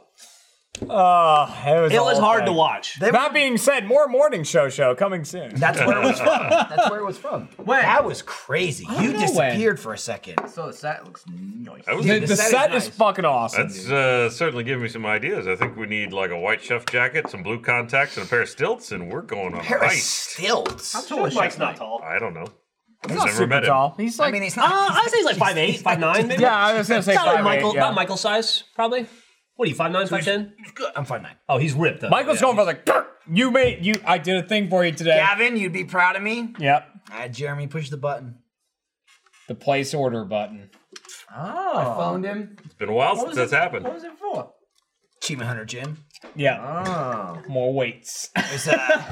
Uh, it was,
It was
awful.
hard to watch. They
that being said, more morning show show coming soon.
That's where it was from. That's where it was from. That was crazy. You
know
disappeared for a second.
So the set looks nice.
That was-
The,
Dude, the
the
set is
set is,
nice.
fucking awesome.
That's uh, certainly giving me some ideas. I think we need like a white chef jacket, some blue contacts, and a pair of stilts, and we're going on a
Pair of
heist.
stilts.
I'm sure Mike's not tall.
I don't know. I've
He's not
never
super
met him.
tall. He's like,
I mean, he's not. Uh, I would say he's like 5'8", 5'9", maybe.
Yeah, I was gonna say
Not like
5'8",
Michael,
yeah.
not Michael size, probably. What are you, 5'9", 5'10"?
I'm 5'9".
Oh, he's ripped. Though.
Michael's going for the. "Grr, You made you. I did a thing for you today.
Gavin, you'd be proud of me.
Yep.
Uh, Jeremy, push the button.
The place order button.
Oh. I phoned him.
It's been a while
What
since
was
that's
it-
happened.
was it for? Achievement Hunter Jim.
Uh-huh.
Yeah.
Oh.
More weights.
There's a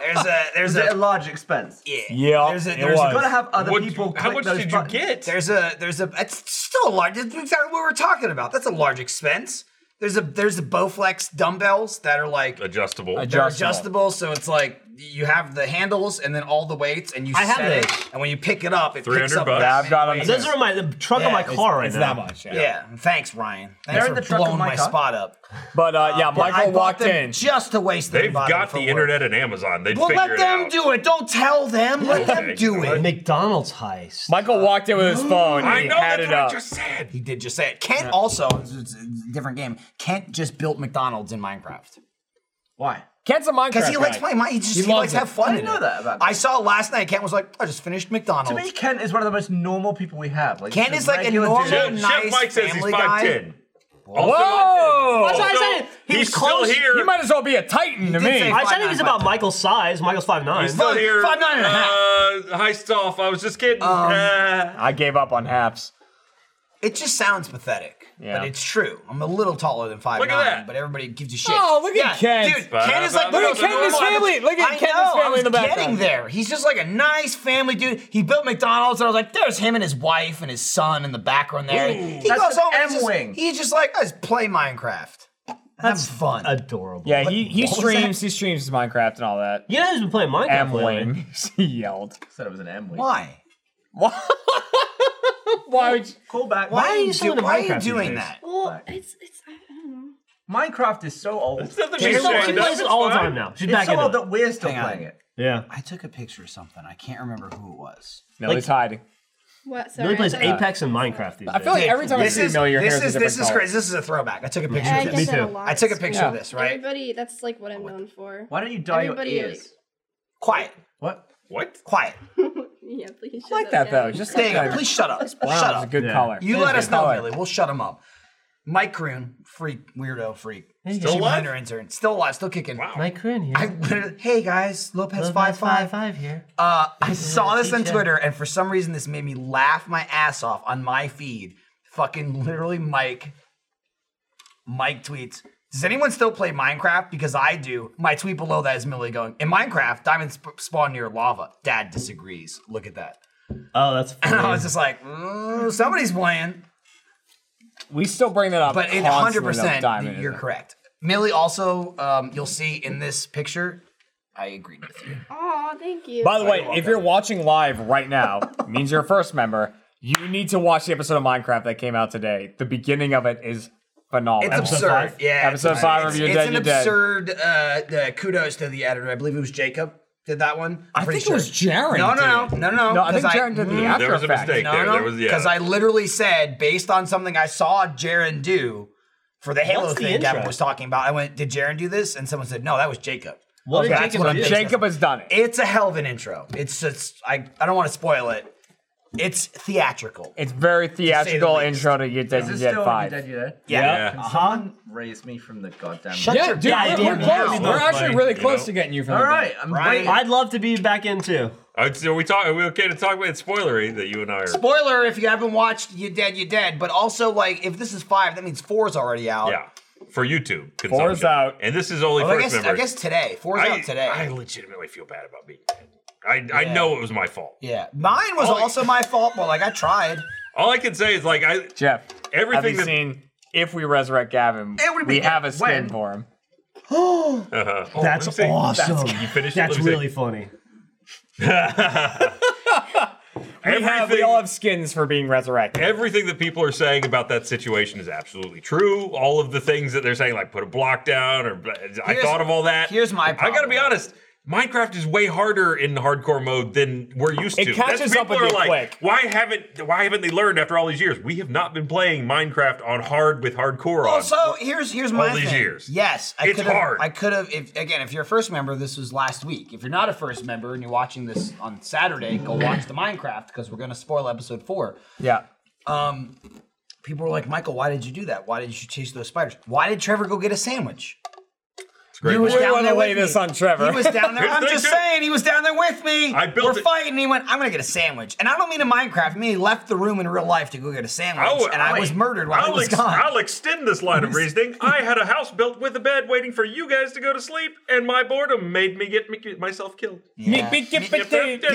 there's a there's
it
a,
a large expense.
Yeah.
Yeah,
There's a,
it
there's
was.
a,
Gotta
have other What-
people.
how click much those did you buttons.
get?
There's a there's a. It's still a large. That's exactly what we were talking about. That's a large expense. There's a there's the Bowflex dumbbells that are like
Adjustable.
They're adjustable, so it's like you have the handles and then all the weights, and you
I have
set it,
those.
and when you pick it up, it picks
300
up.
bucks.
that
I've got
many
'em
weights.
too.
Those are in my the trunk of my
Yeah,
car right
it's
now.
that much.
Yeah. Thanks, Ryan. Thanks
They're in
for
the truck of
blowing
my
my
car.
spot up.
But uh, yeah,
But I
Michael
bought
walked
them
in.
Just to waste.
They've
bottom
got
for
the
work.
internet and Amazon. They'd
Well,
figure
let
it
them
out.
do it. Don't tell them. Let them
Okay.
do it.
McDonald's heist.
Michael walked in with his phone.
I
and he
know
had
that's
it
what
up.
I just said.
He did just say it. Kent also, it's, it's a different game. Kent just built McDonald's in Minecraft.
Why? Cancel Minecraft.
Because he likes
guy.
playing Minecraft. He just
He
he, likes
loves
to have
it.
fun.
I didn't
in
know
it.
that about
I saw it last night. Kent was like, I just finished McDonald's.
To me, Kent is one of the most normal people we have. Like,
Kent
just
is like a
regular
normal,
dude.
Chef,
nice
Chef Mike says he's
family guy.
5'10.
Whoa!
That's what I
Also,
said. He
he's
was close.
still here.
You might as well be a Titan to
did say
me.
I said it was about Michael's size. Michael's 5'9".
He's still here.
five nine and a half. Um,
Uh, heist off. I was just kidding. Uh,
I gave up on haps.
It just sounds pathetic,
Yeah.
but it's true. I'm a little taller than five
Look at
nine,
that.
but everybody gives a shit.
Oh, look at
yeah,
Kent.
dude. Kent is like
Look at
the most
Kent and his
normal-
family. Look at
I
Kent and his
know,
family in the
I was Getting
background.
there. He's just like a nice family dude. He built McDonald's, and I was like, "There's him and his wife and his son in the background there." he
that's
goes
an
home. and he's
M-wing.
just, he's just like, "Let's play Minecraft." That's fun.
Adorable.
Yeah, he, he
What was
streams. He streams Minecraft and all that.
You know who's been playing Minecraft
M
lately?
Wing. he yelled.
Said it was an M. Wing.
Why?
Why would you?
Call back.
Why,
are
are
you
you,
still
do,
into
why are you
Minecraft these
doing
days?
that?
Well, it's it's I don't know.
Minecraft is so old.
It's nothing to be
She's so, she
ashamed of.
plays it all the time now. She's
It's
back
so
in
old
it.
that we're still
Hang on.
playing it.
Yeah.
I took a picture of something. I can't remember who it was.
No,
Like-
he's hiding.
What? Sorry.
Billy plays
I thought-
Apex and Minecraft these days.
I feel like Oh, every time I
This
see
is
Mel, your
this
hair's
is
a
this
different
is
color.
crazy. This is a throwback. I took a picture
I
of
get
this.
that a
too.
lot.
I took a picture of this. Right?
Everybody, that's like what I'm known for.
Why don't you dye
Everybody
your ears?
is-
Quiet,
What?
What?
quiet.
yeah, please.
I like that though. Just like
Dang,
that.
please shut up.
Brown
shut
is a
up.
good
Yeah.
color.
You
It is
let
a
us
good
know,
color.
Billy. We'll shut him up. Mike Croon, freak, weirdo, freak.
Still
Achievement
alive?
Hunter intern. Still alive, still kicking.
Wow.
Corinne here.
I literally, hey guys, Lopez five five.
here.
Uh, I saw this on
teacher.
Twitter, and for some reason, this made me laugh my ass off on my feed. Fucking literally, Mike. Mike tweets. Does anyone still play Minecraft? Because I do. My tweet below that is Millie going, In Minecraft, diamonds sp- spawn near lava. Dad disagrees. Look at that.
Oh, that's
And I
funny.
was just like, "Mm, Somebody's playing.
We still bring that up.
But in
constantly,
100%,
though, Diamond,
you're
isn't it?
correct. Millie also, um, you'll see in this picture, I agreed with you.
Aw, thank you.
By the way, if you're watching live right now, means you're a first member. You need to watch the episode of Minecraft that came out today. The beginning of it is phenomenal.
It's absurd.
five?
Yeah. it's
Episode
absurd.
five
It's-
of You're
It's
Dead,
an
You're Dead.
absurd uh, uh, kudos to the editor. I believe it was Jacob did that one. I'm
I
pretty
think it was Jaren
No, no,
did
no, no, no.
No, I think
'cause
Jaren did the
Mm,
after
There was a
effect.
mistake
No,
there.
no,
There was yeah.
because I literally said based on something I saw Jaren do for the Halo
What's the
thing Gavin
intro?
was talking about. I went, did Jaren do this? And someone said, no, that was Jacob.
What did
That's
Jacob
what I'm
do?
thinking.
Jacob has done it.
It's a hell of an intro. It's just I, I don't want to spoil it. It's theatrical.
It's very theatrical
least.
intro to You're Dead,
Is
You're
this
Dead
still
five.
Dead, you dead?
yeah.
Can someone raise me from the goddamn.
Uh-huh. Shut
yeah,
your
dude, we're,
goddamn
we're
mouth.
close. We're actually
Like,
really
you
close
know.
to getting you from
All
the
right, I'm
Right.
waiting.
I'd love to be back in too.
Uh, so Are we talk? Are we okay to talk about it's spoilery that you and I are?
Spoiler: If you haven't watched, you dead, you dead. But also, like, if this is five, that means four's already out.
yeah. For YouTube. consumption.
Four's out.
And this is only
Well, I
first
guess
members.
I guess today four's
I,
out today.
I legitimately feel bad about being dead. I, I know it was my fault.
yeah, mine was
All I-
also my fault, but like I tried.
All I can say is like I
Jeff, have
everything
you
that
seen if we resurrect Gavin,
It would be
we have a
if,
skin
when.
for him.
Uh-huh. Oh,
That's
let me see.
awesome.
You finished. it?
That's
Let me see.
really funny.
we, have, we all have skins for being resurrected.
Everything that people are saying about that situation is absolutely true. All of the things that they're saying, like put a block down, or I
Here's-
thought of all that.
here's my
I gotta be honest. Minecraft is way harder in hardcore mode than we're used
It
to.
catches up
people
with
are
you
like,
quick.
Why haven't Why haven't they learned after all these years? We have not been playing Minecraft on hard with hardcore. on
Also, here's here's
Uh, all
my
these
thing.
years.
Yes, I
It's
could've-
hard.
I could have. If again, if you're a first member, this was last week. If you're not a first member and you're watching this on Saturday, go watch the Minecraft because we're gonna spoil episode four.
Yeah.
Um, people were like, Michael, why did you do that? Why did you chase those spiders? Why did Trevor go get a sandwich?
great.
He was
We
down
wanna
there
lay
with
this
me.
on Trevor.
He was down there.
Here's
I'm
the
just
thing, too.
saying, he was down there with me.
I built
We're
it-
fighting. He went, I'm gonna get a sandwich, and I don't mean a Minecraft. I mean he left the room in real life to go get a sandwich,
I'll-
and I, was
I'll-
murdered while he
I'll
was
ex-
gone.
I'll extend this line of reasoning. I had a house built with a bed waiting for you guys to go to sleep, and my boredom made me get me- myself killed.
Yeah.
Yep, That's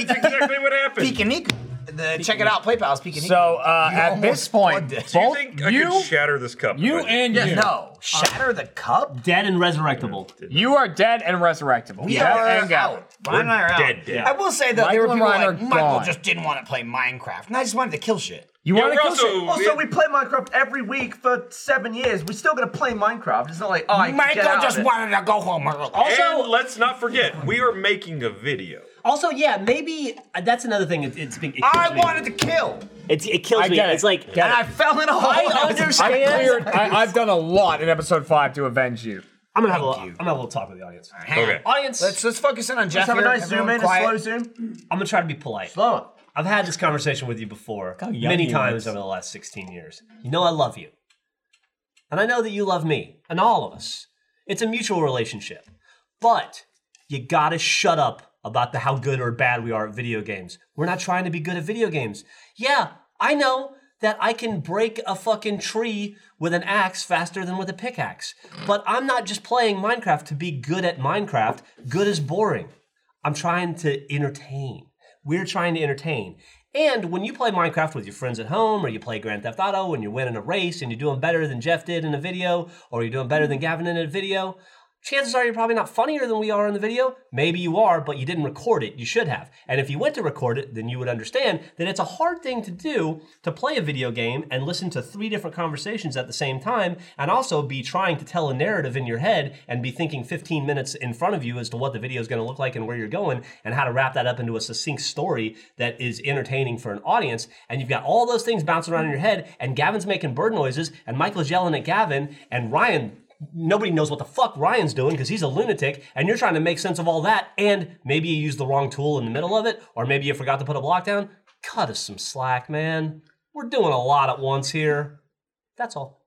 exactly what happened.
Peekinique. The check it out, Play Pals. Peekinique.
So uh,
You
at
almost
this point,
plugged it.
both
I
you
could shatter this cup.
You
but-
and you. Uh,
No, shatter the cup.
Dead and resurrectable.
You are dead and resurrectable.
We
Dead
are
and gone.
out. Ryan and I are out.
dead, dead.
I will say though, there
Michael
were
and
people
Ryan
like
are
Michael
gone.
just didn't want to play Minecraft, and I just wanted to kill shit.
You
Yeah,
want
we're
to kill
also-
shit?
Also, we play Minecraft every week for seven years. We're still gonna play Minecraft. It's not like oh, I can
Michael
get out of
just
it.
wanted to go home early.
Also,
And let's not forget, we are making a video.
also, yeah, maybe uh, that's another thing. It, it's big. It kills
I
me.
wanted to kill,
It's, it kills
I
me.
get it.
It's like
and
ah,
I fell in a hole.
I
was-
understand.
I cleared. I, I've done a lot in episode five to avenge you.
I'm gonna have a little, I'm gonna have a little talk with the audience.
Hang on.
Okay.
Audience,
Let's let's focus in on Jeff
Let's have a
here.
nice zoom
Everyone
in,
quiet.
a slow zoom.
I'm gonna try to be polite.
Slower.
I've had this conversation with you before
young
many
he
times
was.
over the last 16 years. You know I love you. And I know that you love me and all of us. It's a mutual relationship. But you gotta shut up about the how good or bad we are at video games. We're not trying to be good at video games. Yeah, I know that I can break a fucking tree with an axe faster than with a pickaxe. But I'm not just playing Minecraft to be good at Minecraft. Good is boring. I'm trying to entertain. We're trying to entertain. And when you play Minecraft with your friends at home, or you play Grand Theft Auto and you're winning a race and you're doing better than Jeff did in a video, or you're doing better than Gavin in a video, chances are you're probably not funnier than we are in the video. Maybe you are, but you didn't record it. You should have. And if you went to record it, then you would understand that it's a hard thing to do to play a video game and listen to three different conversations at the same time, and also be trying to tell a narrative in your head and be thinking 15 minutes in front of you as to what the video is going to look like and where you're going and how to wrap that up into a succinct story that is entertaining for an audience. And you've got all those things bouncing around in your head, and Gavin's making bird noises, and Michael's yelling at Gavin, and Ryan nobody knows what the fuck Ryan's doing because he's a lunatic, and you're trying to make sense of all that, and maybe you used the wrong tool in the middle of it, or maybe you forgot to put a block down. Cut us some slack, man. We're doing a lot at once here. That's all.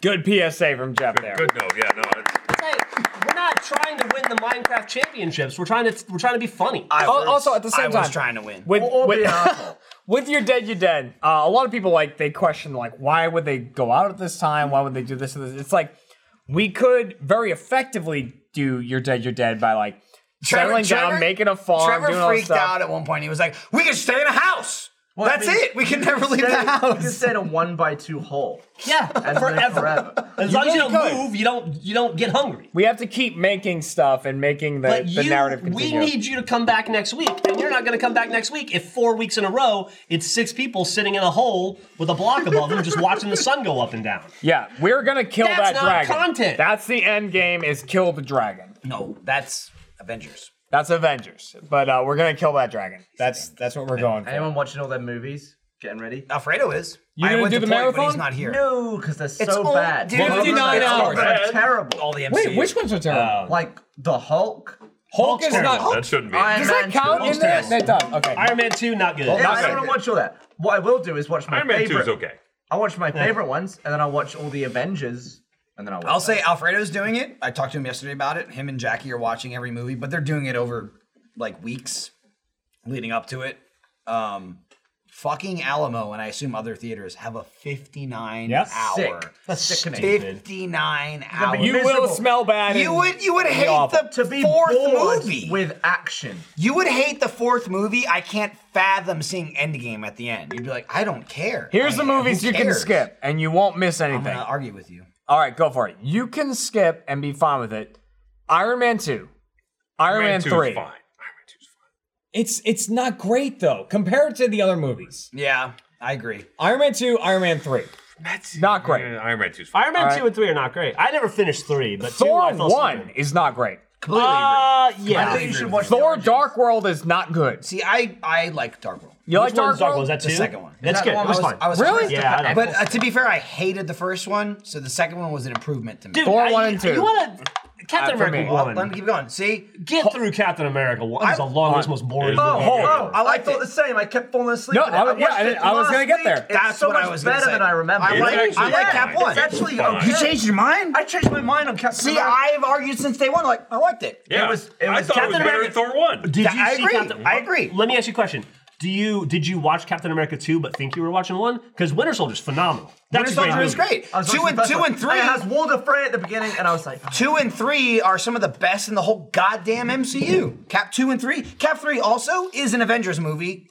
Good PSA from Jeff there.
Good no, yeah, no. It's,
It's like, we're not trying to win the Minecraft championships. We're trying to we're trying to be funny.
I
Al-
was-
also, at the same
I
time,
was trying to win.
with,
Or be
with,
an asshole.
with your dead, you're dead. Uh, a lot of people like they question like, why would they go out at this time? Why would they do this? And this? It's like we could very effectively do your dead, you're dead by like settling down, making a farm,
Trevor
doing all this
freaked
stuff.
out at one point. He was like, "We can stay in a house.
Well,
That's
I mean,
it. We can never leave
Stay-
the
You can
house."
stay in a one by two hole.
yeah,
And live
forever.
forever.
As long as you
really
don't
could.
move, you don't you don't get hungry.
We have to keep making stuff and making the,
But
the
you,
narrative
we
continue.
need you to come back next week, and you're not going to come back next week if four weeks in a row it's six people sitting in a hole with a block above them, just watching the sun go up and down.
yeah, we're gonna kill
That's
that
not
dragon.
content.
That's the end game is kill the dragon.
no, that's Avengers.
That's Avengers, but uh, we're gonna kill that dragon. That's that's what we're going for.
Anyone watching all their movies? Getting ready?
Alfredo is.
You
I
gonna
went
do
to
the
point, but He's
marathon?
not here.
No, because they're so
It's all-
bad.
dude, 59
They're
hours.
They're terrible.
All the MCU.
Wait, which ones are terrible?
Like the Hulk.
Hulk is
terrible.
not.
that shouldn't be.
Iron
Does that
Man
count?
2.
In there? No, it does. Okay.
Iron Man 2, not good.
Yeah,
Not
I don't
good.
want to watch all that. What I will do is watch my
Iron Man 2
favorite.
is okay.
I watch my favorite ones, and then I'll watch all the Avengers, and then I'll. Watch
I'll say Alfredo's doing it. I talked to him yesterday about it. Him and Jackie are watching every movie, but they're doing it over like weeks leading up to it. Um, fucking Alamo and I assume other theaters have a 59
Yes.
hour.
Sick. That's sickening.
59 hour.
You will
miserable.
smell bad.
You
and
would you would
be
hate
awful.
the
to be
fourth
bored
movie.
with action.
you would hate the fourth movie. I can't fathom seeing Endgame at the end. You'd be like, I don't care.
Here's
I-
the movies
who
you can
cares?
skip, and you won't miss
I'm
anything.
gonna argue with you.
All right, go for it. You can skip and be fine with it. Iron Man two, Iron, Man,
2 is
three,
fine. Iron Man 2 is fine.
It's it's not great though compared to the other movies.
Yeah, I agree.
Iron Man two, Iron Man three. That's not great.
Iron Man two.
Iron Man
All right.
two and three are not great. I never finished three, but two,
Thor
I fell asleep
one is not great.
Completely Uh, agree. yeah.
I think you should watch the
Thor Dark World is not good.
See, I I like Dark World.
You like
Which one's
Dark World?
World? Is that The two? second one. That's Is that good. the one It was I was- fine. I was
really?
surprised. but uh, to be fair, I hated the first one, so the second one was an improvement to me.
Dude, Thor I- one and two. you wanna- Captain America one.
Let Uh, me keep going. See,
get through Captain America one. It's the longest, most boring.
Oh,
movie
oh,
ever.
I, thought the same. I kept falling asleep.
No,
in it.
I was- yeah,
watched
I-
it
I was gonna
last
get there.
week.
That's
It's so
what I
much
was gonna
better
say.
than I remember.
I like, I like
Yeah,
Cap One.
It's actually okay.
You changed your mind?
I changed my mind on Captain
See,
America.
I've argued since day one. Like I liked it.
Yeah.
It was. It
I
was
thought it
Captain
was better
America.
than Thor
one.
Did
Yeah,
you
I
see
agree.
Captain?
I agree.
Let me ask you a question. Do you did you watch Captain America two but think you were watching one? Because Winter Soldier's phenomenal.
Winter
That's a
Soldier
great
is
movie.
great.
I was
Two
watching
and
the first
two
one.
and three.
it has Walter Frey at the beginning, and I was like,
Two and three are some of the best in the whole goddamn MCU. Cap two and three. Cap three also is an Avengers movie.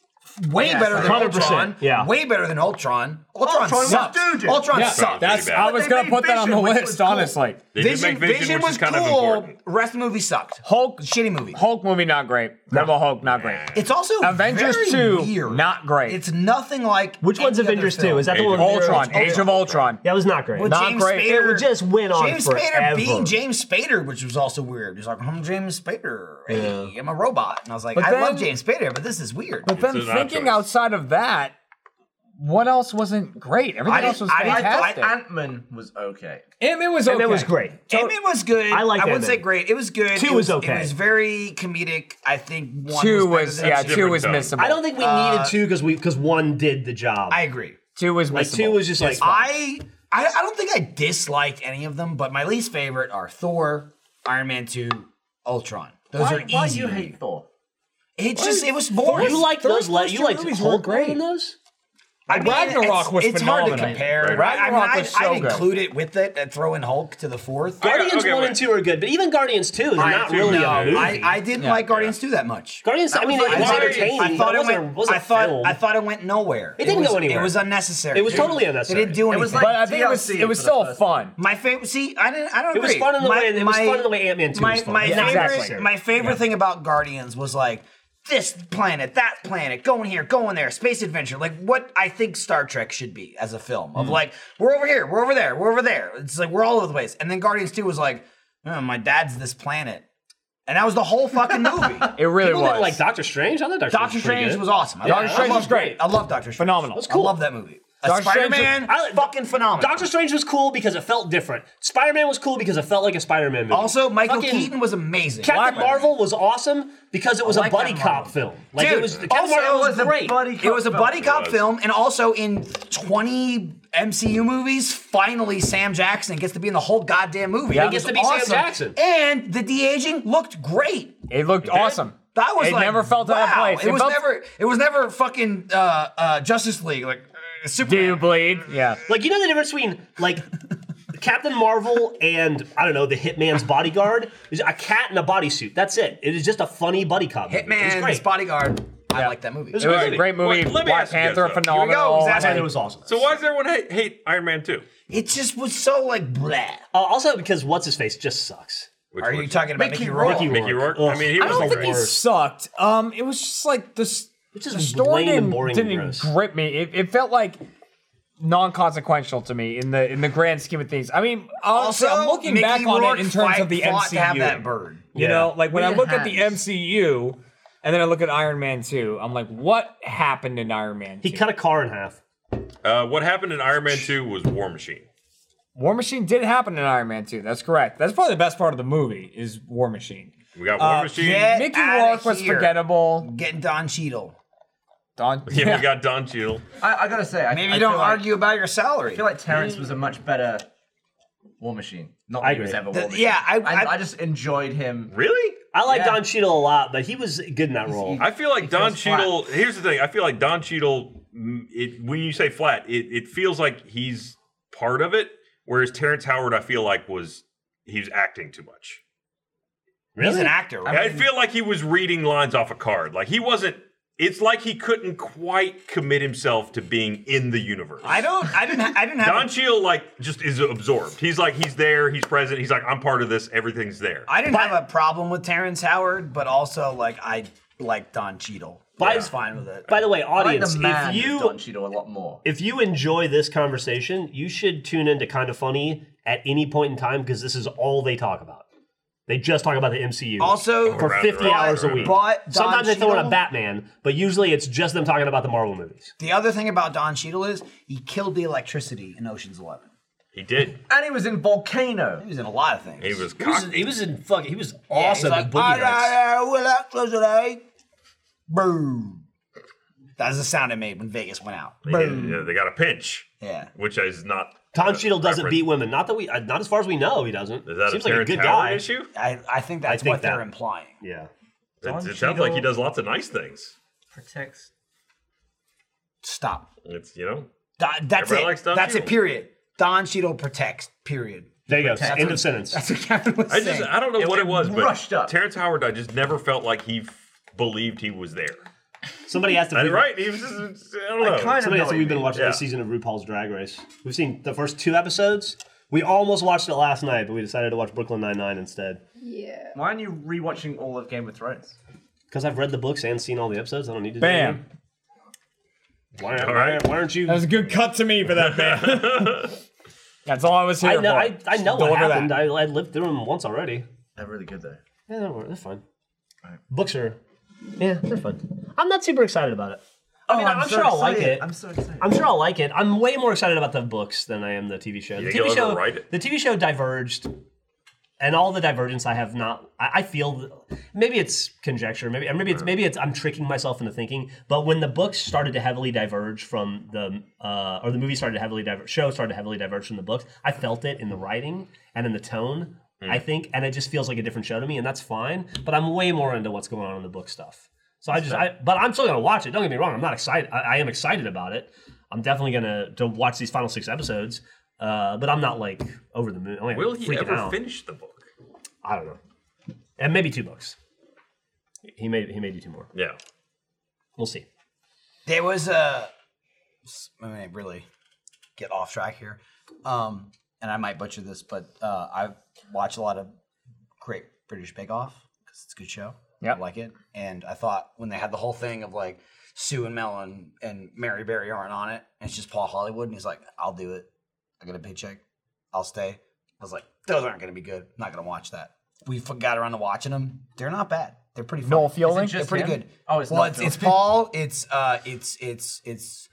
Way
Yes,
better than
100%,
Ultron.
yeah.
Way better than Ultron. Ultron,
Ultron was
sucked.
doo-doo.
Ultron
Yeah,
sucked.
that's- I was gonna put that on the list, honestly.
They did
Vision,
make Vision,
Vision
which
was
is kind of
cool.
important.
Rest of the movie sucked.
Hulk,
shitty movie.
Hulk movie not great. Rebel Hulk not great.
It's also
Avengers
very
two
weird.
not great.
It's nothing like
Which one's
any other
Avengers
film.
two? Is that the one?
Ultron, Age of Ultron.
That was not great.
With
not
James
great.
Spader,
it would just went on
James
forever.
Spader being James Spader, which was also weird. He's like, I'm James Spader. Hey, I'm a robot. And I was like,
But
I
then-
love James Spader, but this is weird.
But then thinking outside of that, what else wasn't great? Everything else was fantastic.
I, Ant Man was okay.
Ant-Man was
Ant-Man
okay.
was great.
Ant-Man was good.
I like
I wouldn't say
Ant-Man.
great. It was good.
Two
it
was
was
okay.
It was very comedic. I think one
Two
was,
was-
better than
yeah, two was missable.
I don't think we
Uh,
needed two because we because one did the job.
I agree.
Two was
like two
missable.
was just like
I, I I don't think I disliked any of them, but my least favorite are Thor, Iron Man Two, Ultron. Those
Why-
are easy.
why do you hate
Thor? It's just it was boring.
You like those? le- You like Hulk more than those?
I mean,
Ragnarok
it's-
was
it's hard to
phenomenal.
compare.
Right.
Ra-
Ragnarok
I mean,
was
I'd,
so
I'd
good.
include it with it, and throw in Hulk to the fourth.
Guardians one and two are good, but even Guardians two is
I-
not really
no,
a movie.
I, I didn't like Guardians 2 that much.
Guardians- I mean, it was entertaining,
I thought
but it
it
wasn't-
went.
wasn't
I thought.
film.
I thought it went nowhere.
It didn't
was-
go anywhere.
It was unnecessary.
It was totally
It
unnecessary.
didn't do
It
anything.
was like But I think it was- DLC it was for the still first fun. one.
My favorite. See, I didn't. I don't
It was
agree.
fun in the
my,
way- it was
my-
fun in the way Ant-Man 2
my,
was fun.
My
Yeah,
favorite.
exactly.
My favorite thing about Guardians was like. This planet, that planet, going here, going there, space adventure, like what I think Star Trek should be as a film of
Mm.
like, we're over here, we're over there, we're over there. It's like we're all over the place. And then Guardians 2 was like, "Oh, my dad's this planet. And that was the whole fucking movie.
it really
People didn't
was.
like
Doctor Strange. I thought Doctor,
Doctor Strange was awesome. I
Doctor
love- I
Strange
love-
was great.
I love Doctor Strange.
Phenomenal.
I love that movie.
Doctor Strange
Spider
was-
Man, fucking phenomenal.
Doctor Strange was cool because it felt different. Spider Man was cool because it felt like a Spider Man movie.
Also, Michael
Fucking
Keaton was amazing.
Captain Marvel was awesome because it was
I
a
like
buddy
Captain
cop
Marvel.
film. Like
Dude,
it was Captain
also,
Marvel
it
was
was a
great.
buddy It was a buddy cop film, and also in 20 MCU movies, finally Sam Jackson gets to be in the whole goddamn movie.
Yeah.
That
He gets
was
to be Sam
awesome.
Jackson.
And the de aging looked great.
It looked awesome.
That was
it
like,
never felt out of
wow.
place.
It, was
felt-
never. It was never fucking uh, uh, Justice League. Like uh, Superman.
Do you bleed? Yeah.
Like you know the difference between like Captain Marvel and I don't know the Hitman's bodyguard is a cat in a bodysuit. That's it. It is just a funny buddy cop. Hitman's
Hitman's bodyguard. I like that movie.
It was a great movie.
Wait, let me
Black
ask you
Panther,
guys, though. Here we go,
phenomenal.
exactly.
I mean,
Oh, It was awesome.
So why does everyone hate, hate Iron Man two?
It just was so like blah.
Uh, also because what's his face just sucks.
Are you talking about Mickey, Rourke?
Mickey Rourke.
Mickey Rourke. I mean, he
I
was
don't
the
think he
worst.
sucked. Um, it was just like this.
Just
the story
plain and
didn't,
boring and
didn't
gross.
grip me. It, it felt like non-consequential to me in the in the grand scheme of things. I mean, honestly, I'm
Also,
looking
Mickey
back on
Rourke
it in terms
fight-
of the
fought
MCU.
to have that bird.
You
Yeah.
know, like when
We
I
didn't
look at
have
the MCU and then I look at Iron Man 2, I'm like, what happened in Iron Man 2?
He cut a car in half.
Uh, what happened in Iron Man two was War Machine.
War Machine did happen in Iron Man 2. That's correct. That's probably the best part of the movie is War Machine.
We got War
Uh,
Machine.
yeah. Mickey
outta
Rourke was forgettable.
Getting Don Cheadle.
Don.
Yeah, we got Don Cheadle.
I, I gotta say, I,
Maybe
I
you don't
feel like-
argue about your salary.
I feel like Terrence was a much better War Machine. Not
I
that he was
agree.
ever War
The-
Machine.
yeah, I-
I,
I-
I just enjoyed him.
Really?
I like
Yeah.
Don Cheadle a lot, but he was good in that role.
I feel like Don
feels flat.
Cheadle. Here's the thing. I feel like Don Cheadle. mm, It, when you say flat, it, it feels like he's part of it. Whereas Terrence Howard, I feel like was he was acting too much.
He's an actor,
I,
right?
feel like he was reading lines off a card. Like he wasn't. It's like he couldn't quite commit himself to being in the universe.
I don't. I didn't. ha- I didn't have.
Don Cheadle like just is absorbed. He's like he's there. He's present. He's like I'm part of this. Everything's there.
I didn't have a problem with Terrence Howard, but also like I like Don Cheadle.
By-
I was fine with it.
By the way, audience,
the
if
man
you
of Don
Cheadle a lot more,
if you enjoy this conversation, you should tune into Kind of Funny at any point in time because this is all they talk about. They just talk about the MCU.
Also-
for
Right,
50
right,
hours a
right.
week.
But Don
Sometimes they throw in a
Cheadle-
Batman, but usually it's just them talking about the Marvel movies.
The other thing about Don Cheadle is he killed the electricity in Ocean's Eleven.
He did.
And he was in Volcano. He was in a lot of things.
He was
He was, he was in fucking. He was awesome. in
Yeah, he's
Boogie
like,
Nights.
"Ah, will I close it, eh?" Boom. That's the sound it made when Vegas went out.
They, did- yeah, they got a pinch.
Yeah.
Which is not.
Tom Cheadle doesn't
reference.
beat women. Not that we, uh, not as far as we know, he doesn't.
Is that a
Seems like a
Terrence
good
Howard
guy.
issue?
I, I think that's
I think
what they're
that-
implying.
Yeah.
It,
Don
it sounds like he
Cheadle-
does lots of nice things.
Protects. Stop.
It's you know.
Don- that's
Everybody
it.
likes Don
that's
Cheadle.
it. Period. Don Cheadle protects. Period.
There you go.
Protects.
End of sentence.
That's what Kevin was
I
saying.
just I don't know what it was, but
rushed up.
Terrence Howard, I just never felt like he f- believed he was there.
Somebody asked
I-
if we-
right. He was just I don't know.
Somebody else that we've been watching
Yeah.
this season of RuPaul's Drag Race. We've seen the first two episodes. We almost watched it last night, but we decided to watch Brooklyn Nine Nine instead.
Yeah.
Why aren't you rewatching all of Game of Thrones?
Because I've read the books and seen all the episodes. I don't need to.
Bam.
Do anything. why,
All
why,
right.
why aren't you?
That was a good cut to me for that man. That's all I was here
I know.
for.
I, I
Just
know what
deliver that.
happened. I, I lived through them once already.
They're really good though.
Yeah, they're, they're fun. Books are. Yeah, they're fun. I'm not super excited about it. I mean,
Oh,
I'm, sure I'll like
excited.
it.
I'm so excited.
I'm sure I'll like it. I'm way more excited about the books than I am the TV show.
You
the
think
TV
you'll
show,
ever write it?
the TV show diverged, and all the divergence I have not. I, I feel maybe it's conjecture. Maybe or maybe it's maybe it's I'm tricking myself into thinking. But when the books started to heavily diverge from the uh, or the movie started to heavily diverge, show started to heavily diverge from the books. I felt it in the writing and in the tone. I
Mm.
think, and it just feels like a different show to me, and that's fine. But I'm way more into what's going on in the book stuff. So I just, I, but I'm still gonna watch it. Don't get me wrong. I'm not excited. I, I am excited about it. I'm definitely gonna to watch these final six episodes. Uh, but I'm not like over the moon. I'm, like,
Will he
freaking
ever
out.
finish the book?
I don't know. And maybe two books. He may he may do two more.
Yeah.
We'll see.
There was a. I mean, really get off track here. Um, and I might butcher this, but uh, I watch a lot of Great British Bake Off because it's a good show. Yeah. I like it. And I thought when they had the whole thing of like Sue and Mel and, and Mary Berry aren't on it, and it's just Paul Hollywood, and he's like, I'll do it. I get a paycheck. I'll stay. I was like, those aren't going to be good. not going to watch that. We f- got around to watching them. They're not bad. They're pretty funny.
Noel Fielding?
They're
Just
pretty
him?
good.
Oh, it's
well,
Noel
it's, it's
Fielding.
Paul. It's uh, it's it's it's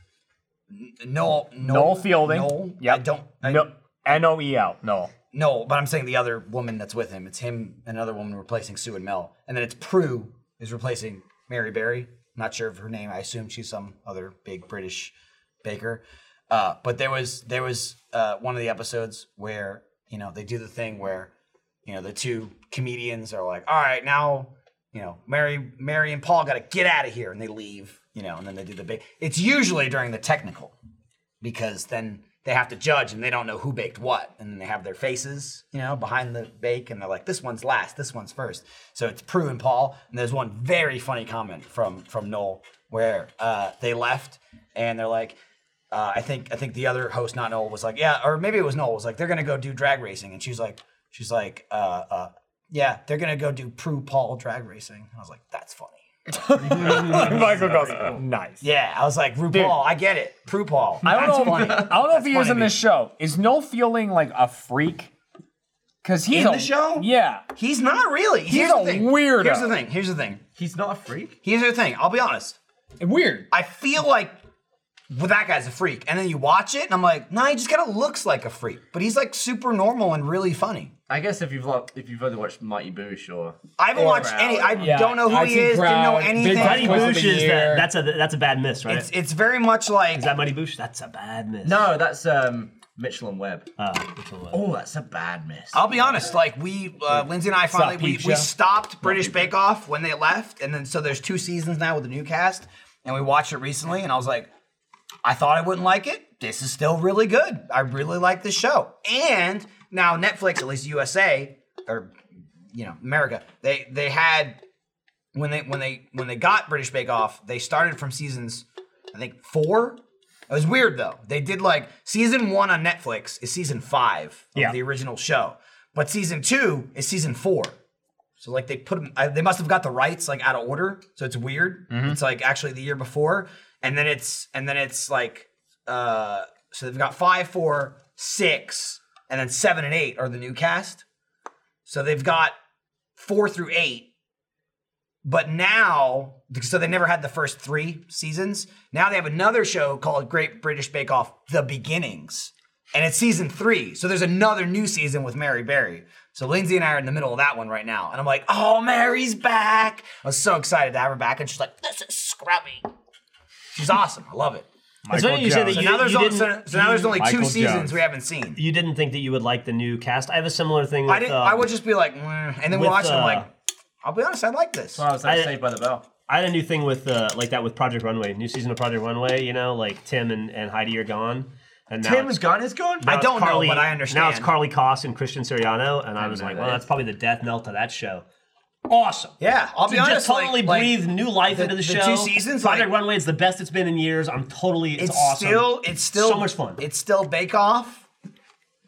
N- Noel Noel,
Noel Fielding.
Noel.
Yep.
I don't.
No, N O E L. Noel.
No, but I'm saying the other woman that's with him. It's him, and another woman replacing Sue and Mel, and then it's Prue is replacing Mary Berry. Not sure of her name. I assume she's some other big British baker. Uh, but there was there was uh, one of the episodes where you know they do the thing where you know the two comedians are like, all right, now you know Mary Mary and Paul got to get out of here, and they leave. You know, and then they do the big. It's usually during the technical because then they have to judge and they don't know who baked what and then they have their faces you know behind the bake and they're like this one's last this one's first so it's prue and paul and there's one very funny comment from from noel where uh, they left and they're like uh, i think i think the other host not noel was like yeah or maybe it was noel was like they're gonna go do drag racing and she's like she's like uh, uh, yeah they're gonna go do prue paul drag racing i was like that's funny
Michael Carlson. Nice.
yeah i was like rupaul i get it prue paul
I don't
That's
know.
funny.
I don't know if
That's
he was
funny,
in
dude.
this show. Is Noel Fielding like a freak? Because he's
in
a-
the show?
Yeah.
He's not really.
He's
Here's
a
the thing.
weirdo.
Here's the thing. Here's the thing.
He's not a freak.
Here's the thing. I'll be honest.
Weird.
I feel like well, that guy's a freak, and then you watch it, and I'm like, nah, he just kind of looks like a freak, but he's like super normal and really funny.
I guess if you've lo- if you've only watched Mighty Boosh or
I haven't
or
watched
Rowdy.
any. I don't know who he is. Didn't know anything.
Mighty Boosh is that, that's a that's a bad miss, right?
It's it's very much like
is that Mighty Boosh? That's a bad miss.
No, that's um Mitchell and Webb.
Oh,
that's a bad miss.
I'll be honest. Like we, uh, Lindsay and I
up,
finally we,
peeps,
we
yeah?
stopped British Bake Off when they left, and then so there's two seasons now with the new cast, and we watched it recently, and I was like, I thought I wouldn't like it. This is still really good. I really like this show. And now Netflix, at least USA or you know America, they they had when they when they when they got British Bake Off, they started from seasons I think four. It was weird though. They did like season one on Netflix is season five of the original show, but season two is season four. So like they put them, I, they must have got the rights like out of order. So it's weird.
Mhm.
It's like actually the year before, and then it's and then it's like uh so they've got five, four, six, and then seven and eight are the new cast. So they've got four through eight, but now so they never had the first three seasons. Now they have another show called Great British Bake Off: The Beginnings. And it's season three. So there's another new season with Mary Berry. So Lindsay and I are in the middle of that one right now. And I'm like, oh, Mary's back. I was so excited to have her back. And she's like, this is scrubby. She's awesome. I love it.
It's funny you say that
so
you-
now there's
you
only,
didn't-
so, so now there's only two
Michael
seasons
Jones.
we haven't seen.
You didn't think that you would like the new cast. I have a similar thing. With, um,
I didn't. I would just be like, "Mm," and then
with,
watch them.
uh,
Like, I'll be honest, I like this.
Oh,
Well, I was like, I- Saved
by the Bell.
I had a new thing with uh, like that with Project Runway, new season of Project Runway. You know, like Tim and, and Heidi are gone, and now
Tim
it's-
is gone. Is gone.
now it's Carly- Now it's Carly Koss and Christian Siriano, and I, was like, well, that's probably the death knell to that show. Awesome.
Yeah, I'll
To
be
just
honest. like-
totally
like,
breathe new life into the, show.
two seasons, like,
Project Runway is the best it's been in years. I'm totally. It's,
it's
awesome.
still it's still
so much fun.
It's still Bake Off.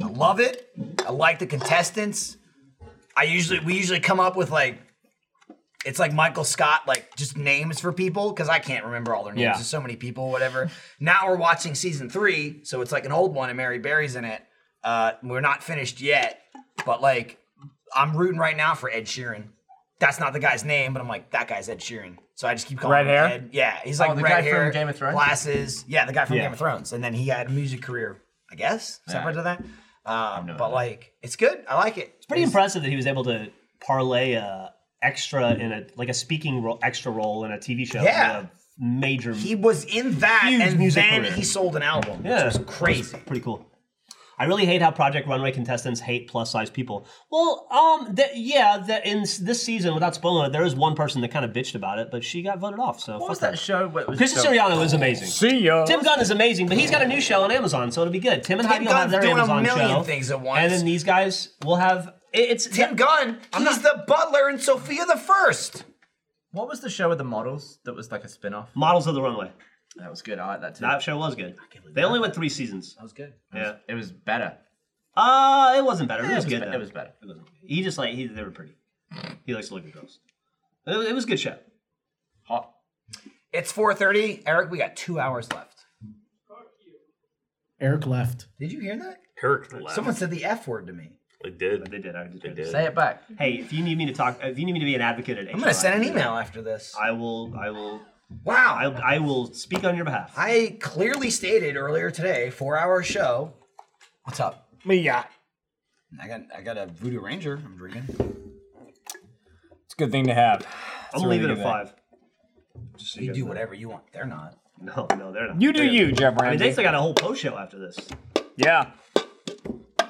I love it. I like the contestants. I usually we usually come up with like it's like Michael Scott like just names for people because I can't remember all their names.
Yeah.
There's so many people, whatever. now we're watching season three, so it's like an old one, and Mary Berry's in it. Uh, we're not finished yet, but like I'm rooting right now for Ed Sheeran. That's not the guy's name, but I'm like that guy's Ed Sheeran. So I just keep calling
Red
him
hair?
Ed. Yeah, he's like
Oh, the
red
guy from
hair,
Game of Thrones?
glasses. Yeah, the guy from
Yeah.
Game of Thrones, and then he had a music career, I guess,
Yeah.
separate to that. Um, but like, it's good. I like it.
It's pretty impressive that he was able to parlay a extra in a like a speaking role, extra role in a TV show.
Yeah.
with a major.
He was in that,
huge
and
music
then
career.
he sold an album,
Yeah,
which was crazy.
pretty cool. I really hate how Project Runway contestants hate plus size people. Well, um, that yeah, that in s- this season, without spoiling it, there is one person that kind of bitched about it, but she got voted off. So fuck
was that show? What was
Kristen
so-
Siriano is amazing.
See ya.
Tim Gunn is amazing, but he's got a new show on Amazon, so it'll be good. Tim and
Tim
Heidi will have
Gunn's
their
doing a
Amazon
million
show,
things at once.
and then these guys will have it- it's
Tim Gunn. He's the butler in Sophia the First.
What was the show with the models that was like a spin off?
Models of the Runway.
That was good. I like that too.
That show was good. They only went three seasons. That
was good.
Yeah,
it was better.
Uh, it wasn't better.
Yeah,
it was, good.
be-
though.
It was better.
He just like he they were pretty. He likes to look at girls. It was, it was a good show. Hot.
It's 4:30, Eric. We got two hours left.
Eric left.
Did you hear that?
Kirk
Someone said the F word to me.
They did.
They did. I did. They
Say it back.
Hey, if you need me to talk, if you need me to be an advocate at
I'm gonna
HR,
send an
I can do
email
that.
after this.
I will. I will.
Wow.
I, I will speak on your behalf.
I clearly stated earlier today, four-hour show. What's up? Me yeah. I got I got a Voodoo Ranger. I'm drinking.
It's a good thing to have.
I'm
It's a
leaving
good
it at
thing.
five.
you do whatever you want. They're not.
No, no, they're not.
You do
They're-
you, Jeff
I mean,
Ramsey.
they still got a whole post show after this.
Yeah.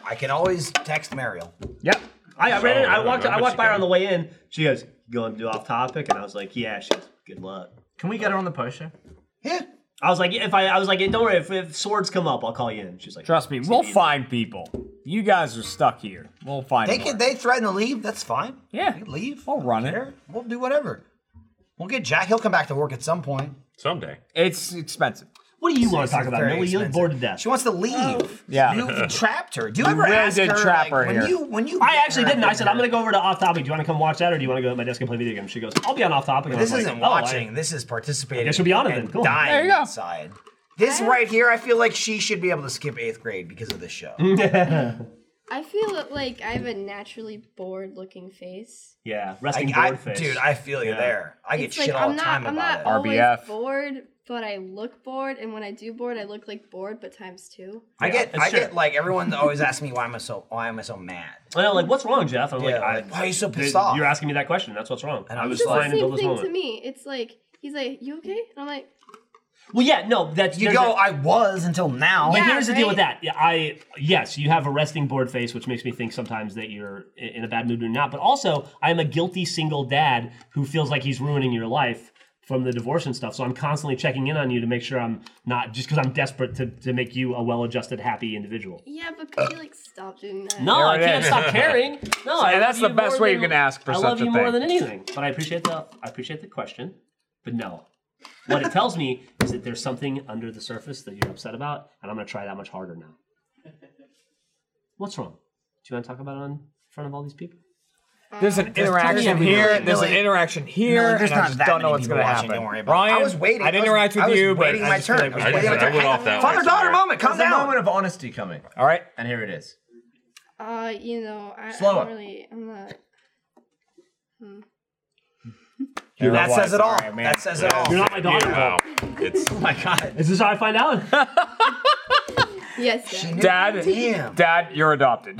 I can always text Mariel.
Yep.
I, I ran in,
So,
I walked.
I
I
bet
walked
she
by her
can.
on the way in. She goes, "You "Going to do off topic," and I was like, "Yeah." She goes, "Good luck."
Can we get her on the post show?
Yeah.
I was like, if I, I was like, don't worry, if, if swords come up, I'll call you in. She's like,
Trust me, we'll find people. You guys are stuck here. We'll find
They
more.
can, they threaten to leave. That's fine.
Yeah,
we can leave.
We'll run it.
We'll do whatever. We'll get Jack. He'll come back to work at some point.
Someday.
It's expensive.
What do you
wanna talk about, Millie? You look bored
to death.
She wants to leave.
yeah.
you trapped her. Do you
You
ever
really
ask
did
her
trap
like,
her
when
here.
you when you?
I actually didn't. I said, I'm going to go over to Off Topic. Do you want to come watch that, or do you want to go to my desk and play video games? She goes, I'll be on Off Topic. And I
This
was like,
isn't
"Oh, I-
watching. this is participating.
I guess you'll be on it
and
then. Cool.
Dying
There you go.
inside. This right here, I feel like she should be able to skip eighth grade because of this show.
Mm.
I feel like I have a naturally bored looking face.
yeah, resting
I- I-
board face.
dude, I feel you there. I get
it's
shit
like
all
I'm
the
not,
time
I'm
about
not
it.
always bored, but I look bored, and when I do bored, I look like bored, but times two.
I get,
that's
I
true.
get like everyone always asks me why am I so why am I so mad?
I know, like, what's wrong, Jeff? I'm like, I,
why are you so
th-
pissed off?
You're asking me that question. That's what's wrong. And I
I'm
was
It's the
fine until
same
this
thing to
moment.
me. It's like he's like, "You okay?" And I'm like,
Well, yeah, no, that's
You
there's
go,
a-
I was until now.
But here's the deal with that. Yeah, I yes, you have a resting board face, which makes me think sometimes that you're i- in a bad mood or not. But also, I am a guilty single dad who feels like he's ruining your life from the divorce and stuff. So I'm constantly checking in on you to make sure I'm not just because I'm desperate to, to make you a well-adjusted, happy individual.
"Yeah, but could you like stop doing that?"
No, I
There it
can't
is.
stop caring. No,
See,
I love
that's the
you
best
more
way
than-
you can ask for
I
such
love
a
you more
thing.
than anything. But I appreciate the I appreciate the question. But no, what it tells me is that there's something under the surface that you're upset about, and I'm going to try that much harder now. What's wrong? Do you want to talk about it on in front of all these people?
There's an
There's tons
interaction
of
here.
really-
There's an
really-
interaction here.
No, there's
and I
not
just
that
don't know
many
what's
people
going to
watching,
happen.
don't worry about it.
Ryan,
I was waiting-
I didn't
I was-
interact with
I was
you, but
waiting
I
my
just feel
turn.
like we
I
should-
just- I went off that way Father-daughter somewhere. moment, calm
There's
down.
A moment of honesty coming.
All right,
and here it is.
Uh, you know, I, I
Slower.
don't really, I'm not. Hmm.
You're
that
not
says it all.
sorry, man.
That says it all.
You're not my daughter. Wow.
oh my god. Is this how I find out?
Yes, Dad.
Dad,
Damn.
Dad, you're adopted.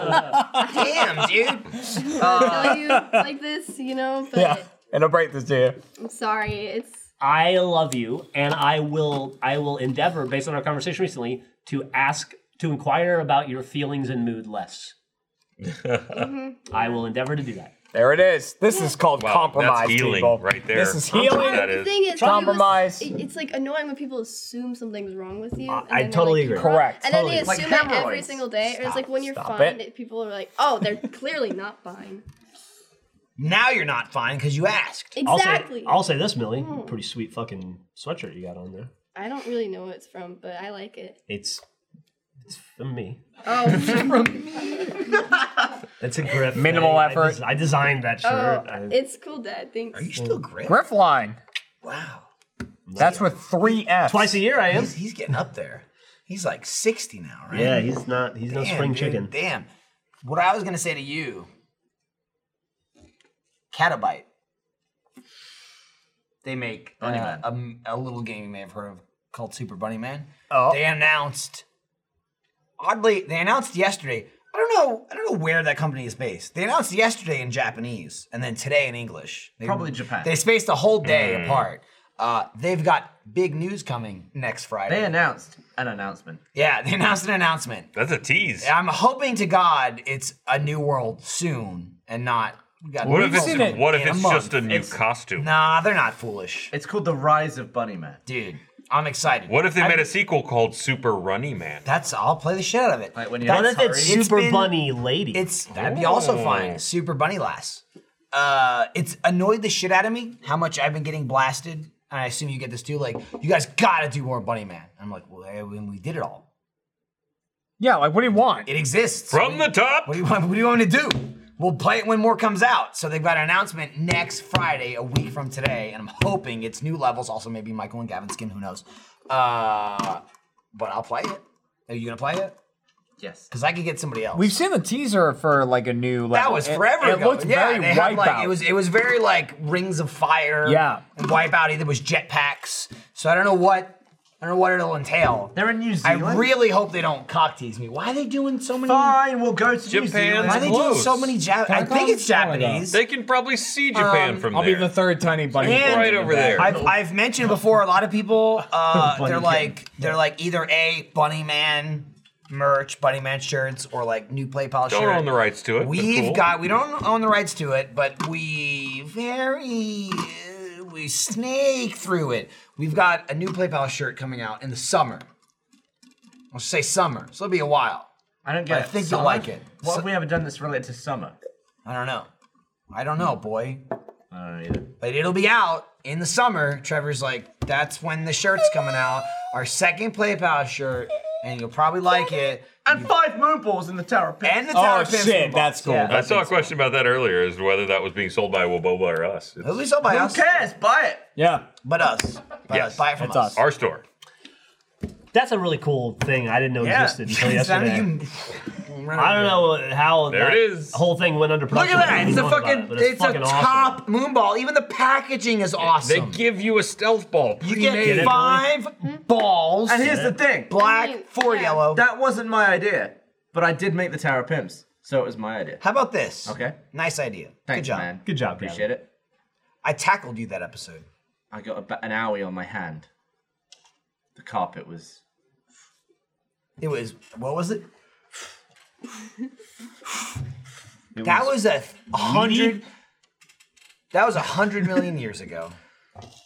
Damn, dude.
I'm gonna tell you like this, you know, but
yeah, and I'll break this to you.
I'm sorry. It's
I love you, and I will I will endeavor, based on our conversation recently, to ask to inquire about your feelings and mood less. I will endeavor to do that.
There it is. This is called
Wow,
compromise,
that's healing
people.
right there.
This is
That's what
healing.
that
the thing is it was-
compromise.
it- it's like annoying when people assume something's wrong with you. and
I
then they're
totally
like,
agree.
"You're wrong,"
Correct,
And then they
totally.
assume
Like
it every
hemorrhoids.
single day. or it's like when you're
Stop
fine,
it.
it- people are like, "Oh, they're clearly not fine."
Now you're not fine because you asked.
Exactly. Mm.
I'll say, I'll say this, Millie. Pretty sweet fucking sweatshirt you got on there.
I don't really know what it's from, but I like it.
It's it's from me.
Oh,
It's a grip.
Minimal
I- I
effort.
des- I, designed that shirt.
oh,
I-
it's cool, Dad. Thanks.
Are you still great?
Griff line.
Wow.
That's with three F's.
Twice a year I am.
He's, he's getting up there. He's like 60 now, right?
Yeah, he's not he's no
Damn,
spring
dude,
chicken.
Damn. What I was gonna say to you, Catabite. They make uh, a, m- a little game you may have heard of called Super Bunny Man.
Oh.
They announced. Oddly, they announced yesterday. I don't know. I don't know where that company is based. They announced yesterday in Japanese and then today in English. They-
Probably Japan.
They spaced a whole day
Mm.
apart. Uh, they've got big news coming next Friday.
They announced an announcement.
Yeah, they announced an announcement.
That's a tease.
I'm hoping to God it's a new world soon and not. we got
What
new
if it's
world
what if
in a
it's
month.
just a new costume?
Nah, they're not foolish,
It's called The Rise of Bunny Man.
dude. I'm excited.
What if they
I-
made a sequel called Super Runny Man?
That's I'll play the shit out of it.
Like when you
That's-
have
that's
Atari.
Super
been-
bunny lady.
It's that'd be also
Oh.
fine. Super bunny lass. Uh, it's annoyed the shit out of me how much I've been getting blasted. And I assume you get this too. Like you guys gotta do more bunny man. I'm like, well, eh, when we did it all,
Yeah, like what do you want?
it exists.
From the top.
What do you want? What do you want me to do? We'll play it when more comes out. So they've got an announcement next Friday, a week from today, and I'm hoping it's new levels. Also, maybe Michael and Gavin skin. Who knows? Uh, but I'll play it. Are you gonna play it?
Yes.
Because I could get somebody else.
We've seen the teaser for like a new. Level.
that was
It-
forever
It,
ago.
looked
yeah,
very
they had,
wipeout.
like, it was it was very like Rings of Fire.
Yeah.
and Wipeout. Either was jetpacks. So I don't know what I don't know what it'll entail.
They're in New
I
Zealand.
really hope they don't cock tease me. Why are they doing so many?
Fine, we'll go to New
Japan's
Zealand.
Why are they doing
close.
so many Jap? I think it's Japanese.
They can probably see
Um,
Japan from
I'll
there.
be the third tiny bunny.
And-
right over there.
I've, I've mentioned before a lot of people uh, they're
Kid.
like they're like either a bunny man merch bunny man shirts or like new play pal
Don't
shirt
own the rights to it. but
we've
cool.
got we don't own the rights to it but we very uh, we snake through it we've got a new play pal shirt coming out in the summer i'll say summer so it'll be a while
I don't get
I
it.
think you'll
Summer?
like it.
What
Su-
have we ever done that's related to summer?
i don't know i don't know boy
I
Uh,
don't know either.
but it'll be out in the summer. Trevor's like, that's when the shirt's coming out. Our second PlayPal shirt, and you'll probably like it.
And five moonballs in the tower.
And the
Oh
Tower Pins
shit,
from
that's cool.
Yeah.
I saw a question about that earlier as to whether that was being sold by Woboba or us.
Bob. At
It's
least all by
Who
us,
cares? Buy it.
Yeah.
but us, but
Yes,
us, buy it from
it's
us.
us.
our store.
That's a really cool thing I didn't know
Yeah.
existed until
Is that
yesterday.
how you-
I don't know how
There
that
it is.
whole thing went under
Look
production.
at that! It's
I
a
don't know about
fucking,
it, but
it's, a
fucking awesome.
top moonball. Even the packaging is
They
awesome.
give you a stealth ball.
you
pre-made.
get five balls,
Hmm? And here's the thing.
I mean,
black, four
yeah.
yellow.
That wasn't my idea, but I did make the Tower of Pimps, so it was my idea.
How about this?
Okay.
Nice idea. Good
Thanks,
job.
man.
Good job,
Appreciate it.
I tackled you that episode.
I got about an owie on my hand. The carpet was.
It was what was it? that was a th- a hundred. That was a hundred million years ago.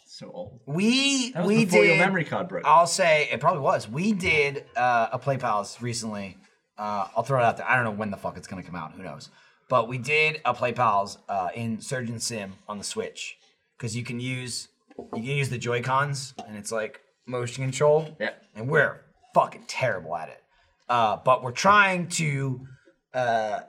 So old.
We
That was
we
before
did.
your memory card broke.
I'll say it probably was. We did uh, a play pals recently. Uh, I'll throw it out there. I don't know when the fuck it's gonna come out. Who knows? But we did a play pals uh, in Surgeon Sim on the Switch because you can use you can use the Joy Cons and it's like motion control.
Yep.
And we're fucking terrible at it. Uh, but we're trying to uh,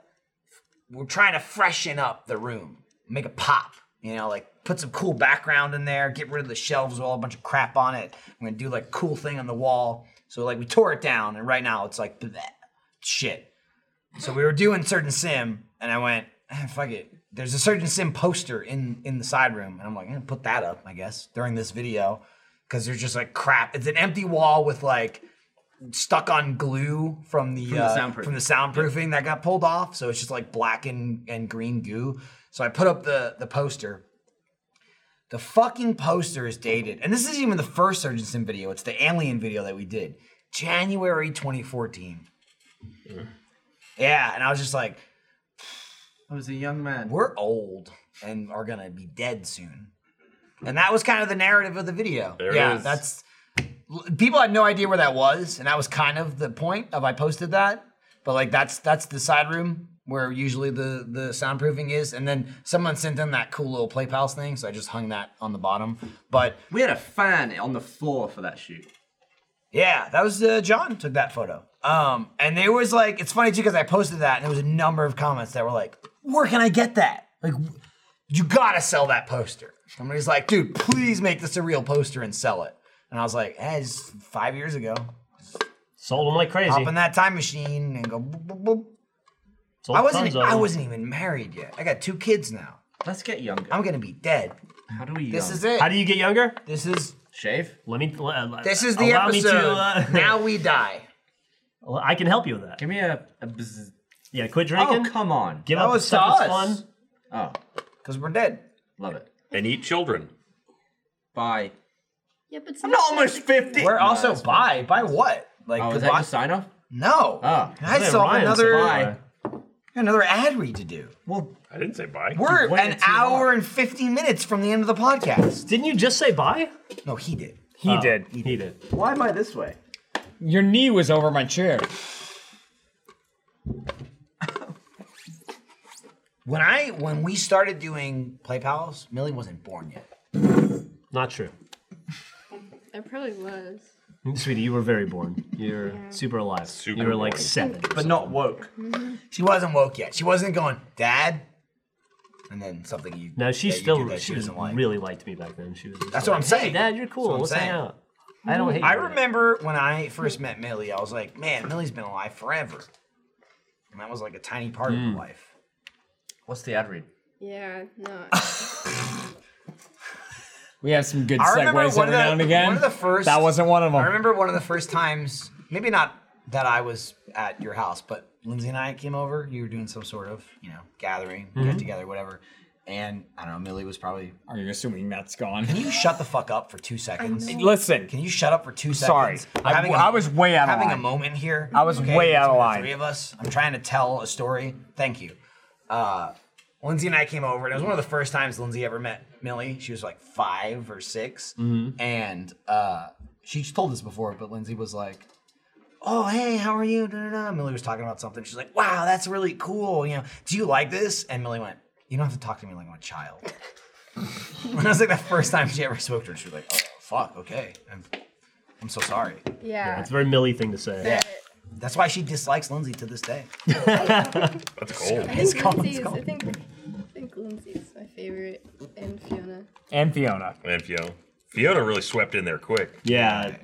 we're trying to freshen up the room, make it pop. You know, like put some cool background in there, get rid of the shelves with all a bunch of crap on it. I'm gonna do like a cool thing on the wall. So like we tore it down, and right now it's like bleh, shit. So we were doing Surgeon Sim, and I went, "Ah, fuck it. There's a Surgeon Sim poster in in the side room, and I'm like, I'm gonna put that up, I guess, during this video, because there's just like crap. It's an empty wall with like stuck on glue from the,
From the
uh,
soundproofing.
from the soundproofing that got pulled off. So it's just like black and, and green goo. So I put up the the poster. The fucking poster is dated, and this isn't even the first Surgeon Sim video. It's the alien video that we did, January 2014. Yeah, and I was just like, I was a young man. We're old and are gonna be dead soon. And that was kind of the narrative of the video.
There it
yeah,
is.
that's l- people had no idea where that was, and that was kind of the point of I posted that. But like that's that's the side room where usually the the soundproofing is, and then someone sent in that cool little play pals thing, so I just hung that on the bottom. But we had a fan on the floor for that shoot. Yeah, that was uh, John took that photo. Um, and there was like, it's funny too because I posted that and there was a number of comments that were like, "Where can I get that? Like, you gotta sell that poster." Somebody's like, "Dude, please make this a real poster and sell it." And I was like, "Eh, it's five years ago."
Sold them like crazy.
Hop in that time machine and go. Boop, boop, boop.
Sold
I wasn't. e,
tons of
I
them.
wasn't even married yet. I got two kids now. Let's get younger. I'm gonna be dead. How do we? This
young?
is it.
How do you get younger?
This is
shave. Let me. Uh,
This is the
allow
episode.
Me to, uh,
now we die.
well, I can help you with that. Give me a. yeah, quit drinking.
Oh, come on.
Give
That
up the
was
stuff
to
that's
us.
fun.
Oh,
because we're dead.
Love it.
And eat children.
Bye.
Yeah, but
I'm almost 50. We're
No,
also
that's
by. By what? Like,
Oh,
the
is that
bi-
your sign off?
No.
Oh.
I
Yeah,
saw
Ryan's
another
bye.
another ad read to do. Well,
I didn't say bye.
We're an hour and 15 minutes from the end of the podcast.
Didn't you just say bye? Uh,
No, he did.
He did.
He did.
Why am I this way?
Your knee was over my chair.
When I when we started doing Play Pals, Millie wasn't born yet.
Not true.
I probably was.
Sweetie, you were very born. You're super alive. you were like
born.
seven.
But not woke. She wasn't woke yet. She wasn't going, Dad. And then something you
No, she
that you
still
did that
she, really liked me back then. She was. just
That's
like,
what I'm saying.
Hey, Dad, you're cool.
That's what
Let's
I'm
hang
saying.
out. I don't hate
I
you.
remember when I first met Millie, I was like, man, Millie's been alive forever. And that was like a tiny part
Hmm.
of her life.
What's the ad read?
Yeah, no.
We have some good
I remember
segues
one of
every
the-
now and again.
one of the first-
That wasn't one of them.
I remember one of the first times, maybe not that I was at your house, but Lindsay and I came over. You were doing some sort of, you know, gathering, get
Mhm.
together, whatever. And I don't know, Millie was probably.
Are you assuming Matt's gone?
Can you shut the fuck up for two seconds?
Listen.
Can you shut up for two
Sorry.
seconds?
I- I was way out of
having
line.
a moment here.
I was way out
between
of
the
line.
Three of us. I'm trying to tell a story. Thank you. Uh, Lindsay and I came over, and it was one of the first times Lindsay ever met Millie. She was like five or 6 and uh, she's told this before, but Lindsay was like, "Oh, hey, how are you?" Da, da, da. Millie was talking about something. She's like, "Wow, that's really cool. You know, do you like this?" And Millie went, "You don't have to talk to me like I'm a child." and I was like, the first time she ever spoke to her, she was like, "Oh, fuck, okay, I'm, I'm so sorry."
Yeah.
That's a very Millie thing to say.
Yeah. That's why she dislikes Lindsay to this day.
That's
I think Lindsay's. I think. I think Lindsay's my favorite, and Fiona.
And Fiona.
And Fiona. Fiona really swept in there quick.
Yeah.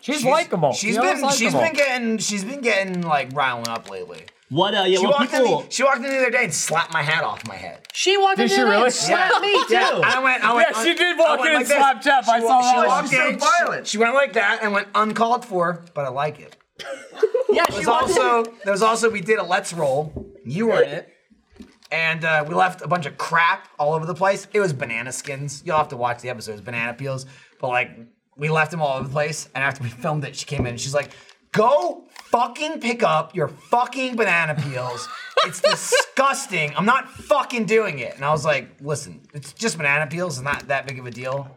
She's, likable.
She's been she's been getting she's been getting like riling up lately.
What? Uh, yeah.
she
what
walked
people?
in the, she walked in the other day and slapped my hat off my head.
She walked
Did in she there and really? slapped
Yeah.
me, too.
Yeah, I went. I went
Yeah,
I-
she did
I went
walk in and
like this.
slap Jeff. I
She
saw
wa-
that.
She walked
She's so
in. Violent. She went like that and went uncalled for, but I like it.
Yeah,
There was also there was also we did a let's roll. You were in it. And uh, we left a bunch of crap all over the place. It was banana skins. You'll have to watch the episodes, banana peels. But like, we left them all over the place. And after we filmed it, she came in and she's like, "Go fucking pick up your fucking banana peels. It's disgusting. I'm not fucking doing it." And I was like, "Listen, it's just banana peels. It's not that big of a deal."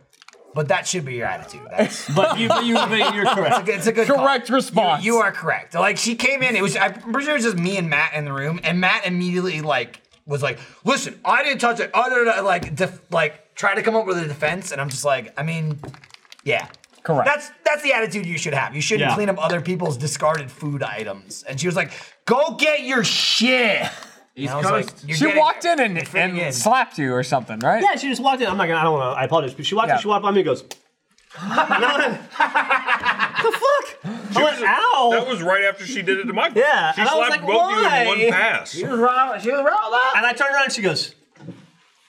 But that should be your attitude. That's,
But you- but you- but you're
It's
correct.
a good, it's a good
Correct
response. You, you are correct. Like she came in, it was I'm pretty sure it was just me and Matt in the room, and Matt immediately like was like, "Listen, I didn't touch it." Oh, no, no, like def- like try to come up with a defense, and I'm just like, I mean, yeah, correct. That's that's the attitude you should have. You shouldn't
Yeah.
clean up other people's discarded food items. And she was like, "Go get your shit."
East
I was like, Coast. you're
she
getting-
walked in and, and slapped you or something, right?
Yeah, she just walked in. I'm not gonna. I don't want to. I apologize. But she walked. in, She walked by me and goes.
She was- That was right after she did it to my. Yeah, she
Oh. and I was
slapped
like,
both
"Why?"
of you in one pass.
She
was wrong. She was wrong.
And I turned around. and She goes.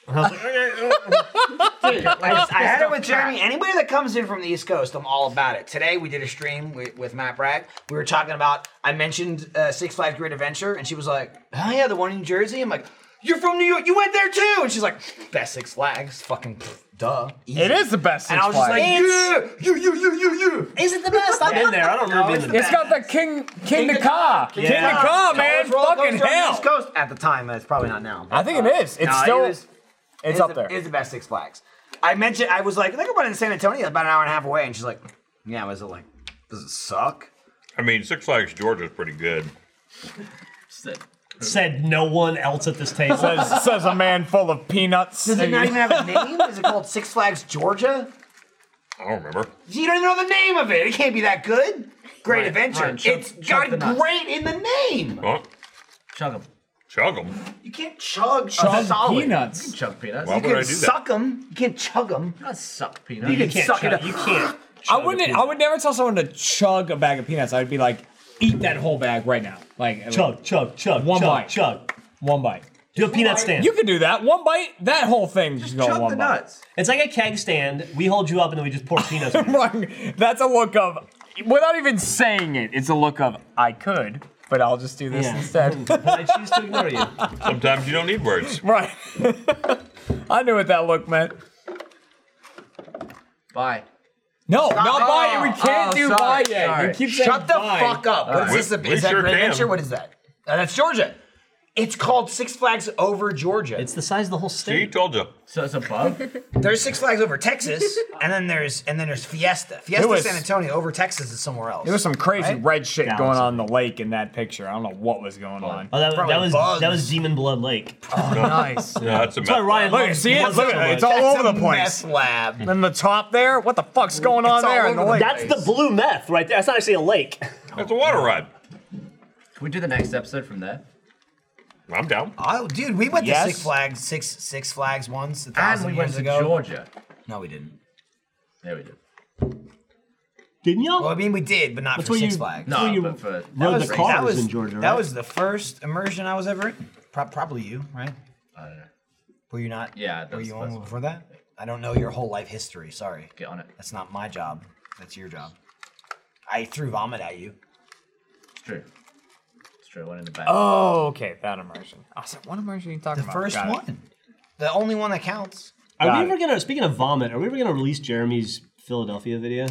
And I was like,
I,
I- I
had it with
stuff
Jeremy. Anybody that comes in from the East Coast, I'm all about it. Today we did a stream with, with Matt Bragg. We were talking about I mentioned uh, Six Flags Great Adventure, and she was like, "Oh yeah, the one in New Jersey." I'm like, "You're from New York. You went there too?" And she's like, "Best Six Flags. Fucking pff, duh.
It is the best.
And I was just like, yeah, you, you, you, you, you.
Is it the best? I've been there. I don't remember
It's,
being the Oh,
it's
best.
got the king, king, to car, king to car, man,
Tallest roller
fucking
coaster on the
hell.
East Coast at the time. It's probably not now.
I think it is. It's
no,
still-
it is-
it's
is
up
the-
there.
It's the best Six Flags. I mentioned I was like, I think I'm running to San Antonio about an hour and a half away, and she's like, Yeah, was it like, does it suck?
I mean, Six Flags Georgia's pretty good.
Said no one else at this table.
says, says a man full of peanuts.
Does it not even have a name? Is it called Six Flags Georgia?
I don't remember.
You don't even know the name of it. It can't be that good. Great adventure.
Ryan, chug-
it's
chug the
got
nuts.
great in the name.
Huh?
Chug them.
Chug them.
You can't chug,
Chug
a solid.
peanuts.
You can
chug peanuts.
Why
you
would
can
I do that?
suck them. You can't chug them.
Not suck
peanuts. You, can suck it up.
I wouldn't. I would never tell someone to chug a bag of peanuts. I would be like, eat that whole bag right now. Like
Chug, chug, chug,
one
chug,
bite,
chug,
one bite.
Do a peanut stand.
You could do that. One bite. That whole thing. Just go one bite.
It's like a keg stand. We hold you up and then we just pour peanuts. on you.
Wrong. That's a look of, without even saying it, it's a look of I could, but I'll just do this
Yeah.
instead.
I choose to ignore you.
Sometimes you don't need words.
right. I knew what that look meant.
Bye.
No, not
Oh,
buy it. We can't
oh,
do
sorry,
buy yet.
sorry.
You keep saying
Shut the
buy.
fuck up. What is
Alright.
this? is that Great Adventure? What is that? Uh, that's Georgia. It's called Six Flags Over Georgia. It's
the size of the whole
See, told you.
So it's above.
there's Six Flags Over Texas, and then there's and then there's Fiesta. Fiesta
was-
San Antonio. Over Texas is somewhere else.
There was some crazy
Right?
red shit
Down
going on in the lake in that picture. I don't know what was going on.
Oh, that, that
Probably
was
bugs.
that was Demon Blood Lake.
Oh, nice.
Yeah, that's a
That's why
mess.
Ryan.
Look,
loves-
see it?
loves
Look,
so
at it.
much.
it's all over the place.
lab.
And the top there, what the fuck's going on
all
there?
over
in the
the
lake?
That's the blue meth right there. That's not actually a lake.
That's a water ride.
Can we do the next episode from there?
I'm down.
Oh, dude, we went
Yes.
to Six Flags, Six Six Flags once a
And
thousand
we
years
went to
ago.
Georgia.
No, we didn't.
There we did.
Didn't y'all?
Well, I mean, we did, but not
That's
for
where
Six
you-
Flags.
No, That's where you but for- rode
that
the
was,
cars
that was-
in Georgia,
That
right?
was the first immersion I was ever in. Pro- probably you, right?
I don't know.
Were you not?
Yeah, that
Were
was
you
the
on
first
before that? I don't know your whole life history. Sorry.
Get on it.
That's not my job. That's your job. I threw vomit at you.
It's true. It's true. One in the back.
Oh, okay, that immersion. I was like, what immersion are you talking
The
about?
first
Got it.
one. The only one that counts.
Are
Got
we ever gonna? Speaking of vomit, are we ever gonna release Jeremy's Philadelphia video?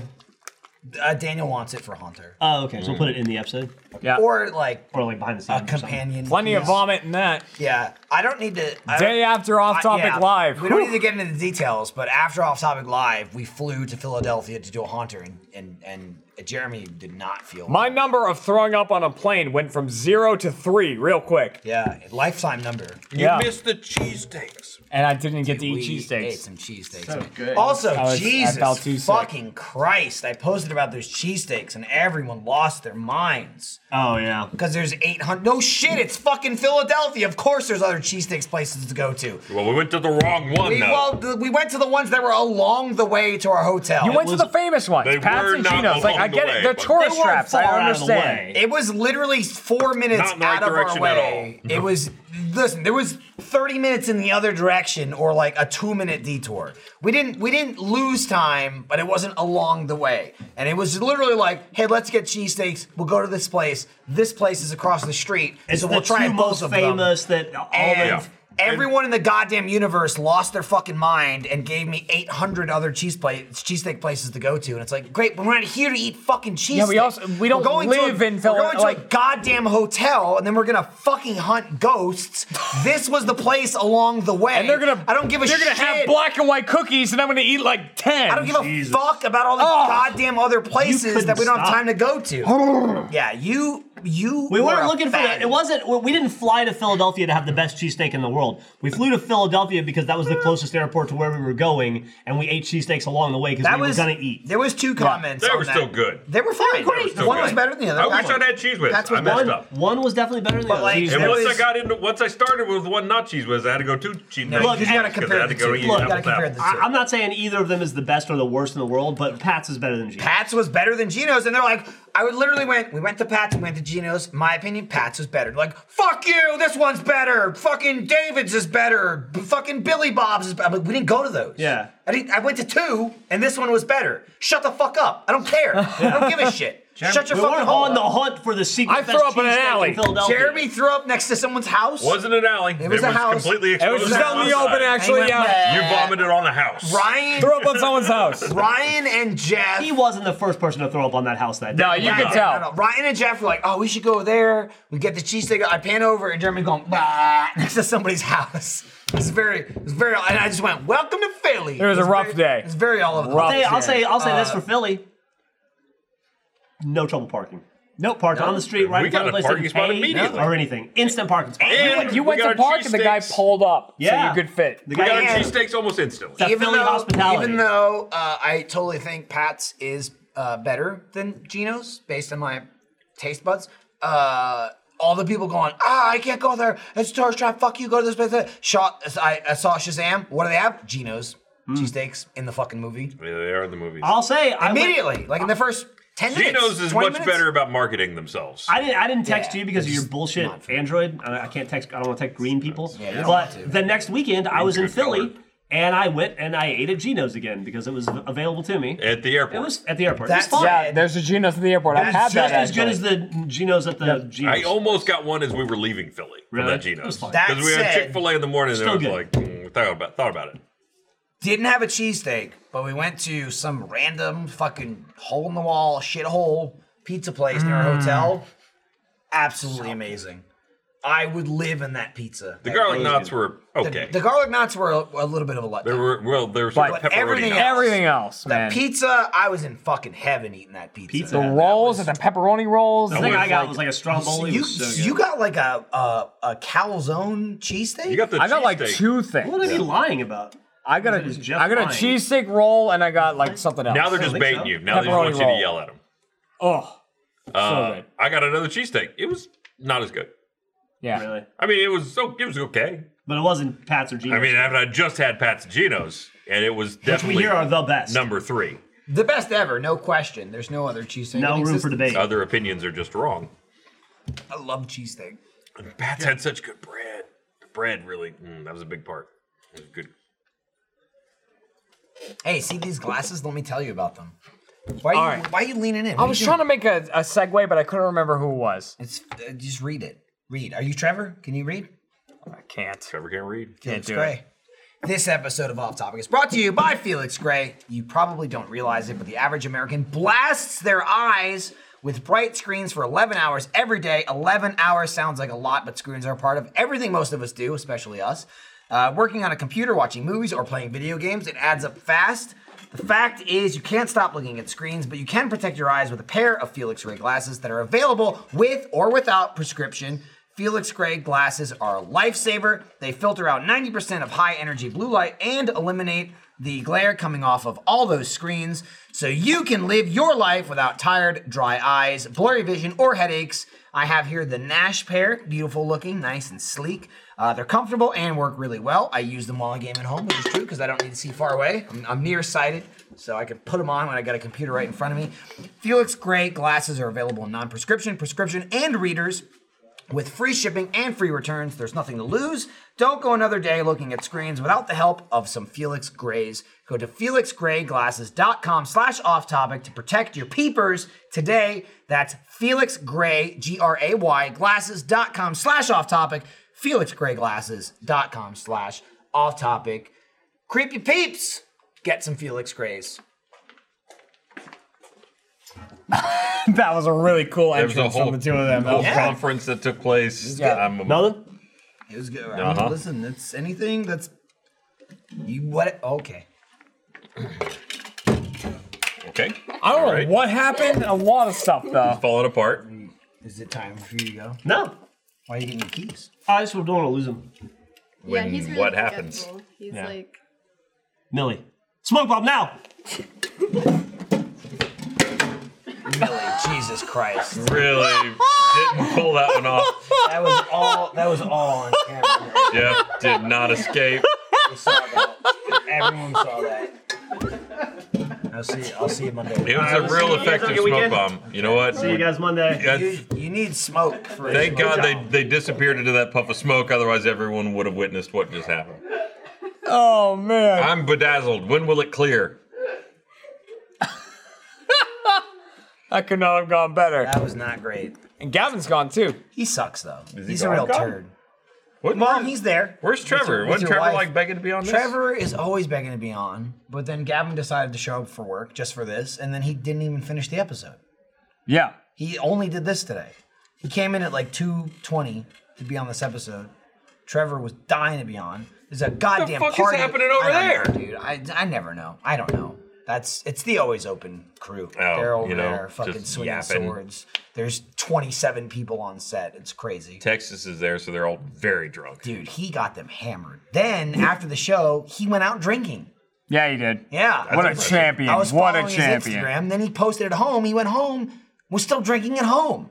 Uh, Daniel wants it for Haunter.
Uh,
Oh, okay. So we'll put it in the episode.
Yeah.
Or like
Or like behind the
a
scenes. or something.
companion.
Plenty of
piece.
vomit in that.
Yeah, I don't need to. I
Day
don't-
after off topic
I- yeah,
live.
We don't need to get into the details, but after off topic live, we flew to Philadelphia to do a haunter, and and, and uh, Jeremy did not feel.
My number of throwing up on a plane went from zero to three real quick.
Yeah, lifetime number.
Yeah.
You missed the cheesesteaks.
And I didn't get to
We
eat
ate
cheesesteaks.
some cheesesteaks.
So
man.
good.
Also,
I was- I
Jesus
felt too sick.
fucking Christ! I posted about those cheesesteaks, and everyone lost their minds.
Oh yeah.
Because there's 800. No shit, it's fucking Philadelphia. Of course, there's other cheesesteaks places to go to.
Well, we went to the wrong one
We,
though.
well, th- we went to the ones that were along the way to our hotel.
You went to the famous ones,
They
Pat's
were
and
not
Chino's. Like I
along the
get
way,
it, they're
but-
tourist
They weren't
traps. I
far out of the
understand.
It was literally four minutes
Not in the right
out of our
direction at
way.
all.
It was listen. There was thirty minutes in the other direction, or like a two-minute detour. We didn't we didn't lose time, but it wasn't along the way. And it was literally like, hey, let's get cheesesteaks. We'll go to this place. This place is across the street,
It's
so
the
we'll try
two
both
most
of them.
famous that all
And
of
everyone in the goddamn universe lost their fucking mind and gave me 800 other cheese pla- cheesesteak places to go to. And it's like, great, but we're not here to eat fucking cheesesteak.
Yeah, we also- we don't
we're going to a-
live in
We're
Phila-
going to a
like-
goddamn hotel and then we're going to fucking hunt ghosts. this was the place along the way. And they're going to, I don't give a
You're
shit.
gonna have black and white cookies, and I'm gonna eat like ten.
I don't give a fuck about all the
Oh.
goddamn other places that we don't
couldn't
have time to go to. yeah, you you.
We
were
weren't
a
looking for that. It wasn't. We we didn't fly to Philadelphia to have the best cheesesteak in the world. We flew to Philadelphia because that was the closest airport to where we were going, and we ate cheesesteaks along the way because
That
we
was-
were gonna eat.
There was two comments.
They
on
were
that.
still good.
They were fine.
still
One
good.
was better than the other.
I wish
That's-
I'd had cheese whiz.
That's
I
what
messed
one.
up.
One was definitely better than the
But
other.
like,
And once I got into, once I started with one not cheese whiz, I had to go two cheese.
No,
no,
look,
cheese
you
whiz
gotta
'cause
compare
I had to
the
go
two.
eat
Look,
apples
gotta compare
apple.
the
I, am not saying either of them is the best or the worst in the world, but Pat's is better than Gino's.
Pat's was better than Geno's, and they're like, I would literally went. We went to Pat's, we went to Geno's. My opinion, Pat's was better. Like, fuck you, this one's better. Fucking David's is better. B- Fucking Billy Bob's is better. Like, we didn't go to those.
Yeah.
I didn't. I went to two, and this one was better. Shut the fuck up. I don't care. I don't give a shit. Shut your
we
fucking
weren't
hole.
on the hunt for the secret
I
best
threw up in an
cheesesteak
alley.
in Philadelphia.
Jeremy threw up next to someone's house.
Wasn't an alley.
It was a house.
Completely
It was
exposed on
just out in
one
the open,
side.
actually, And he went, yeah.
You
"Bah."
vomited on a house.
Ryan
Throw up on someone's house.
Ryan and Jeff.
He wasn't the first person to throw up on that house that day.
No, you could
No,
tell.
no, Ryan and Jeff were like, "Oh, we should go there. We get the cheesesteak." I pan over, and Jeremy going bah, next to somebody's house. It's very, it's very, and I just went, "Welcome to Philly."
It was a
It's
rough
very-
day.
It's very all over. the
I'll
place.
say, I'll say, I'll say this
Uh,
for Philly. No trouble parking. No parked on the street, right
We
in front of
got
the
a
place.
parking spot
didn't pay
immediately.
or anything. Instant parking spot.
And
You
we
went
got
to
our
park and the guy
cheesesteaks.
pulled up.
Yeah.
So you could fit.
the
We
guy
got our
Yeah.
cheesesteaks almost instant.
That Philly hospitality.
Even though uh, I totally think Pat's is uh, better than Geno's based on my taste buds. Uh, all the people going, ah, I can't go there. It's a tourist trap. Fuck you. Go to this place. Shot. I, I saw Shazam. What do they have? Geno's
Hmm.
cheesesteaks in the fucking movie.
Yeah, they are in the movies.
I'll say I went-
immediately, like in the first ten minutes.
Geno's is
20
much
minutes.
better about marketing themselves.
I didn't. I didn't text
Yeah,
you because of
it's
your
just
bullshit
not
Android. I, I can't text. I don't want to text green people.
you don't want to.
but the next weekend, I was in
good
Philly,
color.
and I went and I ate at Gino's again because it was available to me.
at the
It
airport.
was at the airport.
That's
it was fine.
Yeah, there's a Geno's in the airport. I've had
Just
that.
as good
actually.
as the Gino's at the Gino's.
I almost got one as we were leaving Philly from
Really?
that
It
Geno's
was fine.
That
because we had
said-
Chick Fil A in the morning. and I
Still
was
good.
like, mm, thought about thought about it.
Didn't have a cheesesteak, but we went to some random fucking hole in the wall shithole pizza place near
Mm.
our hotel. Absolutely amazing. I would live in that pizza.
The garlic knots were okay.
The, the garlic knots were a, a little bit of a letdown.
there were well, there was sort of
But
pepperoni
everything
knots.
Everything else,
the
man.
pizza, I was in fucking heaven eating that pizza.
Pizza.
the rolls and the pepperoni rolls.
The thing I got was like a stromboli.
You,
was so good.
you got like a a, a calzone cheesesteak.
You got the
I got like
cheesesteak.
two things.
What are you lying about?
I got a,
It was Jeff
I got a
lying.
cheesesteak roll and I got like something else.
Now they're just
think
baiting
so.
you. Now they just
Pepperoni
want you to
roll.
yell at them.
oh,
Uh,
good.
I got another cheesesteak. It was not as good.
yeah.
Really?
I mean, it was so it was okay.
But it wasn't Pat's or Gino's.
I mean, I I just had Pat's and Geno's, and it was
which we
definitely
hear are the best.
number three.
the best ever, no question. There's no other cheesesteak.
No
in
room for
existence.
debate.
Other opinions are just wrong.
I love cheesesteak.
And Pat's had such good bread. The bread really mm, that was a big part. It was good.
Hey, see these glasses? Let me tell you about them. Why are you,
Alright.
why are you leaning in?
I was trying to make a, a segue, but I couldn't remember who it was.
It's, uh, just read it. Read. Are you Trevor? Can you read?
I can't.
Trevor can't read.
Felix
do it.
Gray. This episode of Off Topic is brought to you by Felix Gray. You probably don't realize it, but the average American blasts their eyes with bright screens for 11 hours every day. 11 hours sounds like a lot, but screens are part of everything most of us do, especially us. Uh, working on a computer, watching movies, or playing video games, it adds up fast. The fact is, you can't stop looking at screens, but you can protect your eyes with a pair of Felix Gray glasses that are available with or without prescription. Felix Gray glasses are a lifesaver. They filter out 90% of high energy blue light and eliminate the glare coming off of all those screens so you can live your life without tired, dry eyes, blurry vision, or headaches. I have here the Nash pair, beautiful looking, nice and sleek. Uh, they're comfortable and work really well. I use them while I game at home, which is true because I don't need to see far away. I'm, I'm nearsighted, so I can put them on when I got a computer right in front of me. Felix Gray glasses are available in non prescription, prescription, and readers. With free shipping and free returns, there's nothing to lose. Don't go another day looking at screens without the help of some Felix Grays. Go to felixgrayglasses.com slash off topic to protect your peepers today. That's Felix Gray, G-R-A-Y, glasses.com slash off topic, felixgrayglasses.com slash off topic. Creepy peeps, get some Felix Grays.
That was a really cool
There was a
entrance
whole,
from the two of them.
whole
Yeah.
conference that took place.
Yeah.
I'm a-
Nolan?
It was good. I mean, listen, that's anything that's, you, what, okay.
okay.
I don't know
Alright.
what happened. A lot of stuff though.
Falling apart.
Is it time for you to go?
No.
Why are you getting your keys?
I just don't want to lose him.
yeah, he's really forgetful. He's
Yeah.
like,
Millie. Smoke bomb now!
Millie, Jesus Christ.
Really didn't pull that one off.
That was all that was all on camera.
Jeff did not escape.
We saw that. Everyone saw that. I'll see I'll see you Monday.
It was a real effective smoke bomb. You know what?
See you guys Monday.
That's-
You, you need smoke for a
Thank
smoke
God they,
bomb.
they disappeared into that puff of smoke, otherwise everyone would have witnessed what just happened.
Oh man.
I'm bedazzled. When will it clear?
I could not have gone better.
That was not great.
And Gavin's gone too.
He sucks though.
Is
he
He's a
gone?
real
Gone?
turd.
What,
Mom, he's there.
Where's
With your-
Trevor?
with
Wasn't
your
Trevor
wife.
like begging to be on this?
Trevor is always begging to be on, but then Gavin decided to show up for work just for this, and then he didn't even finish the episode.
Yeah.
He only did this today. He came in at like two twenty to be on this episode. Trevor was dying to be on. There's a goddamn
fuck is
party
happening over
I
there?
don't know, dude? I, I never know. I don't know. That's it's the always open crew.
Oh,
They're over
you know,
there fucking
just
swinging
yapping.
swords. There's 27 people on set. It's crazy.
Texas is there, so they're all very drunk.
Dude, he got them hammered. Then after the show, he went out drinking.
Yeah, he did.
Yeah.
What a champion.
I was
What a
following his
champion.
Instagram. Then he posted at home. He went home, was still drinking at home.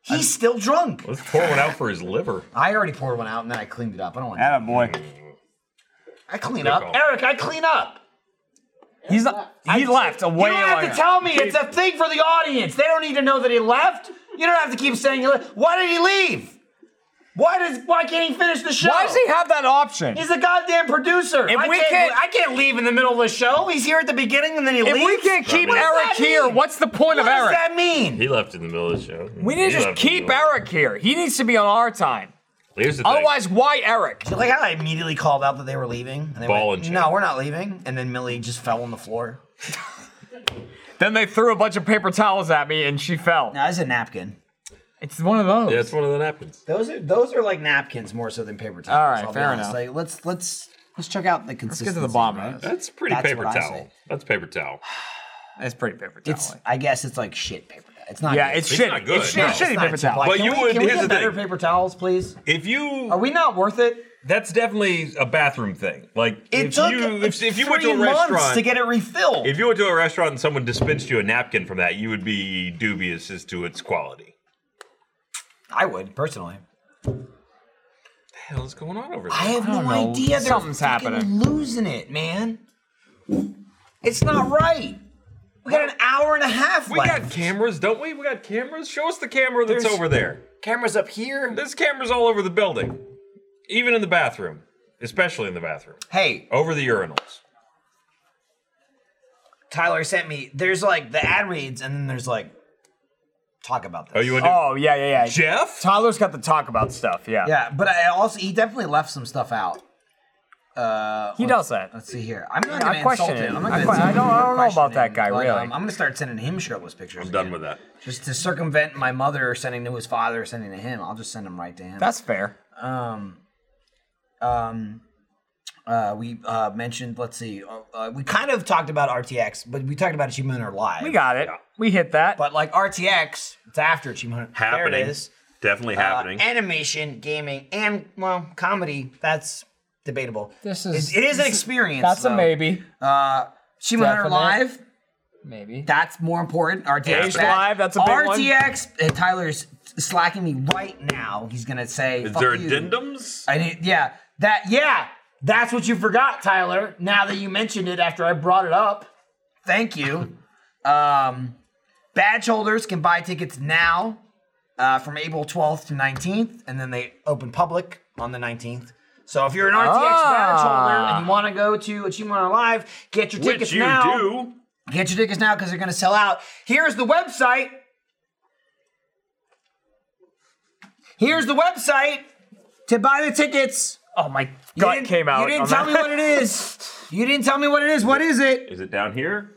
He's still drunk.
Let's pour one out for his liver.
I already poured one out and then I cleaned it up. I don't want
Atta boy.
I clean
Good
up.
call.
Eric, I clean up.
He's not. He left a way
You don't have
earlier.
to tell me. It's a thing for the audience. They don't need to know that he left. You don't have to keep saying he left. Why did he leave? Why does why can't he finish the show?
Why does he have that option?
He's a goddamn producer.
If
I
we
can't,
can't-
I can't leave in the middle of the show. He's here at the beginning and then he
If
leaves.
we can't keep
What does
Eric
that
here,
mean?
what's the point of
What does
Eric?
that mean?
He left in the middle of the show.
We need
He
to just
left in the
keep
middle.
Eric here. He needs to be on our time.
Here's the thing.
Otherwise, why Eric?
Do you Like how I immediately called out that they were leaving, and they
Ball
went,
and chain.
"No, we're not leaving." And then Millie just fell on the floor.
Then they threw a bunch of paper towels at me and she fell.
Now it's a napkin.
It's one of those.
Yeah, it's one of the napkins.
Those are those are like napkins more so than paper towels.
All right,
I'll be
fair
honest.
enough.
Like, let's let's let's check out the consistency.
get to the bottom
of
of
this.
it.
That's pretty
That's
paper
what I
towel.
say.
That's paper towel.
It's pretty paper towel.
It's I guess it's like shit paper towel. It's not.
Yeah,
good.
it's
It's
shitty.
not good,
It's,
no.
it's shitty
It's
paper
not
towel.
too-
But
can
you
we,
would-
Can we
here's
get
the
better
thing.
paper towels, please?
If you
Are we not worth it?
That's definitely a bathroom thing. Like
It
if
took
you if, if you went to
three
a
months
restaurant
to get it refilled.
if you went to a restaurant and someone dispensed you a napkin from that, you would be dubious as to its quality.
I would personally.
The hell is going on over there?
I have
I don't
no
know.
idea. They're
Something's
fucking
happening.
Losing it, man. It's not right. We got an hour and a half
we
left.
got cameras, don't we? We got cameras. Show us the camera that's
There's-
over there.
cameras up here.
There's cameras all over the building, even in the bathroom, especially in the bathroom,
Hey,
over the urinals.
Tyler sent me. There's like the ad reads, and then there's like talk about this.
Oh, you want to?
Oh yeah, yeah, yeah.
Jeff?
Tyler's got to talk about stuff. Yeah.
Yeah, but I also he definitely left some stuff out. Uh,
He does that.
Let's see here. I'm not
I
gonna
question
insult
it.
him. I'm not gonna
I que-
insult
I
him
don't-
for
I don't know about
questioning,
that guy,
but,
really.
um, I'm gonna start sending him shirtless pictures.
I'm done with that.
Just to circumvent my mother sending to his father, sending to him. I'll just send him right to him.
That's fair.
um, um, uh, we uh, mentioned. Let's see. Uh, uh, we kind of talked about RTX, but we talked about achievement or live.
We got it. We hit that.
But like RTX, it's after achievement. Hunter. There
Happening.
it is.
Definitely
Uh,
happening.
animation, gaming, and well, comedy. That's debatable.
This
It-
is-
it is an
this is-
experience.
that's a
though.
maybe.
Uh, Achievement Hunter
Definite.
live.
Maybe.
That's more important. RTX
Days Live, that's a big one.
RTX. uh, Tyler's slacking me right now. He's gonna say.
is
"Fuck
there
you."
addendums?
I need, yeah, that, yeah, that's what you forgot, Tyler. Now that you mentioned it after I brought it up, thank you. um, badge holders can buy tickets now uh, from April 12th to 19th, and then they open public on the 19th. So if you're an RTX
Ah.
badge holder and you want to go to Achievement Hunter Live, get your tickets
Which you
now.
do.
Get your tickets now because they're going to sell out. Here's the website. Here's the website to buy the tickets.
Oh my
You
gut
didn't-
came out.
You didn't
on
tell
that.
me what it is. You didn't tell me what it is. What is it?
Is it down here?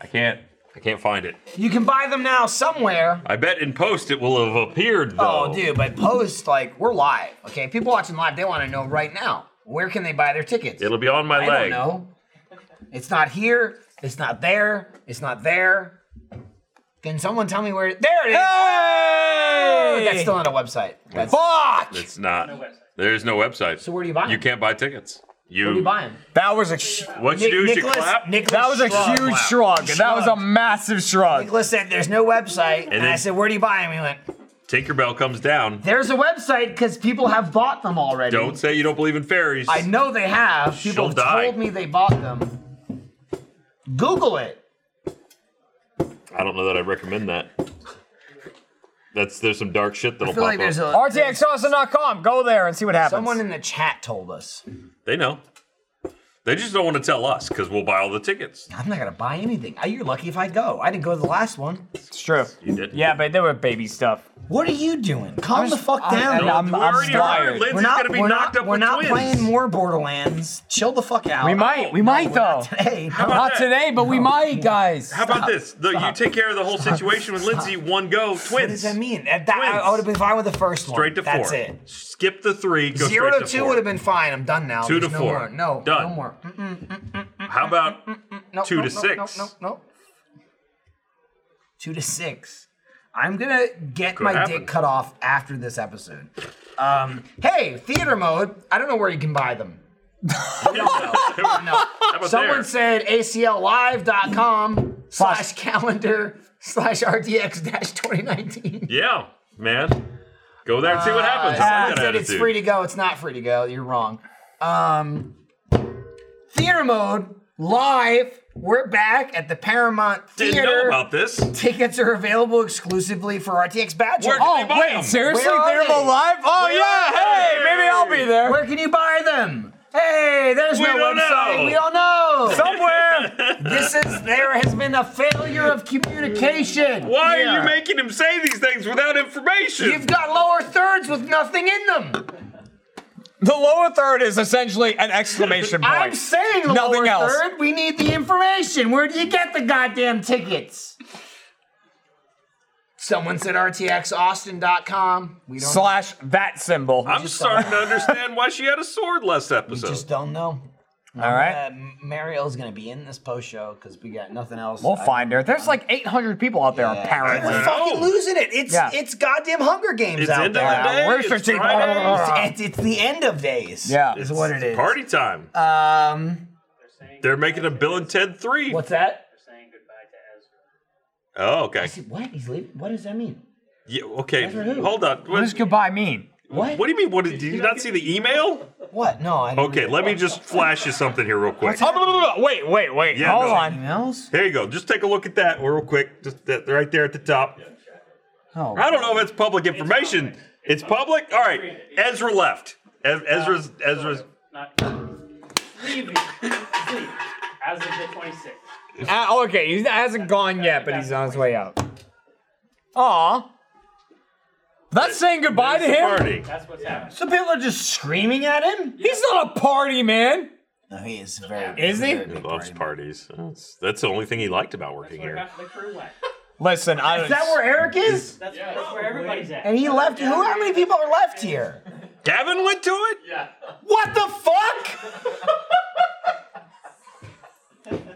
I can't. I can't find it.
You can buy them now somewhere.
I bet in post it will have appeared though.
Oh, dude, but post like we're live. Okay, people watching live, they want to know right now where can they buy their tickets.
It'll be on my
I
leg.
don't know. It's not here. It's not there. It's not there. Can someone tell me where? There it is. Oh, That's still on a website. That's,
Fuck!
It's not. There's no website. So
where do you buy?
You can't buy tickets. You.
What are you buying?
That was a. Sh-
What you do is you clap.
that was a huge shrug. That was a massive shrug.
Nicholas said, "There's no website," and,
And then-
I said, "Where do you buy?" And he went,
Tinkerbell comes down.
"There's a website because people have bought them already."
Don't say you don't believe in fairies.
I know they have. People
She'll
have
die.
told me they bought them. Google it.
I don't know that I recommend that. That's there's some dark shit that'll
I feel
pop
like there's
up.
a
RTXawesome.com. Go there and see what happens.
Someone in the chat told us.
They know. They just don't want to tell us because we'll buy all the tickets.
I'm not gonna buy anything. Ah, You're lucky if I go. I didn't go to the last one.
It's true.
You did.
Yeah, but they were baby stuff.
What are you doing? Calm the fuck down.
I'm, I'm, I'm tired.
We're not, we're not, we're not playing more Borderlands. Chill the fuck out.
We might. We might though.
Hey,
Not today, but we might, guys.
How about this? The, you take care of the whole situation with Lindsay. One go, twins. What does
that mean? That, I, I would have been fine with the first one.
Straight to
That's
four.
it.
Skip the three. Go
Zero
straight
to
to
two
four.
would have been fine. I'm done now.
Two
There's
to
no
four.
More. No,
Done.
no more. Mm,
How about
No,
two
no,
to
no,
six?
No, no, no. Two to six. I'm gonna get
Could
my
happen.
dick cut off after this episode. Um, hey, theater mode. I don't know where you can buy them.
about
Someone
there?
said acllive.com slash calendar slash RDX dash 2019.
Yeah, man. Go there and see what happens. I
Uh,
like that
said it's
attitude.
free to go. It's not free to go. You're wrong. Um, theater mode live. We're back at the Paramount
Didn't
Theater.
know about this.
Tickets are available exclusively for RTX Badger.
Where can Oh, they buy wait, them?
seriously?
Where are
They're
they?
alive? Oh,
Where
yeah,
are
hey, maybe I'll be there.
Where can you buy them? Hey, there's
We
no
don't
website.
know.
We don't know.
Somewhere.
this is there has been a failure of communication.
Why are
here.
you making him say these things without information?
You've got lower thirds with nothing in them.
The lower third is essentially an exclamation point.
I'm saying the
nothing
lower
else.
third. We need the information. Where do you get the goddamn tickets? Someone said rtxaustin.com. We don't.
Slash that symbol.
I'm starting to understand why she had a sword last episode.
just don't know.
All right.
Uh, Mariel's gonna be in this post show because we got nothing else.
We'll
I-
find her. There's like 800 people out there, apparently.
We're fucking losing it. It's
Yeah.
it's goddamn Hunger Games
It's
out
end of
there. Uh,
the day.
we're
it's
searching-
Friday.
It's, it's the end of days.
Yeah.
is what it is.
Party time.
Um,
They're making a Bill and Ted 3.
what's that?
Oh, okay.
What? He's leaving? What does that mean?
Yeah, okay,
That's for who?
hold on.
What does
What,
goodbye mean?
What?
what do you mean? What did, did you not see the email?
What? No, I didn't
Okay, let me just flash you something here real quick.
Oh, blah, blah, blah, blah. Wait, wait, wait.
Yeah,
Hold
no.
on.
Emails?
Here you go. Just take a look at that real quick. Just that right there at the top.
Oh,
I don't know if it's public information. It's public. All right. Ezra left. Ez- Ezra's Ezra's.
Not leaving. Sleep. As of the 26th.
Uh, okay, he hasn't gone yet, but he's on his way out. Aw. That's saying goodbye to him?
Party.
That's what's happening.
So people are just screaming at him.
He's not a party man.
No, he is very.
Is he?
He loves parties. That's, that's the only thing he liked about working here.
Got the crew went.
Listen, I
Is that where Eric is?
That's, that's where everybody's at.
And he left. Who? How many people are left here?
Gavin went to it.
What the fuck?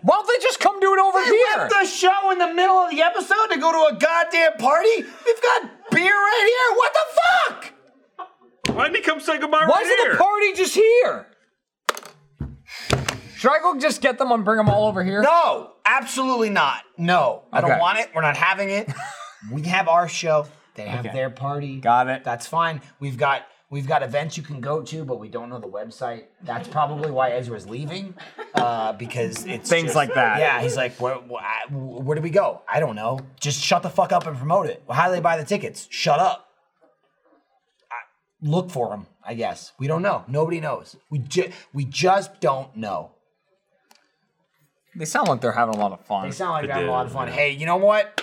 Why don't they just come do it over
They
here?
left the show in the middle of the episode to go to a goddamn party. We've got beer right here. What the fuck?
Why didn't he come say goodbye
Why
right
isn't
here?
the party just here? Should I go just get them and bring them all over here?
No, absolutely not. No, I don't
Okay.
want it. We're not having it. we have our show. They have
Okay.
their party.
Got it.
That's fine. We've got we've got events you can go to, but we don't know the website. That's probably why Ezra's leaving, uh, because it's
Things
just-
like that.
Yeah, he's like, where, wh- I- where do we go? I don't know. Just shut the fuck up and promote it. How do they buy the tickets? Shut up. I, look for them. I guess we don't know. Nobody knows. We ju- we just don't know.
They sound like they're having a lot of fun.
They sound like
They
they're having a
do,
lot of fun.
yeah.
Hey, you know what?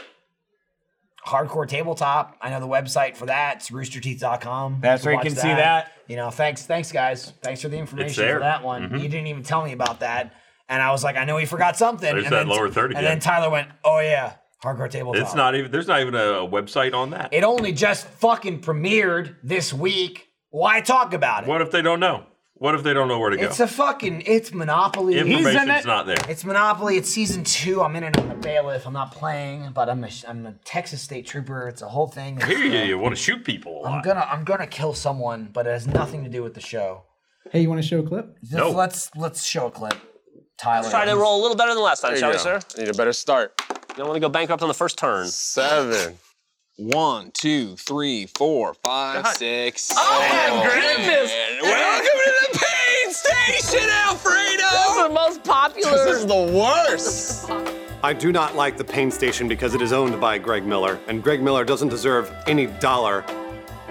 Hardcore Tabletop. I know the website for that. It's roosterteeth.com.
That's where you
watch
can see that.
You know, thanks, thanks guys. Thanks for the information
there. Mm-hmm.
for that one. You didn't even tell me about that. And I was like, I know he forgot something.
There's
and
that lower third
And then
again.
Tyler went, Oh yeah, Hardcore Tabletop.
It's not even. There's not even a website on that.
It only just fucking premiered this week. Why talk about it?
What if they don't know? What if they don't know where to go?
It's a fucking. It's Monopoly.
Information's He's in it. not there.
It's Monopoly. It's season two. I'm in it. I'm a bailiff. I'm not playing, but I'm a, I'm a Texas state trooper. It's a whole thing.
I hear you. You want to shoot people a lot.
I'm gonna I'm gonna kill someone, but it has nothing to do with the show.
Hey, you want to show a clip?
Just Let's let's show a clip. Tyler.
Let's try to roll a little better than last time,
There you
shall
go.
we, sir?
Need a better start.
You don't want to go bankrupt on the first turn.
Seven. One, two, three, four, five, six.
Oh, my goodness.
man. Welcome to the pain station, Alfredo!
This is the most popular.
This is the worst.
I do not like the pain station because it is owned by Greg Miller, and Greg Miller doesn't deserve any dollar,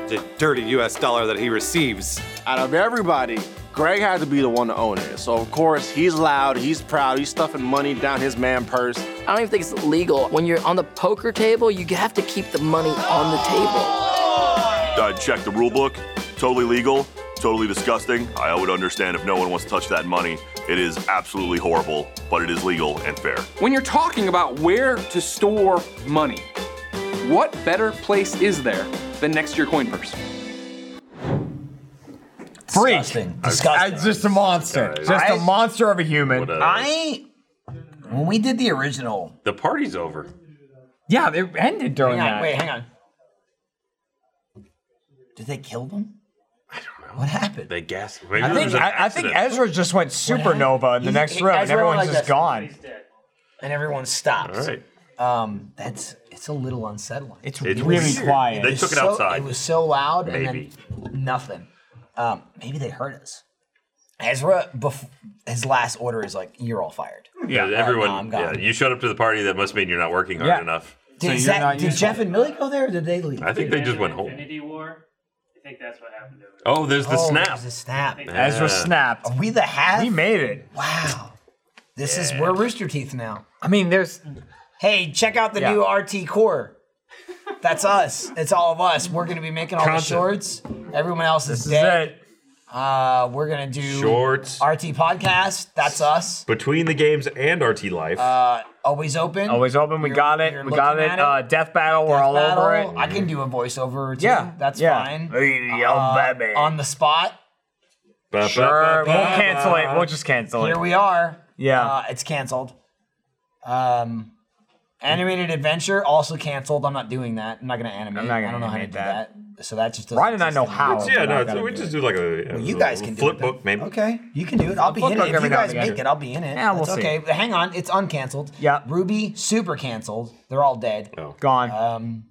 the dirty US dollar that he receives.
Out of everybody, Greg had to be the one to own it. So, of course, he's loud, he's proud, he's stuffing money down his man purse.
I don't even think it's legal. When you're on the poker table, you have to keep the money on the table.
I checked the rule book. Totally legal. Totally disgusting. I would understand if no one wants to touch that money. It is absolutely horrible, but it is legal and fair.
When you're talking about where to store money, what better place is there than next to your coin purse?
Freak. Disgusting. It's just a monster. Just a
I-
monster of a human.
I when we did the original.
uh, The party's over.
Yeah, it ended during
Hang on,
that.
wait, hang on. Did they kill them? What happened?
They gassed. Maybe
I
there
think
was an
I, I think
accident.
Ezra just went supernova in the
He-
next
he-
room, and
Ezra went
everyone's
like
just
this.
gone.
And everyone stops.
All right.
Um, that's it's a little unsettling.
It's It's really weird. quiet. They
was
took it
so-
outside.
It was so loud, and then nothing. Um, maybe they heard us. Ezra, bef- his last order is like, "You're all fired."
Hmm.
Yeah,
Like,
everyone.
"No, I'm
yeah,
gone."
you showed up to the party. That must mean you're not working hard
Yeah.
enough.
Did, Zach- did Jeff and Millie go there, or did they leave?
I think they just went home.
Infinity War. I think that's what happened.
Oh, there's the
Oh,
snap.
There's the snap.
Yeah. Ezra snapped.
Are we the half? We
made it.
Wow. This is we're Rooster Teeth now.
I mean, there's.
Hey, check out the
Yeah.
new RT Core. That's us. It's all of us. We're gonna be making all
Content.
the shorts. Everyone else is dead. Uh, we're gonna do
Shorts.
RT podcast. That's us.
Between the games and RT life.
Uh, always open.
Always open. We got it. We got
looking at
it.
it.
Uh, death battle. we're
Death
all over
Battle.
it.
I can do a voiceover too.
Yeah,
that's
yeah.
fine.
Hey, yo,
Uh,
baby.
On the spot.
Sure. We'll cancel it. We'll just cancel it.
Here we are.
Yeah.
Uh, it's canceled. Um, animated adventure also canceled. I'm not doing that. I'm not gonna animate.
I'm not
I
gonna
don't know how to
animate
do that. So that just doesn't.
Ryan and I
exist
know
anymore.
how.
It's- yeah, no, it's- we just do like a, a
Well, you
little
guys can do
flip
it,
book, maybe.
Okay, you can do it. I'll be
Flip
in it
book
if
every
you
now and
guys
again.
make it. I'll be in it.
Yeah, we'll
That's
see.
Okay, But hang on. It's uncanceled.
Yeah.
Ruby super canceled. They're all dead.
Gone.
Um,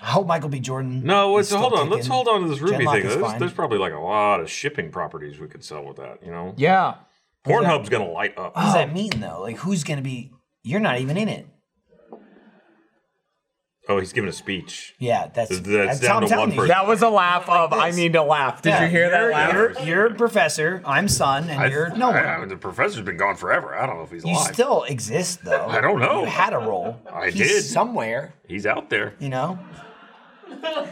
I hope Michael B. Jordan.
No,
is
let's
still
hold on. Let's
kicking.
hold on to this Ruby
Genlock
thing.
is
There's,
fine.
there's probably like a lot of shipping properties we could sell with that. You know.
Yeah.
Pornhub's gonna light up.
What does that mean though? Like, who's gonna be? You're not even in it.
Oh, he's giving a speech.
Yeah, that's
that's,
that's-
down
I'm
to
telling
one
you.
person.
That was a laugh of I
this.
need to laugh. Did
Yeah.
you hear that
You're-
laugh?
You're, you're professor. I'm son, and
I-
you're no one.
I- the professor's been gone forever. I don't know if he's
You
alive.
still exist though.
I don't know.
You had a role.
I
He's
did.
somewhere.
he's out there.
You know.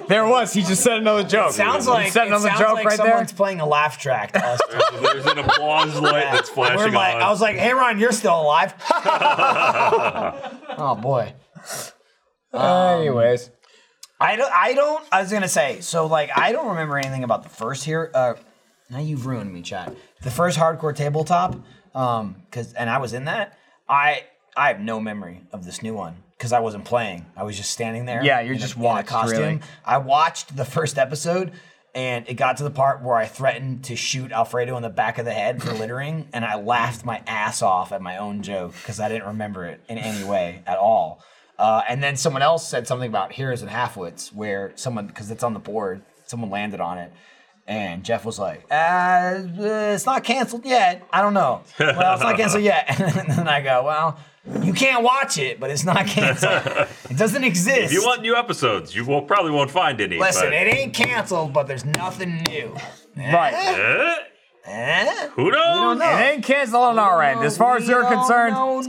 There it was. He just said another joke.
Sounds
He
like
said
it
another
sounds
joke
like
right there.
someone's playing a laugh track. To us.
There's an applause light that's
We're
flashing
like,
on.
I was like, "Hey, Ron, you're still alive." oh boy. um,
Anyways,
I don't. I don't. I was gonna say. So like, I don't remember anything about the first here. Uh, now you've ruined me, Chad. The first hardcore tabletop. Um, cause and I was in that. I I have no memory of this new one because I wasn't playing. I was just standing there.
Yeah, you're
in a-
just
in a
watched,
costume.
really.
I watched the first episode. And it got to the part where I threatened to shoot Alfredo in the back of the head for littering, and I laughed my ass off at my own joke because I didn't remember it in any way at all. Uh, and then someone else said something about heroes and halfwits, where someone because it's on the board, someone landed on it, and Jeff was like, uh, uh, "It's not canceled yet. I don't know. Well, it's not canceled yet." And then I go, "Well, you can't watch it, but it's not canceled. it doesn't exist."
if you want new episodes, you will probably won't find any.
Listen,
but-
it ain't canceled, but there's nothing new.
Eh?
Eh?
Who knows?
It ain't canceled on our end. As far as
We
you're
don't
concerned,
know
it's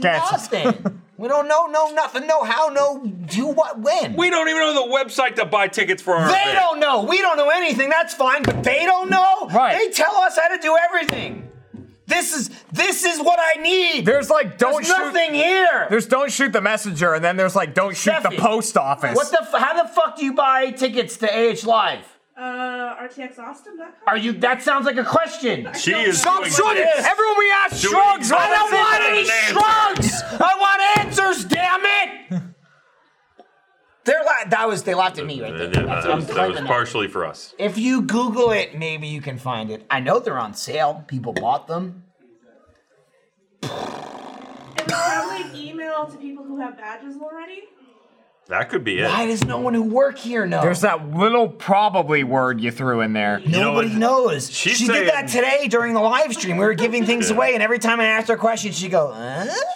canceled.
nothing. we don't know no nothing, no how, no do what, when.
We don't even know the website to buy tickets for our
They
event.
don't know. We don't know anything. That's fine, but they don't know.
Right.
They tell us how to do everything. This is this is what I need.
There's like don't
There's
shoot
nothing here.
There's don't shoot the messenger, and then there's like don't shoot the
Steffi,
post office.
What the? f- How the fuck do you buy tickets to AH Live?
Uh,
about rtxaustin.com?
Are you? That sounds like a question.
She is
Stop
doing
shrugging.
this.
Everyone, we ask
Doing
shrugs. I don't
nothing
want
but an
any
answer.
shrugs. I want answers. Damn it!
They're la- that was they laughed at me
Eh,
right there.
Uh,
That's-
that
I'm
was, that
claiming
was
that.
partially for us.
If you Google it, maybe you can find it. I know they're on sale. People bought them.
It was probably an email to people who have badges already.
That could be it.
Why does no one who work here know?
There's that little probably word you threw in there.
Nobody knows. She did that today during the live stream. We were giving things
Yeah.
away, and every time I asked her a question, she'd go, "Uh?" huh?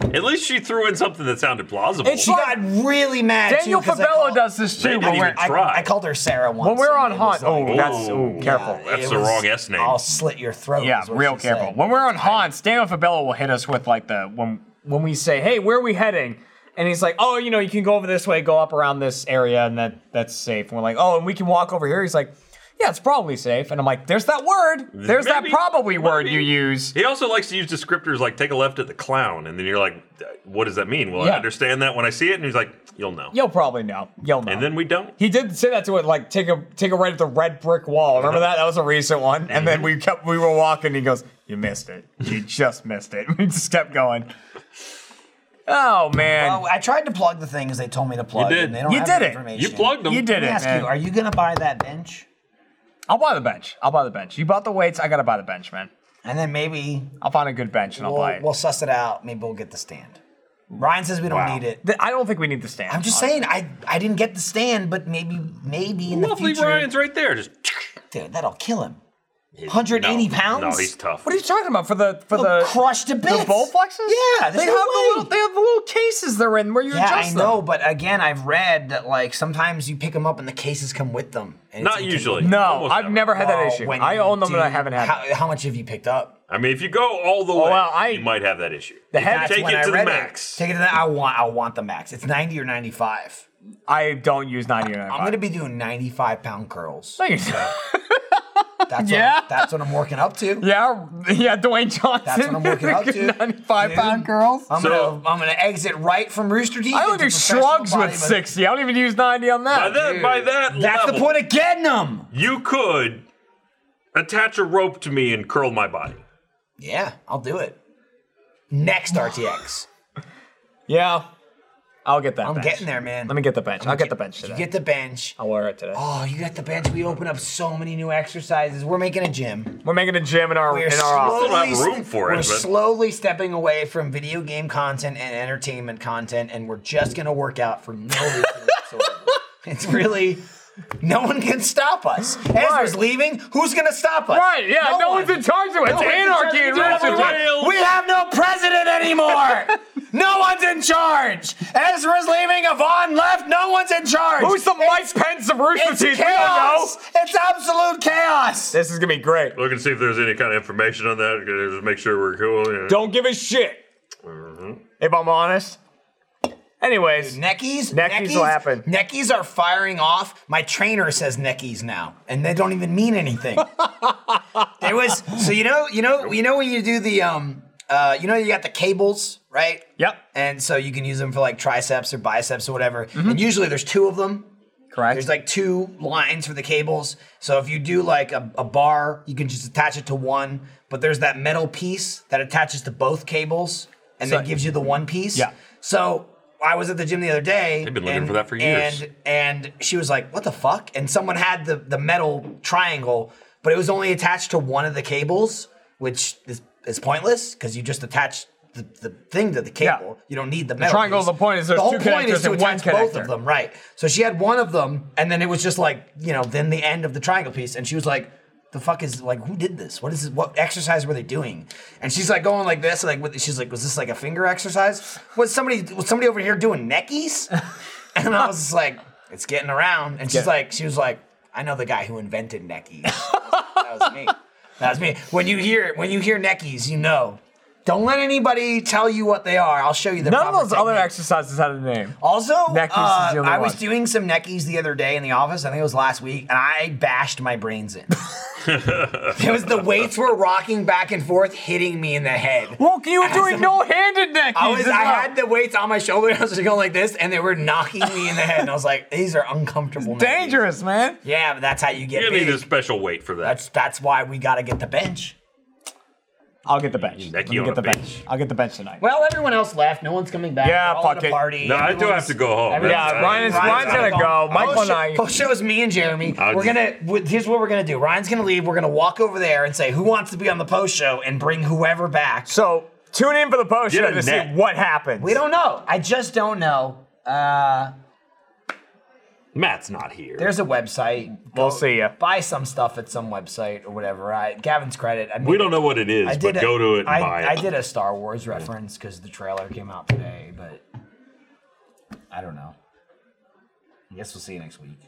At least she threw in something that sounded plausible.
And she got really mad. too,
Daniel
'cause I
Fabello
called-
does this They too, didn't when we're- even
I,
try.
I called her Sarah once.
When we're on
and it was
Haunt, oh,
like-
that's ooh, careful.
That's it the was- wrong S
name.
I'll slit your throat.
Yeah,
is what
real
she
careful.
said.
When we're on haunts, Daniel Fabello will hit us with like the when when we say, "Hey, where are we heading?" And he's like, "Oh, you know, you can go over this way, go up around this area, and that that's safe." And we're like, "Oh, and we can walk over here." He's like, "Yeah, it's probably safe." And I'm like, "There's that word. There's that
Maybe.
probably word you use."
He also likes to use descriptors like "take a left at the clown," and then you're like, "What does that mean?" Well,
Yeah.
I understand that when I see it, and he's like, "You'll know."
You'll probably know. You'll know.
And then we don't.
He did say that to it, like take a take a right at the red brick wall.
Uh-huh.
Remember that? That was a recent one. And
Mm-hmm.
then we kept we were walking. he goes, "You missed it. You just missed it." We just kept going. Oh man!
Well, I tried to plug the things they told me to plug.
did.
And they don't
You
have
did
the
it.
Information.
You plugged 'em. You
Let
did
me
it,
Ask
man.
you, are you gonna buy that bench?
I'll buy the bench. I'll buy the bench. You bought the weights. I gotta buy the bench, man.
And then maybe
I'll find a good bench and I'll
we'll,
buy it.
we'll suss it out. Maybe we'll get the stand. Ryan says we don't
Wow.
need it.
Th- I don't think we need the stand.
I'm just saying, I I didn't get the stand, but maybe maybe in
Lovely
the future.
Ryan's right there. Just
dude, that'll kill him. 180 pounds.
No, he's tough.
What are you talking about for the for the
crushed to bits?
The bowl flexes?
Yeah,
they
there's no
have the little they have the little cases they're in where you
yeah, I
adjust them.
know, but again, I've read that like sometimes you pick them up and the cases come with them. and it's
Not
inconvenient.
usually.
No, I've never had
Oh,
that issue.
when
I
you
own them and I
do-
haven't had.
How, how much have you picked up?
I mean, if you go all the way,
Oh, well, I-
you might have that issue.
The
You can
head.
take it to the max.
Take it to the. I want. I want the max. It's ninety or ninety five.
I don't use ninety or
I'm gonna be doing ninety five pound curls.
No, you're
That's
Yeah.
What, that's what I'm working up to.
Yeah, yeah, Dwayne Johnson.
That's what I'm working up to.
95 pound girls.
I'm gonna I'm gonna exit right from Rooster Teeth.
I
into
only do
professional
shrugs with
bodybuilding.
60. I don't even use 90 on
By
that.
that, by that
That's the
level,
point of getting them.
You could attach a rope to me and curl my body.
Yeah, I'll do it. Next RTX.
Yeah. I'll get that
I'm
bench.
getting there, man.
Let me get the bench. I'll get the bench today.
You get the bench.
I'll wear it today.
Oh, you got the bench. We open up so many new exercises. We're making a gym.
We're making a gym in our,
We're
in our office.
slowly st- We're slowly stepping away from video game content and entertainment content, and we're just gonna work out for no reason whatsoever. It's really no one can stop us. Ezra's leaving. Who's gonna stop us?
Right, yeah, no one's in charge of it. It's
one's in
anarchy
charge
in
of it.
Richmond.
Everyone- We have no president anymore. no one's in charge. Ezra's leaving. Yvonne left. No one's in charge.
Who's the Mike Pence of Rooster
it's
Teeth? We don't
chaos. It's absolute chaos.
This is gonna be great.
Looking to see if there's any kind of information on that. Just make sure we're cool. you know.
Don't give a shit.
Mm-hmm.
If I'm honest. Anyways,
neckies,
neckies, will happen.
Neckies are firing off. My trainer says neckies now, and they don't even mean anything. there was so you know you know you know when you do the um uh you know you got the cables right?
Yep.
And so you can use them for like triceps or biceps or whatever. And usually there's two of them.
Correct.
There's like two lines for the cables. So if you do like a, a bar, you can just attach it to one. But there's that metal piece that attaches to both cables and
So-
then gives you the one piece.
Yeah.
So I was at the gym the other day.
They've been looking
and-
for that for years.
And and she was like, "What the fuck?" And someone had the the metal triangle, but it was only attached to one of the cables, which is is pointless because you just attach the, the thing to the cable. You don't need the
The
metal.
triangle,
piece.
the point is
the
there's
whole
two
point is
connectors
to
and one
attach both
connector.
of them, right? So she had one of them, and then it was just like you know, then the end of the triangle piece, and she was like. The fuck is like who did this? What is this? What exercise were they doing? And she's like going like this, like with, she's like, was this like a finger exercise? Was somebody was somebody over here doing neckies? And I was just like, it's getting around. And she's
Yeah.
like, she was like, I know the guy who invented neckies. that was me. That was me. When you hear when you hear neckies, you know Don't let anybody tell you what they are. I'll show you the
None of
proper
those other exercises had a name.
Also,
neckies
uh,
is the only
I
one.
was doing some neckies the other day in the office. I think it was last week, and I bashed my brains in. it was the weights were rocking back and forth, hitting me in the head.
Well, you were doing no-handed neckies.
I was.
as
I
well.
had the weights on my shoulder. and I was just going like this, and they were knocking me in the head. And I was like, "These are uncomfortable."
dangerous, man.
Yeah, but that's how you get.
You need
big.
a special weight for that.
That's that's why we got to get the bench.
I'll get the bench. Let me
on
get
a
the bench. I'll get the bench tonight.
Well, everyone else left. No one's coming back.
Yeah,
We're all at
fuck
a
it.
Party.
No, I do
Everyone's-
have to
Oh,
go home.
everyone's-
Yeah, Ryan's- Ryan's
on
gotta
the phone.
go. Michael
Post
and
show-
I-
Post show is me and Jeremy.
I'll
we're
just-
gonna. w- Here's what we're gonna do. Ryan's gonna leave. We're gonna walk over there and say, "Who wants to be on the post show?" and bring whoever back.
So tune in for the post
Get
show
a
to see
net.
what happens.
we don't know. I just don't know. Uh,
Matt's not here.
there's a website.
We'll see ya.
Buy some stuff at some website or whatever. I, Gavin's credit. I
We don't know what it is,
I did
but go to it and
I-
buy it.
I did a Star Wars reference because the trailer came out today, but I don't know. I guess we'll see you next week.